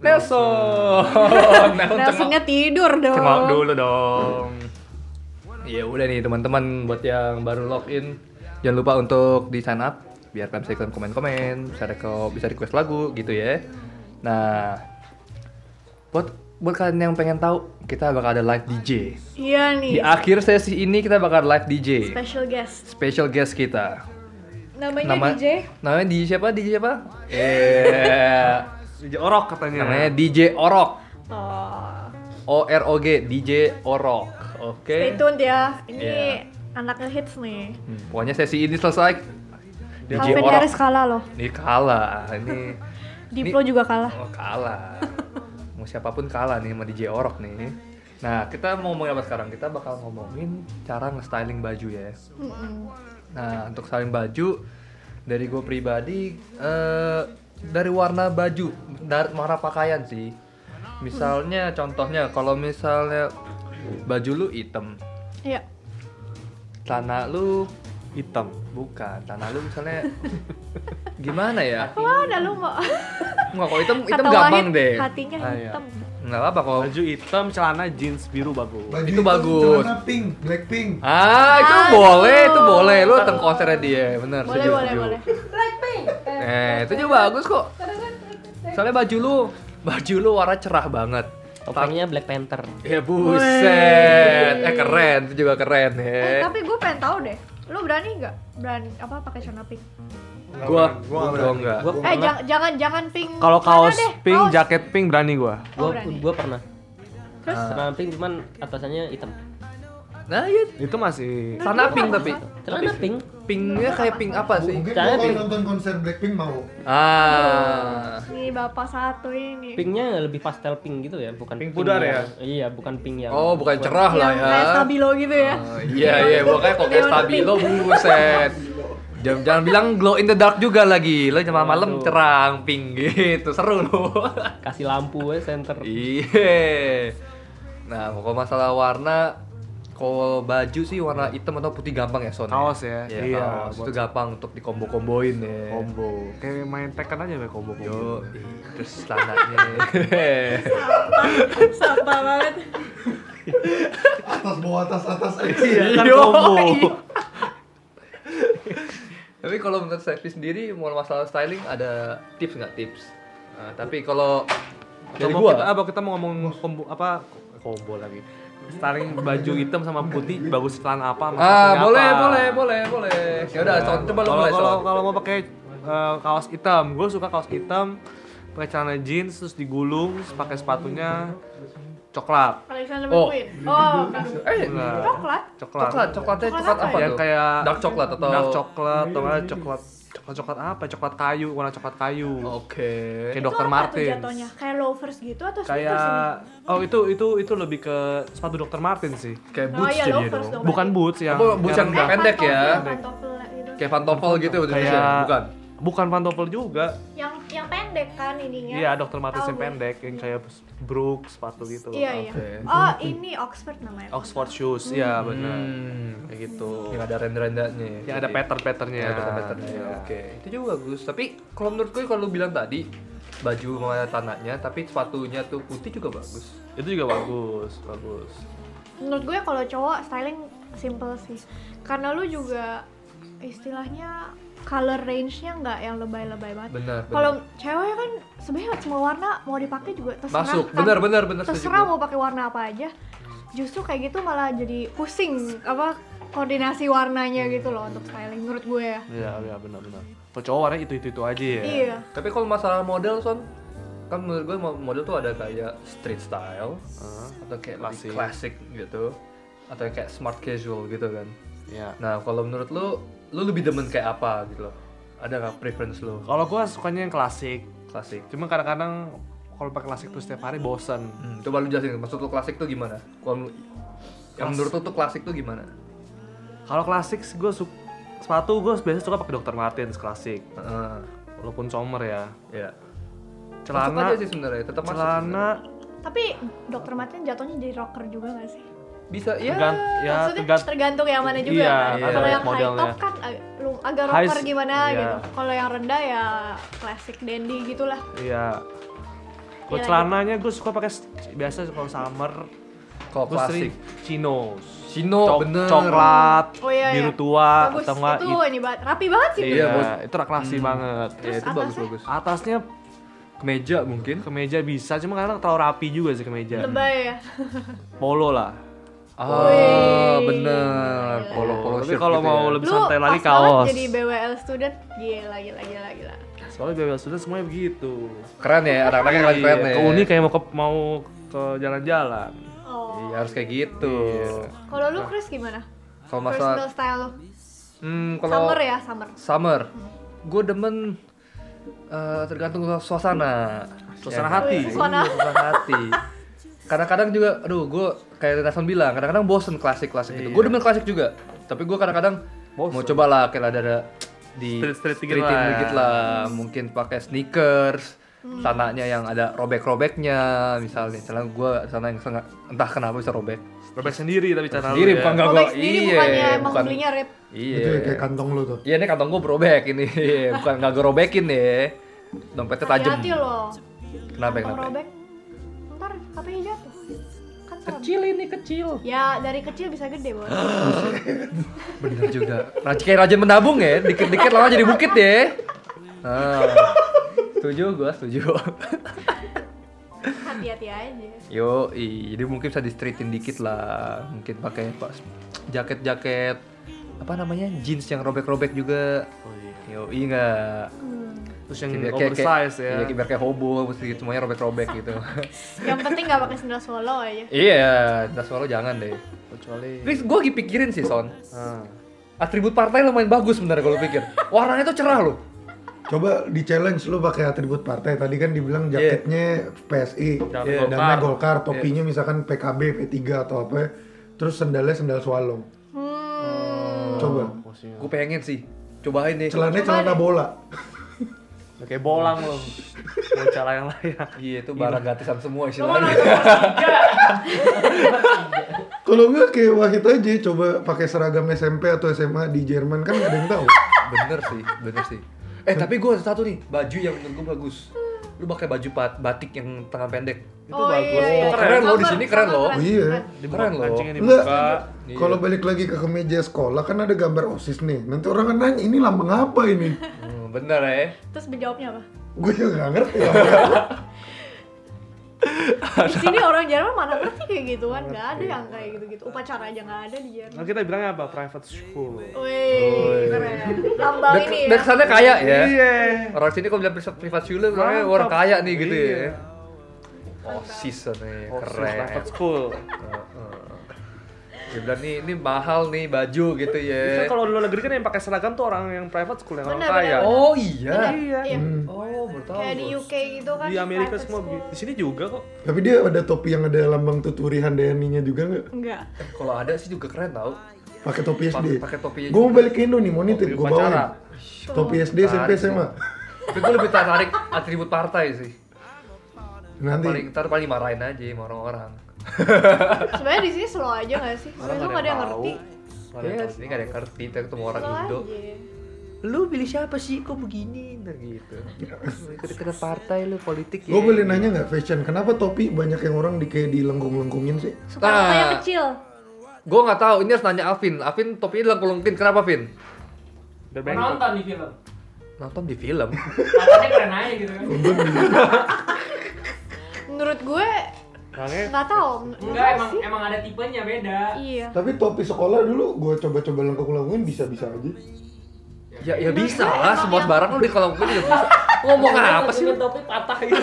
A: Nelson. Nelson cengok.
B: Nelsonnya tidur dong.
A: Cengok dulu dong. Ya udah nih teman-teman buat yang baru login jangan lupa untuk di sign up biar kalian bisa ikut komen-komen, bisa reko, bisa request lagu gitu ya. Nah, buat buat kalian yang pengen tahu kita bakal ada live DJ.
B: Iya nih.
A: Di akhir sesi ini kita bakal live DJ.
B: Special guest.
A: Special guest kita.
B: Namanya DJ.
A: Namanya DJ siapa? DJ siapa?
B: Iya.
A: Eh,
C: DJ Orok katanya.
A: namanya DJ Orok.
B: Oh.
A: O R O G DJ Orok.
B: Stay
A: Oke.
B: tuned ya. Ini
A: Iya.
B: anaknya hits nih.
A: Hmm, Pokoknya sesi ini selesai. DJ
B: Calvin Harris
A: Orok.
B: kalah loh.
A: Ini kalah. Ini
B: Diplo juga kalah.
A: oh, kalah. Mau siapapun kalah nih sama DJ Orok nih. Nah, kita mau ngomongin apa sekarang? Kita bakal ngomongin cara nge-styling baju ya.
B: Mm-mm.
A: Nah, untuk salin baju dari gue pribadi eh, dari warna baju, dari warna pakaian sih. Misalnya contohnya kalau misalnya baju lu hitam,
B: Iya.
A: celana lu
C: hitam.
A: bukan, celana lu misalnya gimana ya?
B: Wah, ada lu mau.
A: Nggak kalau hitam hitam
B: Kata
A: gampang
B: Wahid,
A: deh.
B: Hatinya
C: Ah, iya.
B: hitam.
A: Nggak apa-apa kalau
C: Baju hitam, celana jeans biru bagus.
A: Itu bagus.
J: Celana pink, blackpink.
A: Ah, itu
B: Ah,
A: boleh,
B: itu.
A: itu boleh. Lu datang konsernya dia, bener.
B: Boleh,
A: setuju,
B: boleh,
A: setuju.
B: boleh.
A: Eh, itu juga bagus kok. Soalnya baju lu, baju lu warna cerah banget.
I: Topengnya Black Panther.
A: Ya buset, eh keren, itu juga keren
B: Eh,
A: ya.
B: tapi gue pengen tahu deh. Lu berani nggak? Berani apa pakai celana pink?
A: Gua,
J: Gua
A: gua
J: nggak
A: gua
J: berani.
A: enggak.
I: Gua
B: Eh, jangan jangan jangan pink.
C: Kalau
B: celana
C: kaos
B: deh,
C: pink,
B: kaos.
C: jaket pink berani gua.
I: Gua,
B: Oh, berani.
I: gua pernah.
B: Terus?
I: Celana pink cuman atasannya hitam.
A: Nah, iya
C: Itu masih
A: sana pink tapi.
I: Celana pink.
A: Pinknya kayak pink apa sih?
J: Mungkin
I: Celana
J: gua kalau
I: pink.
J: nonton konser Blackpink mau.
A: Ah.
B: Nih bapak satu ini.
I: Pinknya lebih pastel pink gitu ya, bukan
C: Pink pudar ya?
I: yang- Iya, bukan pink yang.
A: Oh, bukan cerah
B: yang
A: lah ya.
B: kayak stabilo gitu ya.
A: Oh, Iya, iya, pokoknya kok kayak stabilo buset. Jangan, jangan bilang glow in the dark juga lagi. Lo jangan malam-malam
I: Waduh.
A: cerang pink gitu. Seru lo.
I: Kasih lampu ya center.
A: Iya. Nah, kalau masalah warna, kalau baju sih warna hitam atau putih gampang ya, Son.
C: Kaos ya?
A: Iya,
C: Iya,
A: kaos. Itu gampang untuk dikombo-komboin ya.
C: combo. Kayak main tekan aja kayak combo.
A: Yo, terus celananya.
B: Sapa banget.
J: Atas bawah atas atas aja.
C: Iya, kan
A: Yo.
C: combo.
A: Tapi kalau menurut Sevi sendiri, mau masalah styling ada tips nggak tips? Nah, tapi kalau dari
C: Kalau
A: gua,
C: kita, apa kita mau ngomong kombo apa combo lagi. Styling baju hitam sama putih bagus celana apa sama
A: ah
C: sepatunya
A: boleh,
C: apa.
A: boleh, boleh, boleh. Ya udah, Son, coba lo
C: Kalau-
A: mulai,
C: kalau
A: Son.
C: kalau mau pakai eh, kaos hitam, gue suka kaos hitam, pakai celana jeans terus digulung, terus pakai sepatunya coklat.
B: Alexander
A: Oh.
B: McQueen. Oh,
A: Eh,
C: Nah,
B: coklat.
C: coklat.
A: coklat, coklatnya
B: Coklat
A: coklat
B: apa
A: apa
B: ya?
A: tuh?
C: Yang kayak
A: dark coklat atau
C: dark coklat atau enggak coklat coklat coklat apa? Coklat kayu, warna coklat kayu.
A: Oke.
C: Kayak
B: Itu
C: Dr.
B: apa tuh
C: Martens.
B: jatuhnya? Kayak loafers gitu atau sneakers ini?
C: Kayak oh itu itu itu lebih ke sepatu Dr. Martin sih.
A: Kayak
B: Oh
A: boots
B: iya,
A: jadinya
B: loafers
A: dong.
B: dong.
C: Bukan boots yang
A: Apa boots yang
C: rendah.
B: Eh,
A: pendek ya.
B: pantofel, pantofel gitu.
A: Kayak pantofel gitu Indonesia,
C: kayak
A: bukan?
C: bukan pantofel juga.
B: Yang yang pendek kan ininya.
C: Iya, Dr. Martens
B: Tahu
C: yang
B: gue.
C: pendek yang kayak brook sepatu gitu.
B: Iya, iya.
A: Oke.
B: Oh, ini Oxford namanya.
C: Oxford shoes, iya benar.
A: Hmm,
C: Kayak gitu.
A: yang ada render-rendernya. ya,
C: Yang ada
A: jadi.
C: pattern-patternnya.
A: Yang ada patternnya.
C: Iya.
A: Oke, itu juga bagus. Tapi kalau menurut gue kalau lu bilang tadi baju warna tanahnya, tapi sepatunya tuh putih juga bagus.
C: Itu juga bagus, bagus.
B: Menurut gue kalau cowok styling simple sih. Karena lu juga istilahnya color range-nya nggak yang lebay-lebay banget.
A: Benar. benar.
B: Kalau cewek kan sebenarnya semua warna mau dipakai juga terserah.
A: masuk,
B: kan.
A: benar benar benar.
B: Terserah
A: setuju.
B: mau pakai warna apa aja. Justru kayak gitu malah jadi pusing apa koordinasi warnanya gitu loh untuk styling menurut gue ya.
C: Iya, iya benar-benar. Kalau cowok warnanya itu-itu aja ya.
B: Iya.
A: Tapi kalau masalah model, son kan menurut gue mo- model tuh ada kayak street style
C: Heeh.
A: atau kayak lebih
C: Ah. Klasik.
A: classic gitu atau yang kayak smart casual gitu kan.
C: Iya.
A: Nah, kalau menurut lu, lu lebih demen kayak apa gitu loh? Ada nggak preference lu?
C: Kalau gua sukanya yang klasik.
A: Klasik.
C: Cuma kadang-kadang kalau pakai klasik tuh setiap hari bosen.
A: Hmm, coba lu jelasin, maksud lu klasik tuh gimana? Kalau lu- yang menurut lu tuh klasik tuh gimana?
C: Kalau klasik gue suka sepatu gue biasanya suka pakai Dr. Martens klasik
A: Heeh.
C: walaupun summer ya
A: ya. Masuk
C: celana
A: aja sih sebenarnya, tetap masuk. sebenarnya.
C: celana
B: Tapi Dr. Martin jatuhnya jadi rocker juga gak sih?
A: bisa ya.
C: tergant- ya
B: Maksudnya
C: tergant-
B: tergantung yang mana juga
C: Iya,
B: kan?
A: iya,
B: Kalau yang high
C: modelnya.
B: top kan agak- lu agak
C: High
B: rocker
C: s-
B: gimana
C: iya.
B: gitu. Kalau yang rendah ya klasik dandy gitulah.
C: Iya. Kalau
B: Iya,
C: celananya gue suka pakai s- biasa kalau summer
A: Kalau
C: gue sering
A: klasik.
C: chinos.
A: Chino,
C: Cok-
A: bener.
C: Coklat,
B: Oh iya,
C: biru
B: iya.
C: tua,
B: Bagus.
C: atau enggak
B: itu
C: Ah, it-
B: ini banget. rapi banget sih.
C: Iya,
A: Iya, bos.
C: itu rak klasi banget.
A: Ya, itu
B: atasnya?
A: bagus-bagus.
C: Atasnya
A: Kemeja mungkin.
C: kemeja bisa, cuma kadang terlalu rapi juga sih kemeja.
B: Lebay ya.
C: Polo lah.
A: Ah, bener. Polo-polo gitu ya.
C: Tapi kalau mau lebih
B: Lu
C: santai lagi
B: pas banget
C: kaos.
B: jadi BWL student. Gila gila gila gila.
C: Soalnya bebas sudah semuanya begitu.
A: Keren ya, anak-anaknya keren-keren ya.
C: Ke Uni kayak mau ke mau ke jalan-jalan.
B: Oh. Iya.
A: Iya, harus kayak gitu.
B: Kalau
C: Nah.
B: lu Chris gimana?
A: Kalau
B: Personal
A: masalah
B: style lu.
A: hmm, kalau
B: Summer ya, summer. Hmm.
A: summer, gue demen eh, tergantung suasana.
C: Suasana
A: Ya,
C: hati.
A: iya,
B: Suasana.
A: suasana hati. Kadang-kadang juga, aduh, gue kayak Nelson bilang, kadang-kadang bosen klasik-klasik gitu. Gue demen klasik juga, tapi gue kadang-kadang mau coba lah kayak ada ada di
C: Street-street dikit
A: streetin
C: lah.
A: dikit gitu lah. mungkin pakai sneakers,
B: Hmm.
A: sananya yang ada robek-robeknya, misalnya, misalnya gue sana yang sengaja- entah kenapa bisa robek.
C: Robek sendiri tapi cara ya.
A: Sendiri bukan enggak
B: Robek
A: gua.
B: sendiri
A: Iya,
B: bukannya Ya, emang
A: bukan-
B: belinya rip.
A: Iya.
J: Itu kayak kantong lu tuh.
A: Iya ini kantong gue berobek ini, bukan nggak gue robekin ya. Dompetnya tajam.
B: Hati-hati loh.
A: Kenapa
B: Kalau
A: kenapa? ya?
B: robek, ntar HP-nya jatuh. Kan serem.
A: Kecil ini kecil.
B: Ya dari kecil bisa gede bos.
A: Bener juga. Raj kayak rajin menabung ya, dikit-dikit lama jadi bukit ya. Nah, setuju gue setuju.
B: Hati-hati aja.
A: Yo, jadi mungkin bisa di streetin dikit lah, mungkin pakai pas jaket-jaket apa namanya jeans yang robek-robek juga. Yo, iya nggak.
C: Oh, Hmm. terus yang
A: Biar kayak- kayak-
C: oversize ya.
A: Iya, biar kayak hobo, mesti semuanya robek-robek gitu.
B: Yang penting nggak pakai sendal solo aja.
A: Iya, das walau jangan deh.
C: Kecuali
A: Tapi gue lagi pikirin sih Son
C: ah.
A: Atribut partai lumayan bagus sebenarnya kalau lu pikir Warnanya tuh cerah loh
J: Coba di challenge lu pakai atribut partai. Tadi kan dibilang
A: Iya.
J: jaketnya PSI, iya,
C: Jaket
J: dananya
C: Golkar.
J: Golkar, topinya misalkan PKB, P3 atau apa. ya. Terus sendalnya sendal swallow.
C: Hmm.
J: Coba.
A: Gue Hmm. pengen sih Cobain deh
J: Celananya celana bola.
C: Udah Ya, kayak bolang loh. Mau cara yang layak.
A: Iya itu barang gratisan semua istilahnya
J: Kalau nggak kayak Wahid aja, coba pakai seragam SMP atau SMA di Jerman kan nggak ada yang tahu.
A: Bener sih, bener sih Eh tapi gue satu nih, baju yang menurut gue bagus Lu pakai baju pat- batik yang tangan pendek Itu
B: Oh,
A: bagus
B: iya, iya.
A: Keren, loh di
B: Summer,
A: sini keren
B: summer
A: loh
J: Oh iya.
A: Keren loh
C: Kancingnya
J: Enggak.
C: dibuka.
J: Kalau balik lagi ke kemeja sekolah kan ada gambar OSIS nih. Nanti orang kan nanya ini lambang apa ini?
A: Hmm, Bener ya
B: Terus menjawabnya apa?
J: Gue juga nggak ngerti. lambang apa.
B: Di sini orang Jerman mana ngerti kayak gituan, nggak ada yang kayak gitu-gitu. Upacara aja nggak ada di Jerman.
C: Nah, kita bilangnya apa? Private school.
B: Wih,
A: Ya.
B: keren. Tambah
A: Dan,
B: ini
A: dan
B: ya.
A: kesannya kaya ya
C: Iya.
A: Orang sini kalau bilang privat- privat school, orangnya
C: Mantap.
A: orang kaya nih gitu
C: Iya.
A: ya Oh season nih,
C: Oh,
A: keren
C: Private school.
A: Dia bilang nih ini mahal nih baju gitu
C: Kan
A: ya.
C: kalau di luar negeri kan yang pakai seragam tuh orang yang private school yang orang
B: Benar,
C: kaya.
B: benar.
A: Oh iya.
B: Iya.
A: Oh baru tahu.
B: Kayak di
A: gua.
B: UK gitu kan.
C: Di Amerika
B: private
C: semua
B: school.
C: begitu. Di sini juga kok.
J: Tapi dia ada topi yang ada lambang tuturi handayaninya juga nggak?
B: Enggak.
A: Eh, Kalau ada sih juga keren tau.
J: Pakai topi
A: Pakai-
J: SD.
A: pakai topi
J: Gue mau balik ke Indo nih, mau nitip
C: Topi
J: gue bawain.
C: upacara.
J: Topi SD, SMP,
A: Tarik sih.
J: SMA.
A: Tapi gue lebih tertarik atribut partai sih.
J: Nanti
A: Paling ntar paling marahin aja sama orang-orang.
B: Sebenarnya di sini slow aja nggak sih? Sebenarnya lu nggak ada yang ngerti.
A: Iya, di sini gak ada yang ngerti, kita ketemu orang
B: Slow
A: Indo.
B: aja.
A: Lu pilih siapa sih? Kok begini? Ntar gitu. Lu Ikut-ikut partai lu politik ya.
J: gue boleh nanya nggak fashion? Kenapa topi banyak yang orang di kayak dilengkung-lengkungin sih?
B: Suka kayak kecil.
A: Gue gak Nah. tahu. Ini harus nanya Alvin. Alvin topinya dilengkung-lengkungin. Kenapa Vin?
C: Berbengkok.
I: Nonton di film.
A: Nonton di film.
I: Katanya keren aja gitu kan.
B: Menurut gue
A: Eh.
C: Orangnya
B: nggak tahu.
I: Enggak emang emang ada tipenya beda.
B: Iya.
J: Tapi topi sekolah dulu gue coba-coba lengkung-lengkungin bisa-bisa aja.
A: Ya, ya bisa Kan lah, semua barang lu dikelengkungin juga ya bisa. Ngomong apa sih? lu?
I: Topi patah gitu.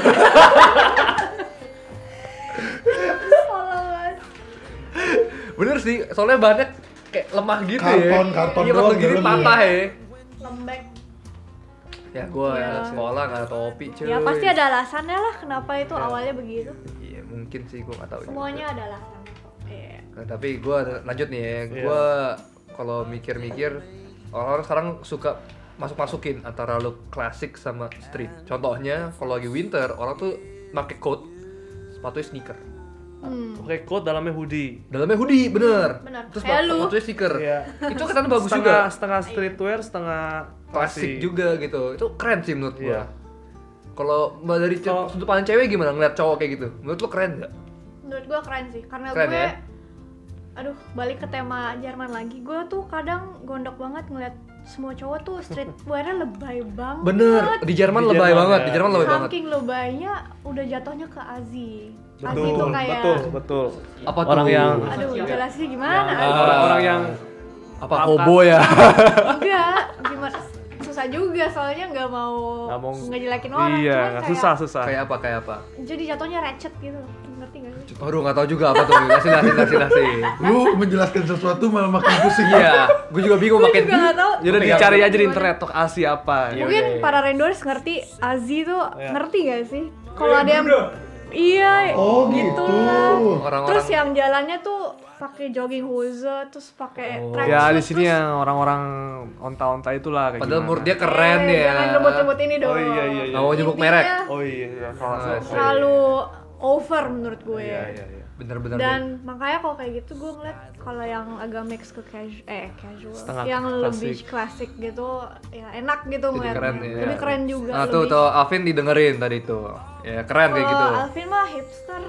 B: Followan.
A: Bener sih, soalnya bahannya kayak lemah gitu ya.
J: Karton- karton
A: Iya, pas
J: doang
A: begini
J: dalamnya.
A: patah ya.
B: Lembek.
A: Ya gua
B: Iya.
A: anak sekolah gak ada topi cuy. Ya.
B: Ya pasti ada alasannya lah kenapa itu awalnya begitu.
A: Iya mungkin sih gua gak tahu. juga.
B: Semuanya ada alasan. Iya.
A: Nah, tapi gua ada- lanjut nih
C: Iya.
A: ya. Gua kalau mikir-mikir orang-orang sekarang suka masuk-masukin antara look klasik sama street. Contohnya kalau lagi winter orang tuh pakai coat, sepatunya sneaker.
B: Hmm.
C: pakai coat dalamnya hoodie
A: Dalamnya hoodie, bener.
B: Bener.
A: Terus
B: Kayak
A: bak-
B: lu.
A: waktunya stiker.
C: Iya.
A: Itu kesan bagus
C: setengah,
A: juga.
C: setengah streetwear setengah
A: Klasik juga gitu. Itu keren sih menurut gua.
C: Iya.
A: Kalau mbak dari ce-
C: Kalau-
A: sudut pandang cewek gimana ngeliat cowok kayak gitu? Menurut lo keren nggak?
B: menurut gue keren sih karena
A: Keren,
B: Nah, gue
A: ya?
B: aduh balik ke tema Jerman lagi gue tuh kadang gondok banget ngeliat semua cowok tuh streetwear-nya lebay banget
A: Bener. Di Jerman
C: Di
A: lebay
C: Jerman,
A: banget.
C: ya.
A: Di Jerman lebay banget.
B: saking lebaynya udah jatuhnya ke Azi Azi
C: betul
B: tuh kayak
C: betul betul
A: Apa tuh?
C: Orang yang-
B: aduh jelasnya gimana
C: orang-orang yang
A: apa
C: Apa?
A: hobo ya?
B: enggak gimana susah juga soalnya nggak mau
C: nggak mau
B: ngejelekin orang
C: iya
B: cuman
C: nggak
B: kayak-
C: susah susah
A: kayak apa? Kayak apa?
B: jadi jatuhnya ratchet gitu loh. ngerti gak sih
A: Aduh, nggak tahu juga apa tuh. Kasih, kasih, kasih, kasih.
J: Lu menjelaskan sesuatu malah makin pusing.
A: Iya, gue juga bingung
B: Gua
A: pakai.
B: juga nggak tahu.
C: Yaudah
A: Pakai
C: dicari
A: apa?
C: aja di internet tok asi apa.
B: mungkin para rendors ngerti Azi tuh
C: Iya.
B: ngerti gak sih kalau ada yang iya
J: Oh gitu.
A: Orang-orang
B: terus yang jalannya tuh pakai jogging hose terus pakai tracksuit
C: Ya di sini
B: terus-
C: yang orang-orang onta-onta itulah kayak
A: padahal
C: gimana.
A: menurut dia keren
B: Eh,
A: ya.
B: jangan ngebut-ngebut ini dong
C: Oh iya iya iya.
A: Nggak mau nyebut merek.
B: Intinya
C: Oh iya, salah
A: Nah,
C: salah.
B: terlalu over menurut gue
C: Iya iya iya.
A: Bener-bener.
B: dan makanya kalau kayak gitu gue ngeliat kalau yang agak mix ke casual eh casual
C: Setengah
B: yang
C: klasik.
B: lebih klasik gitu ya enak gitu
A: Jadi
B: ngeliatnya
A: keren ya.
B: lebih keren juga
A: Nah, tuh
B: lebih
A: tuh Alvin didengerin tadi tuh. Ya, keren kayak gitu.
B: Kalau Alvin mah hipster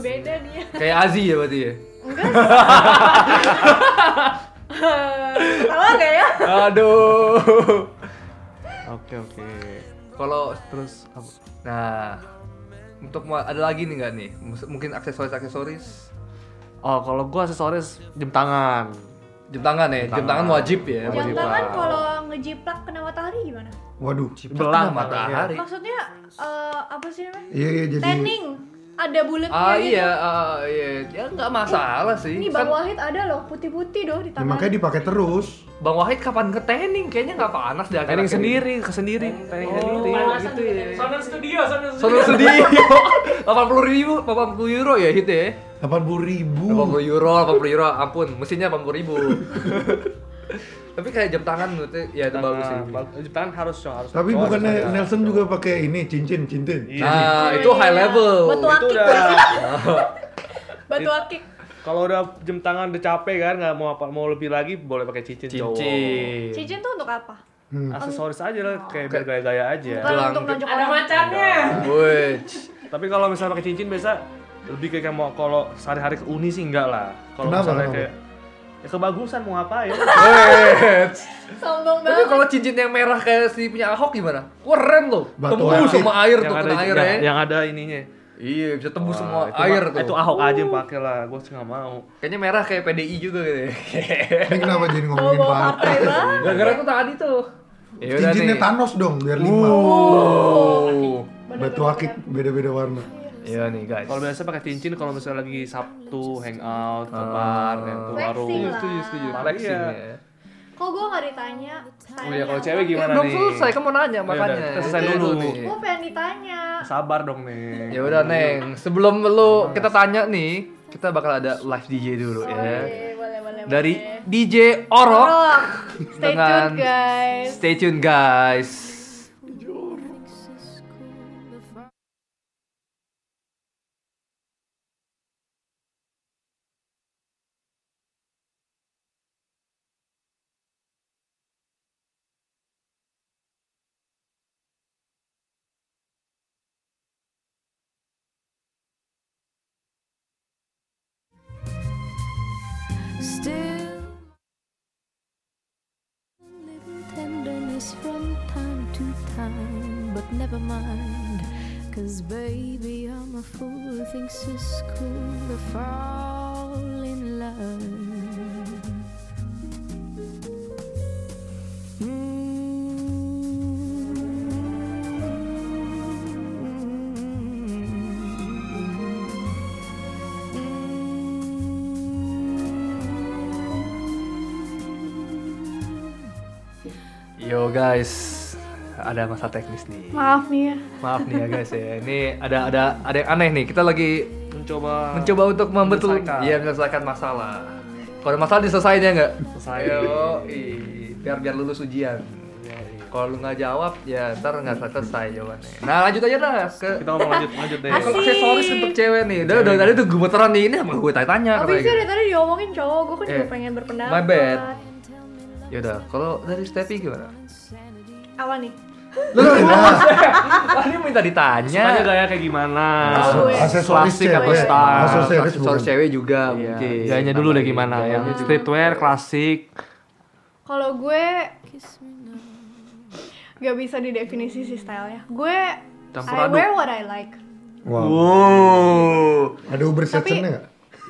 B: beda dia
A: Kayak Azi ya berarti ya.
B: kalau nggak ya
A: Aduh.
C: Oke oke.
A: Kalau
C: Terus apa?
A: nah untuk mau- ada lagi nih nggak nih? Mus- Mungkin aksesoris-aksesoris
C: Oh kalau gua aksesoris jam tangan.
A: jam tangan ya. Jam tangan
C: tangan.
A: wajib ya.
B: jam
C: Wajib.
B: tangan kalau ngejiplak kena matahari gimana
J: Waduh.
C: Belang,
A: Belang matahari.
B: maksudnya eh, apa sih namanya
J: Iya iya jadi.
B: tanning ada bulatnya
A: Ah
B: gitu
A: iya, ah, iya, ya nggak masalah sih.
B: ini bang
A: Kan
B: Wahid ada loh putih-putih doh di
J: Ya,
B: tangan
J: makanya dipakai terus.
A: Bang Wahid kapan ke tanning? Kayaknya nggak panas deh.
C: Tanning sendiri, ke sendiri, tanning sendiri gitu ya.
I: Sound Studio, Sound
A: Sono
I: Studio.
A: sedih. 80 ribu, 80 euro ya hit ya.
J: 80 ribu.
A: 80 euro, 80 euro, ampun, mesinnya 80 ribu. Tapi kayak jam tangan menurutnya ya itu bagus sih.
C: Jam tangan harus cowok harus.
J: Tapi
C: cowok, harus
J: bukannya nah,
C: ada.
J: Nelson juga pakai ini cincin cincin.
C: Iya.
A: Nah, itu high level.
B: Betul.
C: Itu udah
B: batu akik
C: kalau udah jam tangan udah capek kan nggak mau apa mau lebih lagi boleh pakai cincin, cowok.
A: Cincin.
B: cincin tuh untuk apa
C: Aksesoris aja lah kayak biar gaya-gaya aja.
B: bukan
A: gelang
B: untuk
A: gitu.
B: nunjuk
I: Ada
B: orang
I: macannya.
A: Wih.
C: Tapi kalau misalnya pakai cincin biasa lebih kayak mau kalau sehari-hari ke uni sih enggak lah. Kalau
J: Kenapa,
C: misalnya
J: kenapa?
C: kayak ya kebagusan mau ngapain?
B: sombong
A: Tapi
B: banget
A: kalau cincin yang merah kayak si punya Ahok gimana? Keren loh.
J: Batu
A: Tembus
J: akik.
A: sama air tuh,
C: yang ada
A: kena air
C: yang,
A: ya.
C: yang ada ininya.
A: Iya, bisa tembus
C: Wah,
A: semua
C: itu
A: air
C: mah-
A: tuh.
C: Itu Ahok aja yang pakai lah, gue sih nggak mau.
A: Kayaknya merah kayak PDI juga gitu ya.
J: Ini kenapa jadi
B: bawa
J: ngomongin
B: bawa
J: partai?
B: partai banget
A: Gara-gara tuh tadi tuh. Ya udah
J: Cincinnya
A: nih.
J: Thanos dong biar lima.
A: Oh.
J: Batu akik beda-beda warna.
A: Iya nih guys.
C: Kalau biasa pakai cincin kalau misalnya lagi Sabtu hangout ke bar, ya, ke warung.
B: Flexing lah.
A: Iya, Setuju, setuju.
C: Parah,
A: Flexing
C: iya.
A: ya.
B: kok gue nggak ditanya
C: Oh iya, kalau cewek gimana
A: Belum
C: nih?
A: selesai, kamu nanya makanya.
C: udah, kita selesai
A: Iya,
C: dulu.
A: nih.
B: gue pengen ditanya
C: Sabar dong nih.
A: Ya udah Neng, sebelum lu kita tanya nih, kita bakal ada live DJ dulu ya.
B: Oke, Oh, iya, boleh boleh
A: Dari
B: boleh.
A: DJ Orok.
B: Orok. stay
A: Dengan-
B: tuned guys
A: Stay tune guys.
E: Still, little tenderness from time to time, but never mind. Cause baby, I'm a fool who thinks it's cool to fall in love.
A: Yo guys, ada masalah teknis nih.
B: maaf nih ya
A: Maaf nih ya guys ya. Ini ada ada ada yang aneh nih. Kita lagi
C: Mencoba
A: mencoba untuk membetul
C: Menyelesaikan.
A: ya menyelesaikan masalah. Kalau ada masalah diselesain ya nggak?
C: Selesai.
A: Ayo, biar biar lulus ujian.
C: Yoi.
A: Kalau lu nggak jawab, ya ntar nggak selesai jawabannya. Nah lanjut aja dah ke
C: Kita ngomong lanjut, lanjut deh.
A: Kalau aksesoris untuk cewek nih, udah dari tadi tuh gemeteran nih ini sama gue tanya-tanya gitu.
B: Tapi itu dari tadi diomongin cowok, gue kan juga
A: Eh,
B: pengen berpendapat.
A: my bad. Ya udah, kalau dari Stepi gimana?
B: Apa nih?
A: Lu udah bahas. Wah, ini minta ditanya. Nah,
C: Sukanya gaya Iya. kayak gimana?
B: Gue.
J: aksesoris
C: Klasik
J: cewek.
C: atau style?
J: Aksesoris
A: Aksesoris
J: bukan.
A: cewek juga
C: Iya.
A: mungkin.
C: Gayanya dulu deh gimana?
A: Gayanya
C: Yang streetwear, klasik.
B: Kalau gue gak bisa didefinisi sih stylenya. Gue
C: Campur
B: I
C: aduk.
B: wear what I like.
J: Wow.
C: Wow.
J: Ada Uber section-nya nggak?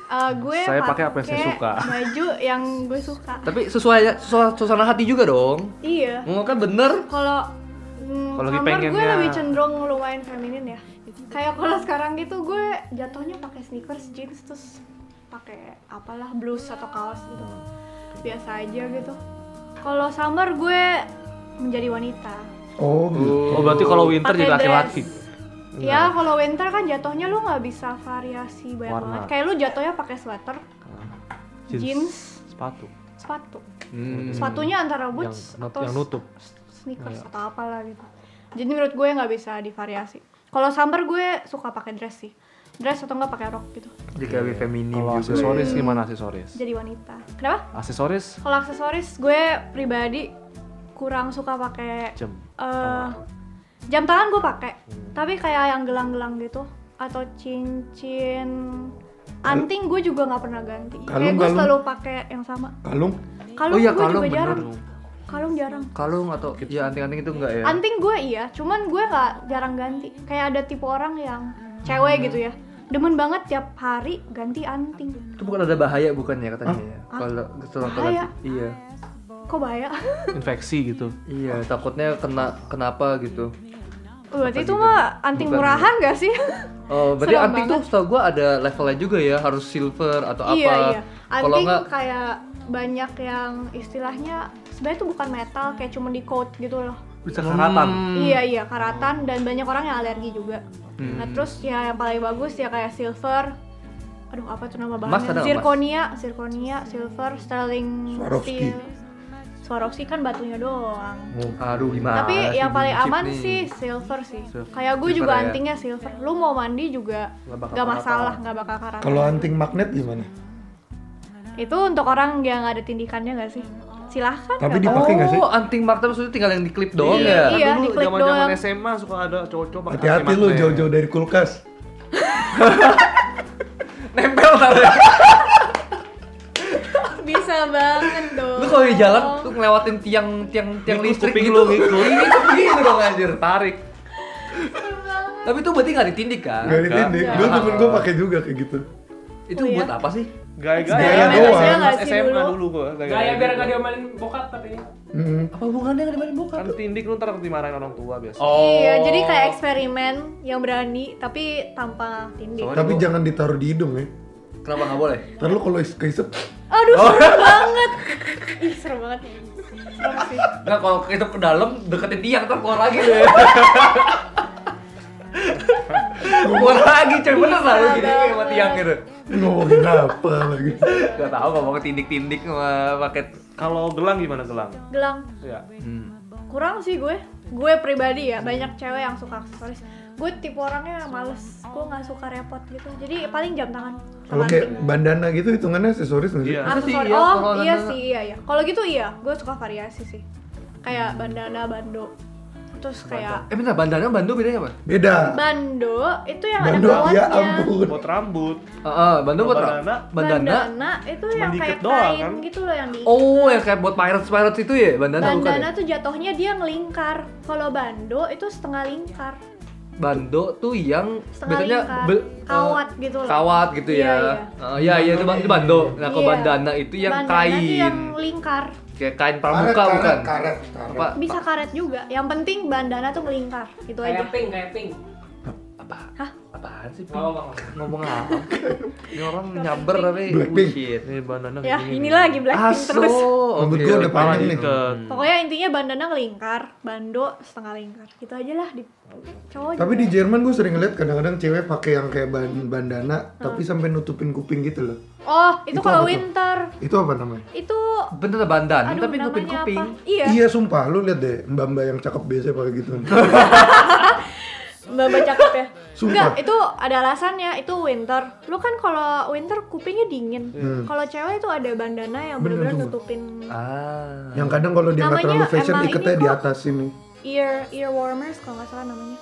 B: Eh, gue
C: Saya pakai apa yang saya
B: pakai
C: suka.
B: Baju yang gue suka.
A: Tapi sesuai sesuai suasana hati juga dong.
B: Iya.
A: Mau kan bener.
B: Kalau mm,
C: Kalau lagi
B: summer gue
C: pengennya-
B: lebih cenderung lumayan feminin ya. Kayak kalau sekarang gitu gue jatuhnya pakai sneakers, jeans terus pakai apalah blus atau kaos gitu.
C: Hmm,
B: Biasa aja gitu. Kalau summer gue menjadi wanita.
J: Oh, gitu.
C: Oh berarti kalau winter
B: Pakai
C: jadi laki-laki.
B: dress. Ya kalau winter kan jatuhnya lu nggak bisa variasi banyak
C: Nah. Warna. Ah,
B: banget. Kayak lu jatuhnya pakai sweater, jeans,
C: sepatu.
B: sepatu.
A: Hmm.
B: Sepatunya antara
C: Yang,
B: boots
C: nut-
B: atau
C: yang nutup. Iya.
B: sneakers atau apalah gitu. Jadi menurut gue nggak bisa divariasi. Kalau summer gue suka pakai dress sih. Dress atau nggak pakai rok gitu.
A: Jika lebih feminim
C: Iya. Kalau
A: juga.
C: aksesoris gimana aksesoris?
B: Jadi wanita. Kenapa?
C: Aksesoris
B: Kalau aksesoris gue pribadi kurang suka pakai
C: jam. Hmm.
B: eh, jam tangan gue pakai. Tapi kayak yang gelang-gelang gitu atau cincin anting gue juga nggak pernah ganti. Kayak
J: Kalung-
B: gue
J: kalung.
B: selalu pakai yang sama.
J: kalung.
B: Kalung
A: Oh iya,
B: gue
A: kalung,
B: juga
A: bener.
B: jarang. Kalung jarang.
A: Kalung atau
C: Gitu.
A: ya anting-anting itu enggak ya?
B: Anting gue iya, cuman gue nggak jarang ganti. Kayak ada tipe orang yang cewek gitu ya, demen banget tiap hari ganti anting.
A: Itu bukan ada bahaya bukannya katanya ya?
B: Hah?
A: Kalau seorang
B: Bahaya?
A: laki- Iya.
B: Kok bahaya?
C: Infeksi gitu.
A: Iya, takutnya kena kenapa gitu.
B: Berarti
A: Apa
B: itu
A: gitu?
B: mah anting
A: Bukan.
B: murahan gak sih?
A: Oh, berarti
B: Serem
A: anting tuh
B: banget.
A: setahu gua ada levelnya juga ya, harus silver atau apa.
B: iya iya.
A: Kalau
B: Anting
A: enggak
B: kayak banyak yang istilahnya sebenarnya itu bukan metal kayak cuma di coat gitu loh.
C: Bisa
J: Hmm.
A: Hmm.
C: karatan.
B: Iya iya karatan dan banyak orang yang alergi juga.
A: Hmm.
B: Nah terus ya yang paling bagus ya kayak silver. Aduh apa tuh nama
A: Emas ada
B: bahannya?
A: nggak,
B: Zirconia, zirconia, silver, sterling
J: Swarovski.
B: steel. Swarovski kan batunya doang.
A: aduh gimana?
B: Tapi
A: sih,
B: yang paling
A: bullshit
B: aman
A: nih.
B: sih silver sih.
A: Silver.
B: Kayak gue
A: Silver
B: juga
A: ya.
B: antingnya silver. Lu mau mandi juga
A: Nggak bakal
B: nggak
A: karatan.
B: masalah, nggak bakal karatan.
J: Kalau anting magnet gimana?
B: Itu untuk orang yang ada tindikannya nggak sih? Silahkan.
J: Tapi
B: nggak
J: dipakai nggak sih?
A: Oh, anting marketnya maksudnya tinggal yang di clip doang
B: Iya,
A: ya?
B: iya.
C: dulu
B: diklik
C: zaman-zaman
B: doang.
C: SMA suka ada cowok-cowok pakai
A: Iya,
J: Hati-hati
C: anting
J: lu
C: magnet.
J: jauh-jauh dari kulkas.
A: Nempel tapi.
B: apa-apa. Bisa banget dong.
A: lu kalau di jalan tuh ngelewatin tiang tiang tiang
C: Ngikut
A: listrik
C: kuping
A: gitu.
C: lu, ngikut.
A: Iya, gitu dong anjir, tarik.
B: Seru banget.
A: Tapi itu berarti nggak ditindik kan?
J: Gak ditindik.
B: Enggak.
J: Dulu temen gue pakai juga kayak gitu.
A: Itu
B: Oh, iya.
A: buat apa sih?
C: Gaya-gaya
J: Gaya
C: Gaya
J: doang.
B: Gaya nggak sih
C: SMA
B: dulu?
C: dulu gua. gitu.
I: Gaya biar gak diomelin bokap ya. katanya.
J: Mm.
A: Hmm. Apa hubungannya nggak dibanding bokap? Oh.
C: Kan tindik lu ntar dimarahin orang tua biasa.
B: Iya, jadi kayak eksperimen yang berani tapi tanpa tindik.
A: Soalnya-
J: Tapi
A: Waduh.
J: jangan ditaruh di hidung ya.
A: Kenapa nggak boleh?
J: Ntar lu kalau is- kehisap,
B: Aduh, seru banget. Ih, seru banget. Serem sih.
A: Nah kalau itu ke dalam deketin tiang tuh keluar lagi deh. keluar lagi coy bener lah
B: Iya,
A: lu gini kayak sama tiang gitu.
J: ngomongin apa lagi.
A: Gak tau ngomong tindik-tindik sama paket. Hmm.
C: Kalau gelang gimana gelang?
B: Gelang.
C: Ya.
B: kurang sih gue gue pribadi ya banyak cewek yang suka aksesoris gue tipe orangnya males gue nggak suka repot gitu jadi paling jam tangan
J: Kalau kayak bandana gitu hitungannya aksesoris nggak sih?
C: Iya.
A: Apa sih,
B: aksesoris
A: iya,
B: oh
A: kalau
B: iya
A: bandana?
B: sih iya iya kalau gitu iya gue suka variasi sih kayak
A: Hmm.
B: bandana bando terus kayak
A: Eh bentar, bandana bandu bedanya apa?
J: Beda.
B: bando itu yang
J: Bandung
B: ada
J: ya
B: kawatnya
J: ampun.
C: Buat rambut.
A: Ah, ah, bandu buat apa?
C: Bandana.
A: Bandana.
B: itu
C: Cuman
B: yang
C: diikat
B: kayak
C: doang,
B: kain
C: kan?
B: gitu loh yang di
A: Oh, yang kayak buat pirates pirates itu ya, bandana, bukan
B: bandana
A: ya?
B: tuh jatuhnya dia ngelingkar kalau bando itu setengah lingkar
A: Bando tuh yang
B: Setengah
A: biasanya
B: lingkar.
A: be-
B: Kawat
A: eh,
B: gitu loh.
A: Kawat gitu
B: Iya,
A: ya.
B: iya.
A: Eh, Iya, iya itu ba- itu bando. Nah, kalau
B: Iya.
A: bandana itu yang
B: bandana
A: kain.
B: tuh yang lingkar
A: Kayak kain pramuka bukan?
J: karet,
A: Apa?
B: bisa karet juga yang penting bandana tuh melingkar gitu aja
D: kan?
I: Kayak pink, kayak pink.
A: Apa?
B: Hah?
A: Apa? apaan sih?
L: Gak apa-apa.
D: Ngomong apa? Ini orang nyamber
A: Oh,
D: tapi
J: Blackpink.
D: bullshit. Ini bandana
B: Ya,
D: kayak
B: ini
D: gini.
B: lagi Blackpink
A: Aso.
B: terus.
J: Rambut gua udah panjang nih.
B: Pokoknya intinya bandana ngelingkar, bando setengah lingkar. Gitu aja lah di cowok
J: Tapi
B: juga.
J: di Jerman gue sering lihat kadang-kadang cewek pakai yang kayak ban- bandana tapi
B: Hmm.
J: sampai nutupin kuping gitu loh.
B: Oh, itu,
J: Itu
B: kalau
J: apa tuh?
B: winter.
J: Itu apa namanya?
B: Itu
A: Bener bandana
B: aduh
A: tapi nutupin
B: namanya
A: kuping.
B: apa? Iya.
J: Iya sumpah, lu lihat deh mbak-mbak yang cakep biasanya pakai gitu.
B: Mbak Mbak cakep ya.
J: Sumpah.
B: Enggak, itu ada alasannya, itu winter. Lu kan kalau winter kupingnya dingin.
J: Hmm.
B: Kalau cewek itu ada bandana yang
J: Bener
B: benar-benar
J: juga.
B: nutupin
A: Ah.
J: yang kadang kalau dia nggak
B: Namanya
J: terlalu fashion
B: emang
J: ikatnya
B: ini
J: di
B: kok.
J: atas ini.
B: ear ear warmers kalau nggak salah namanya.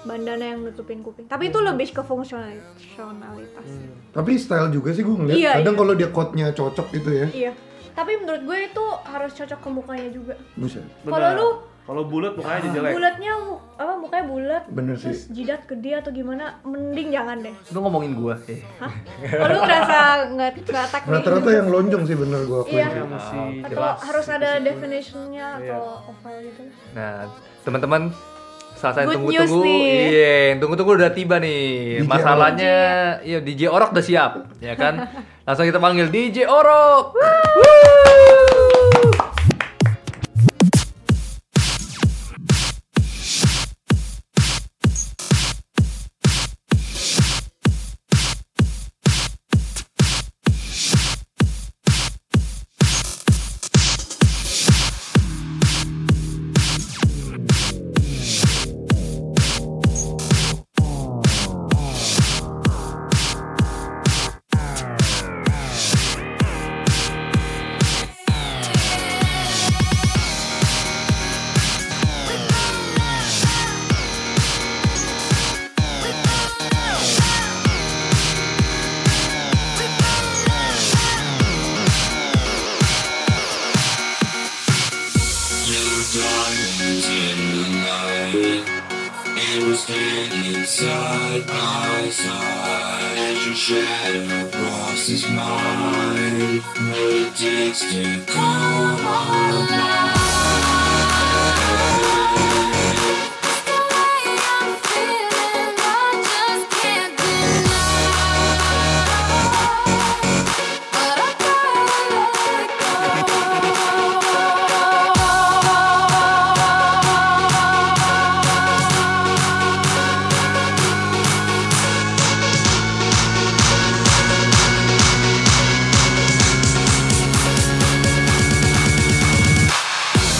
B: Bandana yang nutupin kuping. Tapi itu
J: Hmm.
B: lebih ke fungsional- fungsionalitas.
J: Tapi style juga sih gue ngeliat.
B: Iya,
J: kadang
B: iya.
J: kalau dia coatnya cocok gitu ya.
B: Iya. Tapi menurut gue itu harus cocok ke mukanya juga.
J: Buset.
D: Bener.
B: Kalau lu
D: kalau bulat mukanya jadi jelek.
B: bulatnya mu- apa mukanya bulat,
J: Bener
B: terus jidat gede atau gimana, mending jangan deh.
A: Lu ngomongin gua. Eh.
B: Kalau lu ngerasa nggak teratak nih.
J: Rata-rata yang lonjong sih bener gue akuin.
B: Iya.
J: sih.
D: Masih
B: atau
D: jelas.
B: harus ada definitionnya atau over gitu
A: Nah, teman-teman saat saya
B: Good
A: tunggu-tunggu,
B: news nih.
A: iya, yang tunggu-tunggu udah tiba nih.
J: DJ
A: Masalahnya, iya DJ Orok udah siap, ya kan? Langsung kita panggil DJ Orok. Wuh.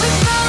H: Thank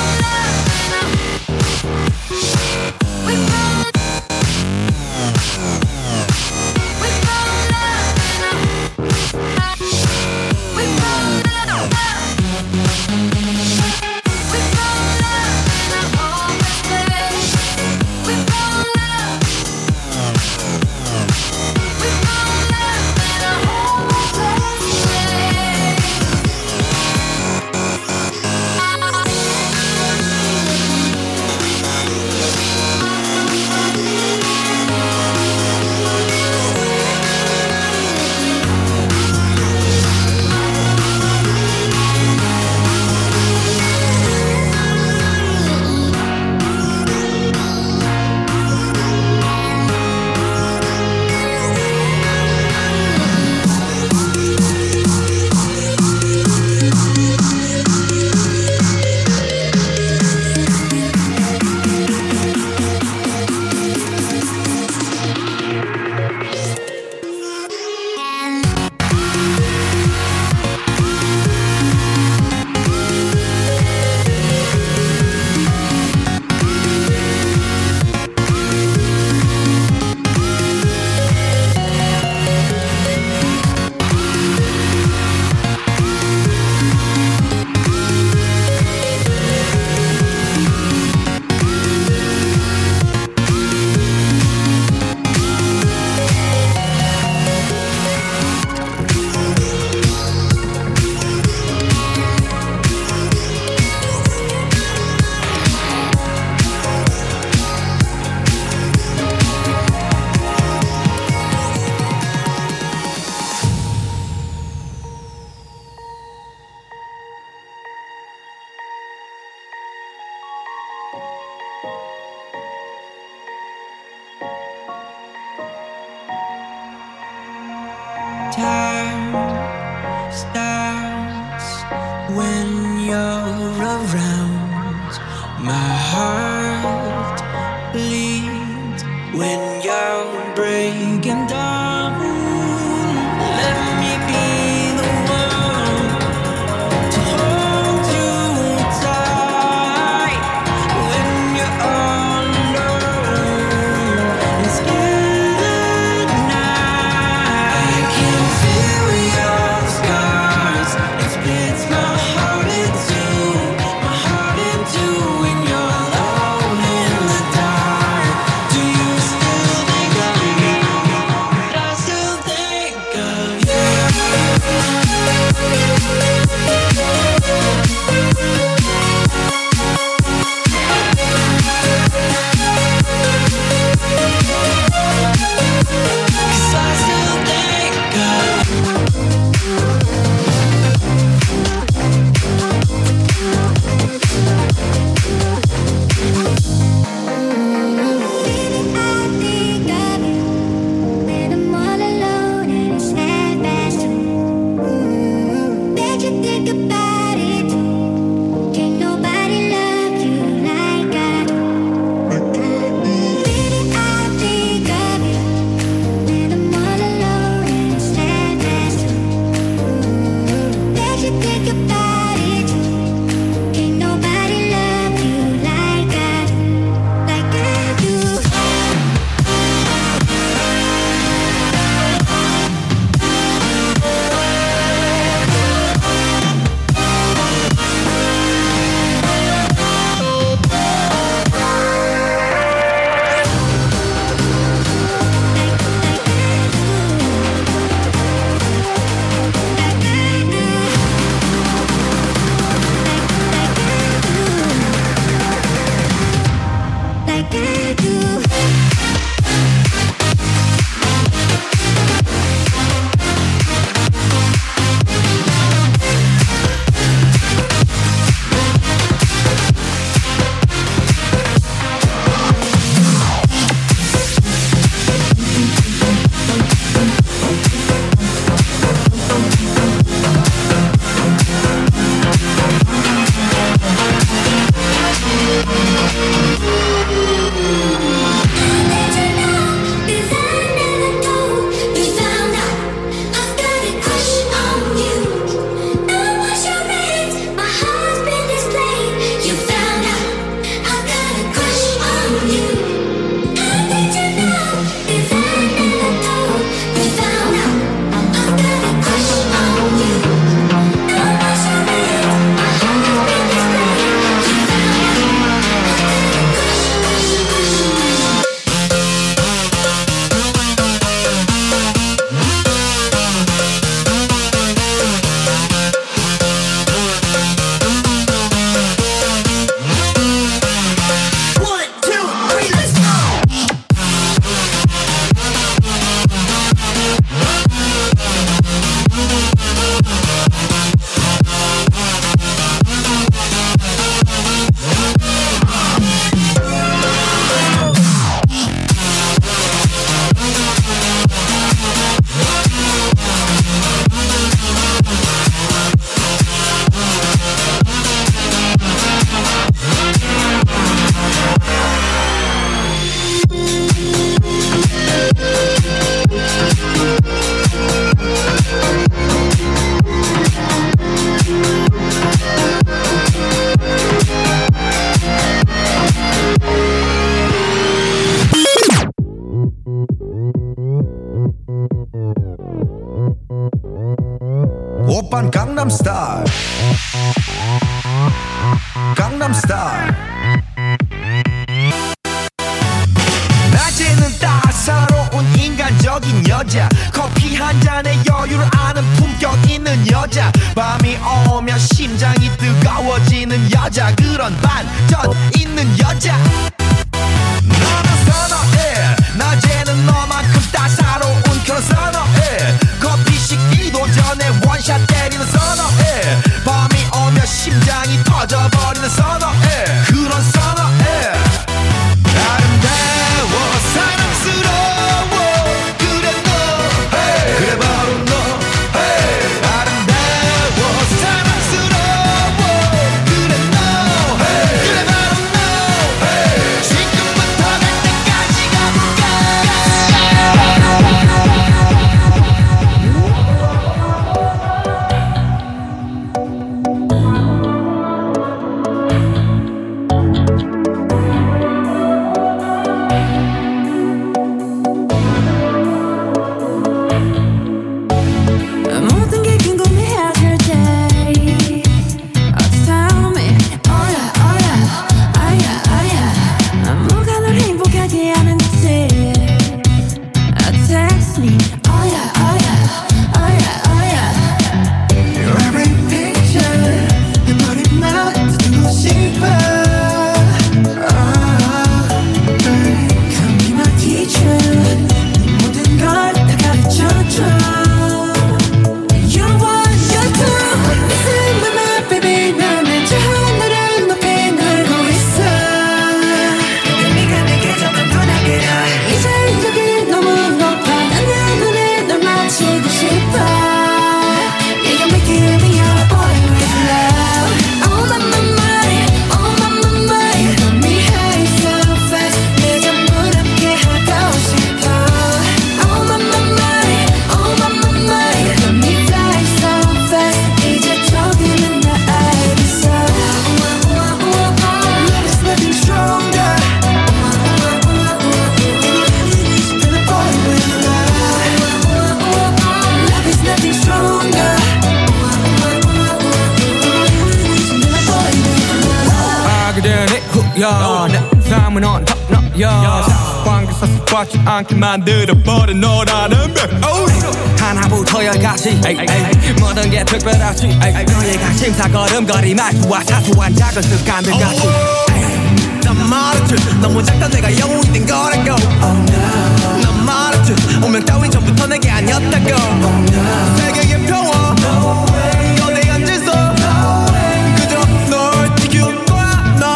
G: time starts when you're around. My heart bleeds when you're breaking down. Let me be the one to hold you tight when you're all alone. It's good night. I can feel your scars. It splits my heart in two, my heart in two. When you're alone in the dark, do you still think of me? I still think of Cause I still think of
H: Think about it. Can't nobody love you like I do. Like I do. Like I do. One, two, three, let's go!
M: Oppan Gangnam Style. Gangnam Style. 낮에는 따사로운 인간적인 여자 커피 한 잔에 여유를 아는 품격 있는 여자 밤이 오면 심장이 뜨거워지는 여자 그런 반전 있는 여자 너는 선어해 낮에는 너만큼 따사로운 그런 선어해 커피 식기도 전에 원샷 때리는 선어해 밤이 오면 심장이 터져버리는 선어해 그런 선어해 아름다워 사랑스러워 그래 너 그래 바로 너
N: 그들의 후야 내 삶은 on top no ya.
A: Ya.
N: yeah 사관계사 속박지 않게 만들어버린 너라는 백오리 하나부터 열까지 에이, 에이. 모든 게 특별하지 에이. 너의 관심사 걸음걸이 말투와 사소한 작은 습관들 같이
H: 난 말했지 너무 작다 내가 영웅이 된 거라고 난 말했지 운명 따윈 전부터 내게 아니었다고 세계의 평화 연애 안 질서 그저 널 지킬 거야 날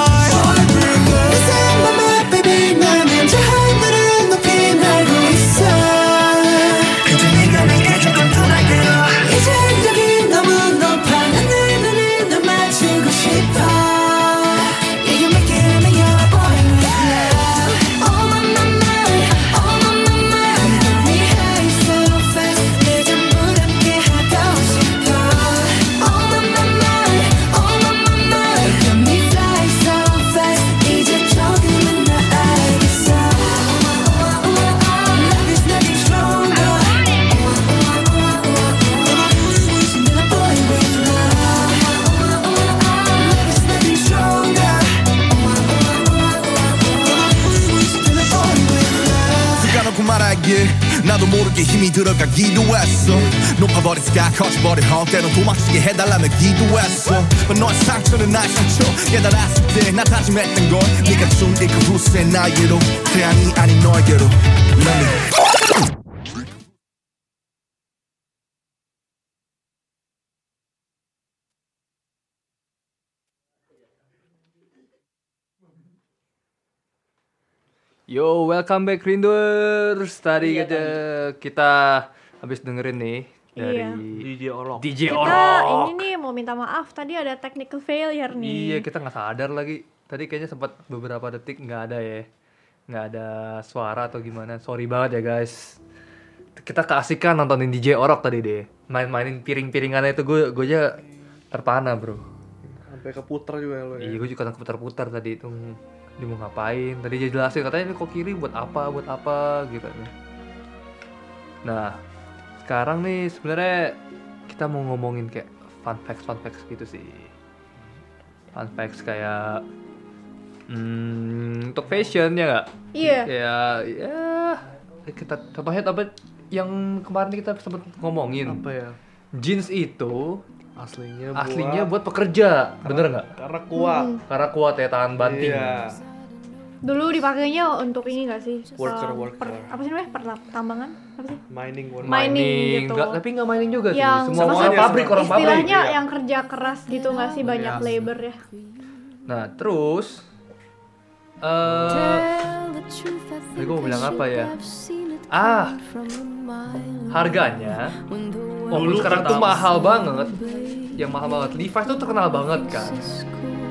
O: 숨겨놓고 말하길 나도 모르게 힘이 들어가 기도했어 높아버린 스카 커져버린 헛대로 도망치게 해달라며 기도했어 But 너의 상처는 나의 상처 깨달았을 때 나 다짐했던 걸 네가 준이 그 후세 나에게로 태양이 아닌 너에게로 Let me
A: Yo, welcome back Rinders. Tadi
B: Iya,
A: kita, kita habis dengerin nih dari
B: Iya.
A: DJ Orok. DJ
B: Kita ini nih mau minta maaf tadi ada technical failure
A: Iya,
B: nih.
A: kita nggak sadar lagi. Tadi kayaknya sempat beberapa detik nggak ada ya. Nggak ada suara atau gimana. Sorry banget ya, guys. Kita keasikan nontonin DJ Orok tadi deh. Main-mainin piring-piringannya itu gue gue aja terpana, Bro.
C: Sampai keputar juga lo ya.
A: Iya, gue juga kadang putar-putar tadi itu dia mau ngapain. Tadi dia jelasin katanya ini kok kiri buat apa, buat apa gitu. Nah, sekarang nih sebenarnya kita mau ngomongin kayak fun facts, fun facts gitu sih. Fun facts kayak hmm, untuk fashion ya nggak?
B: Iya.
A: Kayak ya kita contohnya apa yang kemarin kita sempat ngomongin.
C: Apa ya?
A: Jeans itu
C: Aslinya buat-
A: aslinya buat pekerja, bener nggak?
C: Karena kuat.
B: Hmm.
A: Karena kuat ya tahan banting.
C: Iya.
B: Dulu dipakainya untuk ini gak sih?
A: Worker,
B: Um,
A: worker.
B: per- apa sih namanya? Pertambangan? Apa sih?
C: Mining worker.
B: Mining gitu. Ya,
A: Nggak- tapi nggak mining juga
B: Yang
A: sih. Semua orang
B: maksudnya
A: pabrik, orang pabrik.
B: Istilahnya
A: Iya.
B: yang kerja keras gitu gak sih banyak
A: Iya.
B: labor ya?
A: Nah, terus eh tadi gue mau bilang apa ya? Ah, harganya walaupun
P: Dulu
A: sekarang tuh
P: pertama.
A: mahal banget. Yang mahal banget. Levi's tuh terkenal banget kan.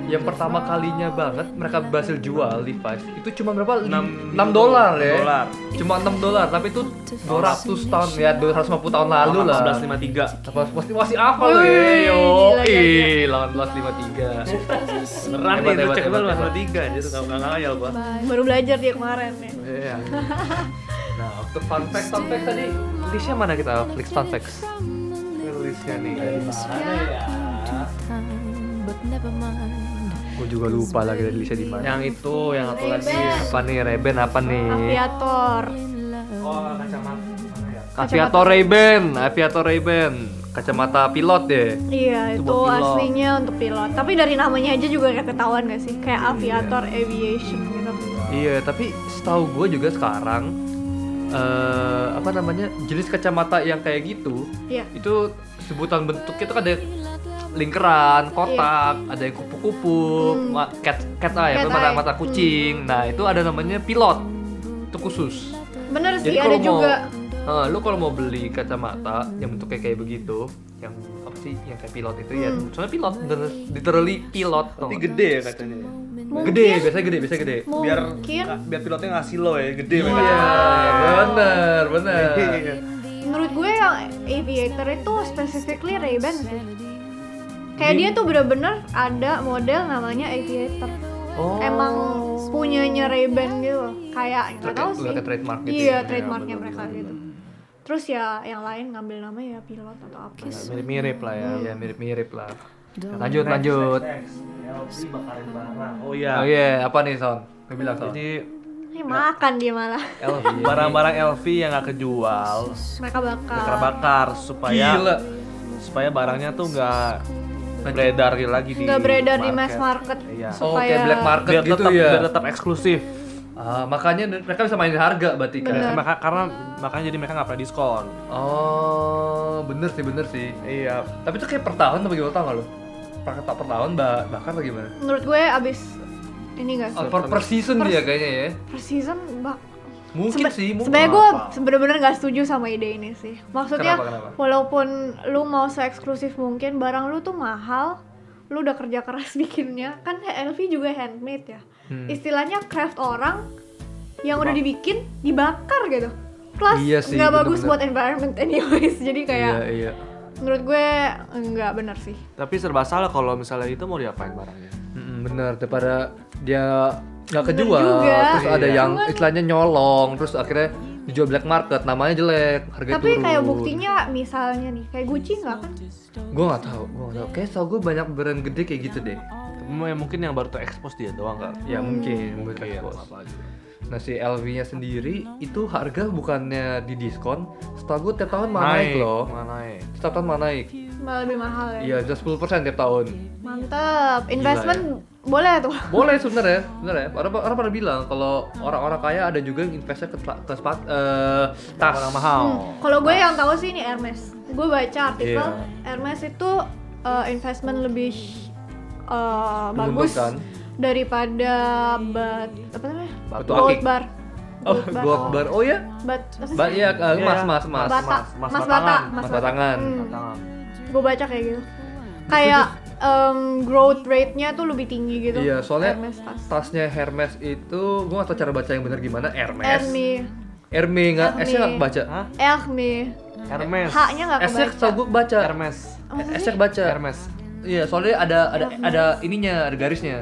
A: Yang pertama kalinya banget mereka berhasil jual Levi's itu cuma berapa? 6, dolar ya.
C: dolar.
A: Cuma 6 dolar, tapi itu 200 tahun ya, 250 tahun lalu lah.
C: 1853.
A: Masih masih apa lu ya?
C: Wih,
A: Yo,
C: gila, gila,
A: ih, 1853.
C: Beneran nih,
A: Hebat,
C: lu
A: hebat,
C: cek
A: hebat,
C: dulu
A: hebat.
C: 1853 anjir, tau nggak ngayal gua.
B: Baru belajar dia kemarin ya.
A: Iya. Nah, untuk fun fact, fun fact tadi listnya mana kita? List fun facts.
C: Listnya nih.
A: ya? Gue juga lupa lagi dari listnya di mana.
C: Yang itu, yang
A: apa
C: satu lagi. Ray-Ban.
A: Apa nih Reben apa nih?
B: Aviator.
C: Oh, kacamata. Mana ya?
A: Aviator Reben, Aviator Reben, kacamata pilot deh.
B: Iya,
A: Itu
B: itu,
A: buat pilot.
B: aslinya untuk pilot. Tapi dari namanya aja juga kayak ketahuan gak sih? Kayak aviator, aviation gitu.
A: Iya, tapi setahu gue juga sekarang eh apa namanya jenis kacamata yang kayak gitu
B: Iya.
A: itu sebutan bentuknya itu ada lingkaran, kotak, ada yang kupu-kupu, ma- cat cat eye,
B: Iya. Hmm. Cat
A: apa, mata
B: eye. Hmm.
A: mata kucing. Nah itu ada namanya pilot, itu khusus.
B: Bener sih,
A: Jadi
B: ada
A: kalau mau,
B: juga.
A: eh, lu kalau mau beli kacamata yang bentuknya kayak begitu, yang apa sih yang kayak pilot itu ya,
B: Hmm.
A: soalnya pilot, bener- literally pilot.
C: Tapi gede ya kacanya. ya?
A: Gede, biasanya gede, biasanya gede.
C: Biar
B: mungkin-
C: biar pilotnya ngasih lo ya, gede
A: Iya,
C: mereka.
A: bener, bener.
C: Iya.
B: Menurut gue yang aviator itu specifically Ray-Ban sih. Kayak
A: Di-
B: dia tuh bener-bener ada model namanya aviator.
A: Oh.
B: Emang punyanya Ray-Ban gitu loh. Kayak nggak
A: Terkait-
B: tahu sih.
A: udah kayak trademark gitu
B: Iya,
A: ya.
B: trademarknya
A: Iya,
B: mereka gitu. Terus ya yang lain ngambil nama ya pilot atau apa. Hmm.
A: Iya, mirip-mirip lah ya. mirip-mirip lah. Lanjut, lanjut.
C: LP bakarin barang. Oh iya.
A: Oh iya, apa nih Son? Gue bilang Son. Iya.
C: Jadi
B: Ini makan dia malah.
C: LV, barang-barang LV yang nggak kejual
B: Mereka bakal.
C: bakar bakar supaya
A: Gila.
C: supaya barangnya tuh nggak beredar lagi di
B: Nggak beredar di mass market.
C: Iya.
A: Oh, kayak black market
C: biar
A: gitu
C: tetap,
A: ya.
C: biar tetap eksklusif
A: Ah, makanya mereka bisa mainin harga berarti kan.
C: Karena- maka- karena makanya jadi mereka nggak pernah diskon
A: Oh, bener sih, bener sih.
C: Iya.
A: Tapi itu kayak per tahun atau gimana tau nggak lo? Per, per tahun ba- bakar atau gimana?
B: Menurut gue abis ini gak sih?
A: Oh, per, per season
B: Per-
A: dia kayaknya ya.
B: Per season bak
A: Mungkin sih, mungkin.
B: Sebenarnya gue bener-bener gak setuju sama ide ini sih. Maksudnya
A: Kenapa, kenapa?
B: walaupun lu mau se-eksklusif mungkin, barang lu tuh mahal, lu udah kerja keras bikinnya, kan LV juga handmade ya.
A: Hmm.
B: Istilahnya craft orang yang udah dibikin dibakar gitu. Plus
A: Iya
B: nggak
A: sih,
B: bagus
A: bener-bener.
B: buat environment anyways. Jadi kayak
A: Iya, iya.
B: menurut gue nggak bener sih.
C: tapi serba salah kalau misalnya itu mau diapain barangnya
A: Mm-mm, bener, daripada dia nggak kejual,
B: juga.
A: terus ada
C: Iya.
A: yang istilahnya nyolong, terus akhirnya dijual black market, namanya jelek, harga
B: Tapi
A: turun.
B: kayak buktinya misalnya nih, kayak Gucci nggak kan?
A: Gue nggak tahu, gue nggak tahu. Kayak tau gue banyak brand gede kayak gitu deh.
C: ya mungkin yang baru terekspos dia doang kan
A: Ya
B: Hmm.
A: mungkin, mungkin
C: Mungkin,
A: expose.
C: apa aja.
A: Nah si LV-nya sendiri itu harga bukannya di diskon, setahu gue tiap tahun malah naik, loh.
C: malah naik
A: Setiap tahun malah naik.
B: Malah lebih mahal ya.
A: Iya, just 10% tiap tahun.
B: Mantep. Investment boleh tuh.
A: ya. Boleh sebenarnya, sebenarnya. Orang orang pernah bilang kalau orang-orang kaya ada juga yang investnya ke, tla- ke sepat- eh, tas Hmm.
C: Barang mahal.
B: Kalau gue yang tahu sih ini Hermes. Gue baca artikel
A: Iya.
B: Hermes itu uh, investment lebih uh, bagus
A: Menguntungkan.
B: daripada bat apa namanya?
A: Batu
B: gold
A: akik.
B: bar.
A: Oh,
B: Gold bar.
A: gold bar. Oh ya.
B: Bat, apa sih?
A: Ba iya, eh,
C: Iya,
A: mas,
C: iya.
A: mas, mas,
B: Bata.
A: mas,
B: Mas,
A: mas,
B: bata.
A: Mas batangan.
B: Hmm. Gue baca kayak gitu. Kayak um, growth rate-nya tuh lebih tinggi gitu.
A: Iya, soalnya
B: Hermes tas.
A: tasnya Hermes itu gua gak tau cara baca yang benar gimana, Hermes.
B: Hermes.
A: Hermes enggak
B: Hermes.
A: S-nya nggak baca.
B: Hermes.
C: Hermes
B: H-nya nggak
A: S-nya
B: kebaca. Oh,
A: tau gua baca.
C: Hermes
A: S-nya baca.
C: Hermes
A: Iya, soalnya ada ada
B: Hermes.
A: ada ininya, ada garisnya.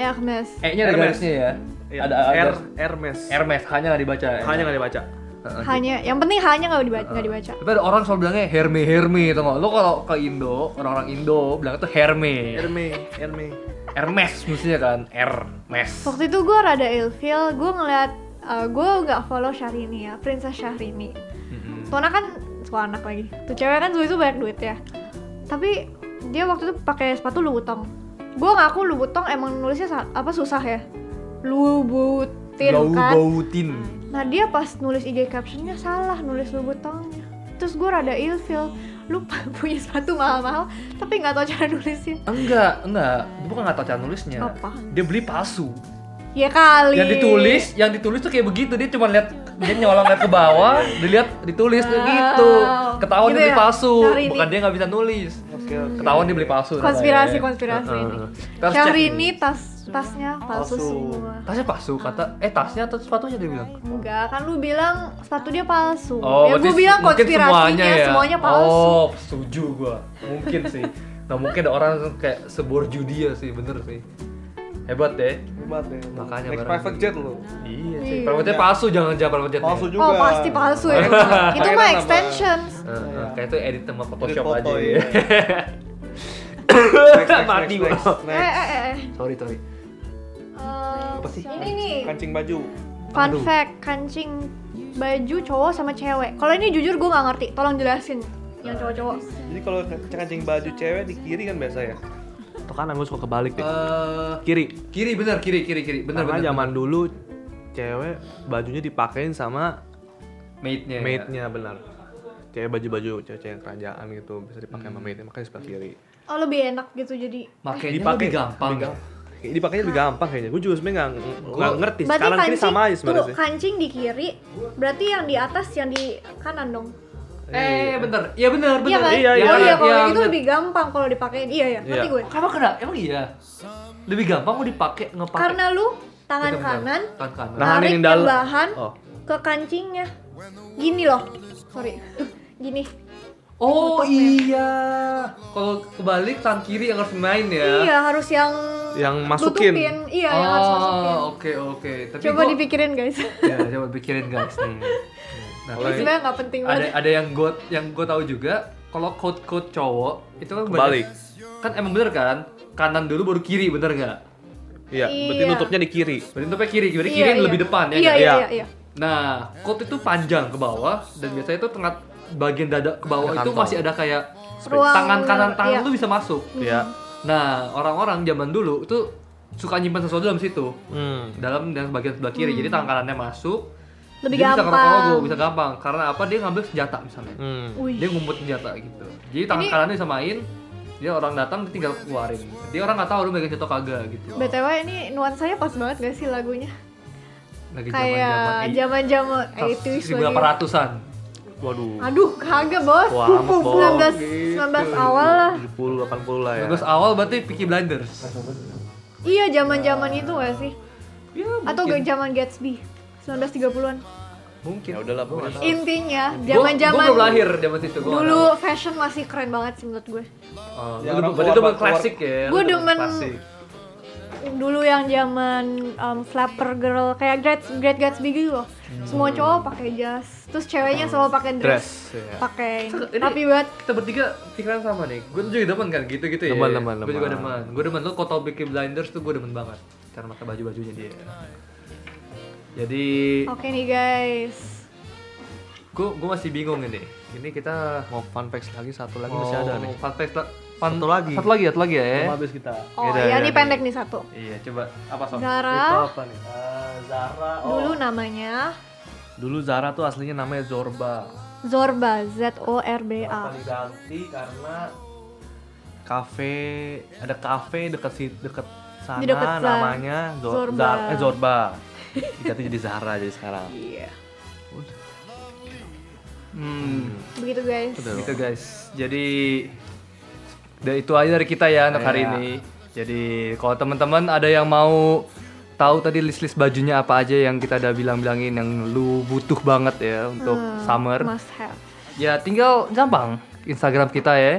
B: Hermes.
A: E-nya ada
C: Iya. Hermes.
A: garisnya ya.
C: Iya,
A: Ada ada
C: R Hermes
A: Hermes, hanya nggak dibaca. ya?
C: hanya nggak dibaca
A: Heeh,
B: Hanya, yang penting hanya nggak dibaca, nggak dibaca.
A: Tapi ada orang selalu bilangnya Herme Herme tau gak? Lo kalau ke Indo, orang-orang Indo bilang itu Herme
C: Hermes Hermes
A: Hermes mestinya kan, Hermes
B: Waktu itu gue rada ilfeel, gue ngeliat uh, gue nggak follow Syahrini ya, Princess Syahrini. Tuh anak kan suka anak lagi. Tuh cewek kan itu banyak duit ya. Tapi dia waktu itu pakai sepatu Louboutin. Gue ngaku Louboutin emang nulisnya sa- apa susah ya? Louboutin kan.
A: Bautin
B: Nah dia pas nulis IG captionnya salah nulis Louboutinnya. Terus gue rada ilfeel, lu punya sepatu mahal-mahal tapi nggak tahu cara nulisnya.
A: Enggak, enggak, dia bukan gak tau cara nulisnya
B: Apa?
A: Dia beli palsu
B: Ya kali.
A: Yang ditulis, yang ditulis tuh kayak begitu Dia cuma lihat dia nyolong lihat ke bawah, dilihat ditulis tuh gitu Ketahuan
B: Gitu
A: dia beli
B: ya?
A: palsu,
B: Syahrini.
A: bukan dia gak bisa nulis Ketahuan dia beli palsu namanya.
B: konspirasi konspirasi
A: Heeh.
B: ini.
A: Kita harus
B: Syahrini
A: cek
B: ini tas tasnya palsu semua. Ah.
A: Tasnya palsu, kata, eh tasnya atau sepatunya dia bilang Oh,
B: Enggak, kan lu bilang sepatu dia palsu. ya
A: berarti
B: gue bilang
A: mungkin ya?
B: konspirasinya semuanya, palsu.
A: Oh, setuju gua. Mungkin sih. Nah, mungkin ada orang yang kayak seborju dia sih, bener sih. Hebat deh.
C: hebat ya
A: Makanya
C: Naik
A: barang
C: private
A: gitu.
C: jet lo
A: Iya sih.
B: Iya.
A: Perwetnya palsu jangan jangan perwetnya.
C: palsu juga
B: Oh, pasti palsu ya. itu
A: kan
C: Akhirnya
B: mah
C: nambah.
B: extensions.
A: Eh, kayak itu edit sama Photoshop
C: Iya. foto,
A: aja.
C: iya.
A: ya.
C: Next, next,
A: Mati
C: next,
A: gua.
B: Eh,
C: next.
B: eh, eh, eh.
A: Sorry, sorry.
B: Eh,
A: Apa sih?
B: Ini nih,
C: kancing baju
B: fun
A: Aduh.
B: fact, kancing baju cowok sama cewek. Kalau ini jujur gue nggak ngerti, tolong jelasin yang cowok-cowok.
C: jadi kalau kancing baju cewek di kiri kan biasa ya atau kanan gue suka kebalik deh
A: Eh,
C: kiri
A: kiri bener, kiri kiri kiri. Bener
C: karena
A: bener.
C: zaman dulu cewek bajunya dipakein sama
A: mate-nya. ya.
C: maidnya benar cewek baju-baju cewek-cewek kerajaan gitu bisa dipakai
A: Hmm.
C: sama maidnya makanya sebelah kiri
B: Oh lebih enak gitu jadi.
A: Makanya lebih gampang.
C: lebih Kayak dipakainya lebih gampang kayaknya gue juga sebenarnya nggak nggak ngerti
B: Berarti
C: sekarang kiri
B: kancing,
C: sama aja sebenarnya
B: tuh
C: sih
B: kancing di kiri, berarti yang di atas yang di kanan dong.
A: Eh, bener. Iya bener,
B: Iya
A: bener.
B: kan?
C: Iya,
B: oh iya,
C: iya, iya,
B: kalau
A: iya,
B: itu
A: bener.
B: lebih gampang kalau dipakein. Iya ya, ngerti
C: Iya.
B: gue.
A: Kenapa kena? Emang iya. Lebih gampang mau dipakai ngepakai.
B: Karena lu tangan
A: Bener, bener.
B: kanan
A: Iya, Tangan kanan.
C: Nah, Nahanin
B: tarik
C: yang dalam.
B: bahan
C: Oh.
B: ke kancingnya. Gini loh. Sorry. Gini. ya.
A: Oh
B: Nutupnya.
A: iya. Kalau kebalik tangan kiri yang harus main ya.
B: Iya, harus yang
C: Yang masukin.
B: tutupin. Iya, yang harus masukin.
A: Oh, oke oke. Tapi
B: Coba
A: gua-
B: dipikirin, guys.
A: Ya, coba pikirin guys nih. Nah,
C: Kalau
A: ini
B: Sebenarnya nggak penting
A: ada
B: banget.
A: ada yang gue yang gue tahu juga kalau code code cowok itu kan banyak-
C: Kebalik.
A: kan emang bener kan kanan dulu baru kiri bener nggak
J: Iya, berarti
B: Iya.
J: nutupnya di kiri.
A: berarti nutupnya kiri berarti
B: Iya,
A: kiri yang
B: iya.
A: lebih depan ya
B: Iya,
A: nggak?
B: iya, iya, iya.
A: nah coat itu panjang ke bawah dan biasanya itu tengah bagian dada ke bawah
J: Ada
A: itu
J: kantong.
A: masih ada kayak
B: Ruang,
A: tangan kanan tangan
B: iya.
A: lu bisa masuk
J: Iya.
A: nah orang-orang zaman dulu itu suka nyimpan sesuatu dalam situ
J: Hmm.
A: dalam dan bagian sebelah kiri jadi tangan kanannya masuk
B: Hmm. Lebih
A: dia bisa ngerokok,
B: gampang.
A: bisa gampang karena apa dia ngambil senjata misalnya
J: Hmm.
B: Wih.
A: dia ngumpet senjata gitu jadi tangan
B: Ini-
A: kanannya bisa main dia orang datang dia tinggal keluarin dia orang nggak tahu lu megang senjata kagak gitu
B: BTW ini nuansanya pas banget gak sih lagunya?
A: lagi
B: Kayak zaman-zaman 80s
A: seribu delapan
B: lagi.
A: ratusan
J: waduh
B: Aduh, kagak bos.
A: Wah, amat, Bos.
B: 19 19 awal lah.
J: 70 80 Gitu. lah ya.
A: Terus awal berarti Peaky Blinders
B: Iya, zaman-zaman itu gak sih? Atau
A: Ya, mungkin.
B: gak zaman Gatsby? 1930-an.
A: mungkin
J: ya udahlah pokoknya.
B: Intinya
A: Gua-
B: zaman-zaman
A: gua belum lahir zaman situ gua nggak
B: Dulu fashion masih keren banget sih menurut gue.
A: tahu. Oh,
J: Ya,
A: lu-
J: orang keluar-
A: Oh, berarti itu bukan
J: keluar-
A: klasik ya
B: Gua
A: lu demen
B: demen-
A: klasik.
B: Dulu yang zaman um, flapper girl kayak Great Great Gatsby gitu loh. Semua cowok pakai jas, terus ceweknya selalu pakai dress.
A: Hmm. Dress, iya.
B: Pakai
A: Ini
B: rapi banget.
A: kita bertiga pikiran kan sama nih gue juga demen kan gitu-gitu ya
J: Demen, demen,
A: gue juga
J: demen.
A: demen gue demen lo kalau tau Peaky Blinders tuh gue demen banget karena pakai baju-bajunya dia jadi
B: Oke nih guys.
A: gue gue masih bingung ini ini kita Oh,
J: Mau fun facts lagi satu lagi masih ada nih.
A: fun fact la- fun-
J: Satu lagi.
A: satu lagi satu lagi ya
J: Belum habis kita.
B: Oh
A: Yaudah,
B: iya
A: yaudah.
B: ini pendek nih satu.
A: ya. iya coba apa sob
B: Zara.
J: Itu apa nih? Ah, Zara. Oh.
B: Dulu namanya
J: Dulu Zara tuh aslinya namanya Zorba.
B: Zorba Z O R B A.
J: Kenapa diganti karena kafe ada kafe dekat si dekat sana
B: Di deket Zara.
J: namanya Zor-
B: Zorba.
J: Zar- eh, Zorba. Diganti jadi Zara jadi sekarang.
B: Iya.
A: hmm
B: Begitu guys.
A: gitu guys jadi da- itu aja dari kita ya untuk hari
J: Iya.
A: ini jadi kalau teman-teman ada yang mau tahu tadi list-list bajunya apa aja yang kita udah bilang-bilangin yang lu butuh banget ya untuk
B: Hmm,
A: summer
B: Must have.
A: ya tinggal gampang Instagram kita ya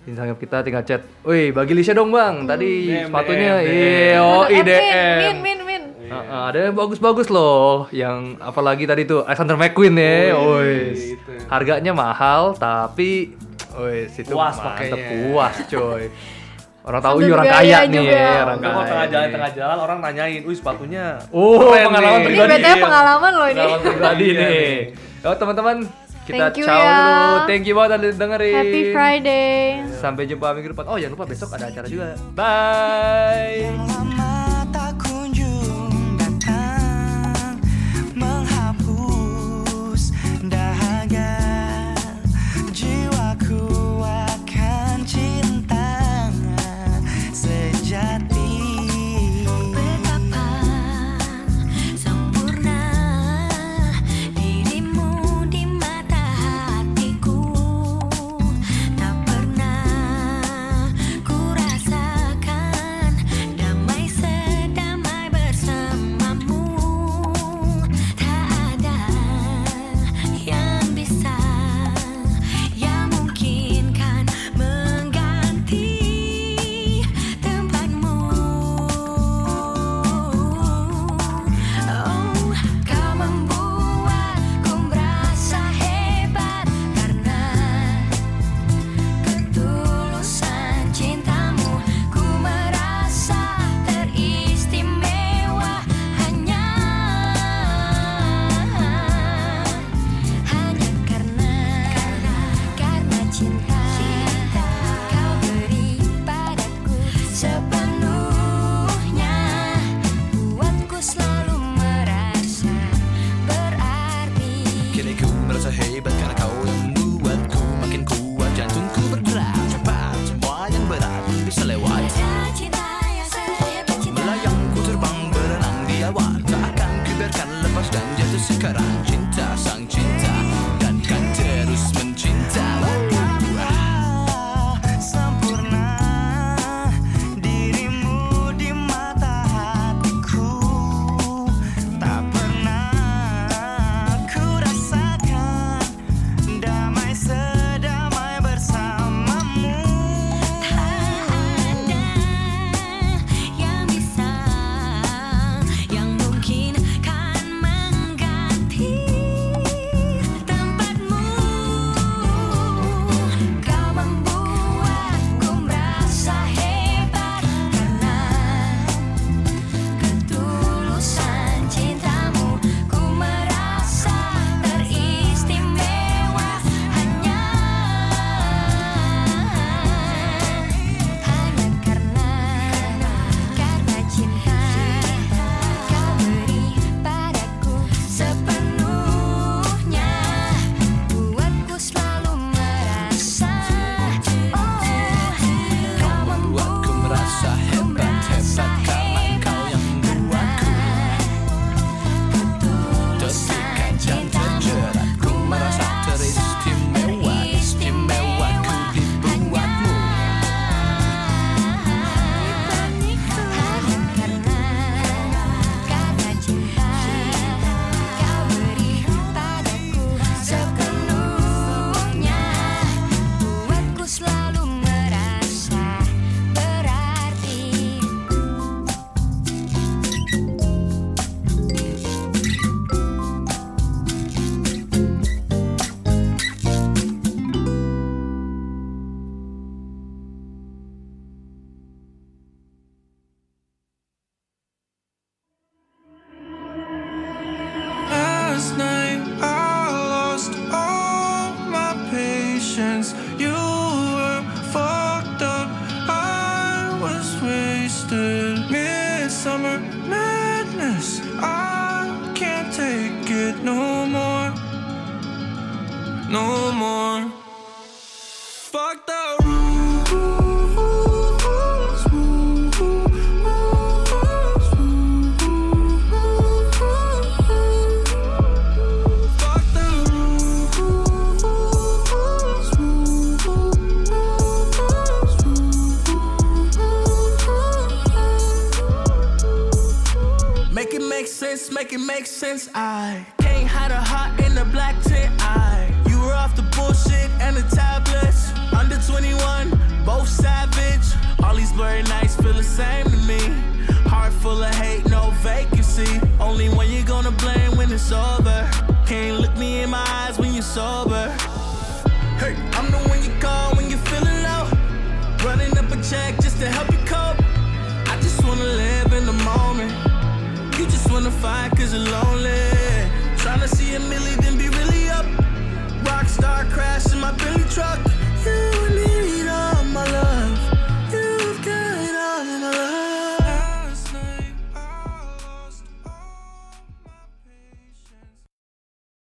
A: Instagram kita tinggal chat, wih bagi listnya dong bang, tadi
J: DM,
B: Hmm.
A: sepatunya,
J: DM.
A: iya,
B: Aduh,
A: oh
B: eh,
A: IDM,
B: Min, min, min, min.
A: Iya. Heeh, ada yang bagus-bagus loh, yang apalagi tadi tuh Alexander McQueen ya, ois.
J: gitu.
A: Harganya mahal tapi, ois itu
J: Puas
A: mantep,
J: pakainya.
A: puas coy. Orang tahu
B: Sambil
A: ini orang
B: bergaya
A: kaya nih, ya,
B: juga.
A: orang
J: Enggak kalau tengah jalan
A: nih.
J: tengah jalan orang nanyain, "Wih, sepatunya."
A: Oh,
J: keren
A: pengalaman
J: nih."
B: Ini
A: Pribadi,
B: BTW
A: iya.
B: pengalaman loh ini.
A: Pengalaman pribadi
J: Iya,
A: nih.
J: nih.
A: Yo teman-teman, kita
B: Thank you
A: ciao
B: ya.
A: dulu. Thank you banget udah dengerin.
B: Happy Friday.
A: Sampai jumpa minggu depan. Oh, jangan lupa besok ada acara juga. Bye.
H: lama tak kunjung datang menghapus dahaga jiwaku akan cinta sejati
P: Betapa sempurna dirimu di mata hatiku Tak pernah kurasakan damai sedamai bersamamu Tak ada yang bisa yang mungkin kan mengganti tempatmu Oh, kau membuatku merasa hebat karena ketulusan cintamu. Ku merasa teristimewa hanya hanya karena karena cinta kau beri padaku sepenuhnya. Buatku selalu merasa berarti
C: Kini ku merasa hebat karena kau yang membuatku makin kuat Jantungku bergerak cepat Semua yang berat pun bisa lewat
P: Ada cinta yang sehebat cinta
C: Melayang ku terbang berenang di awan Tak akan ku biarkan lepas dan jatuh sekarang Cinta sang cinta Dan kan terus mencinta
H: sempurna dirimu di mata hatiku tak pernah ku rasakan damai sedamai bersamamu
P: ada yang bisa, yang mungkin kan mengganti
H: make sense, make it make sense. I can't hide a heart in the black tent. I you were off the bullshit and the tablets. Under 21, both savage.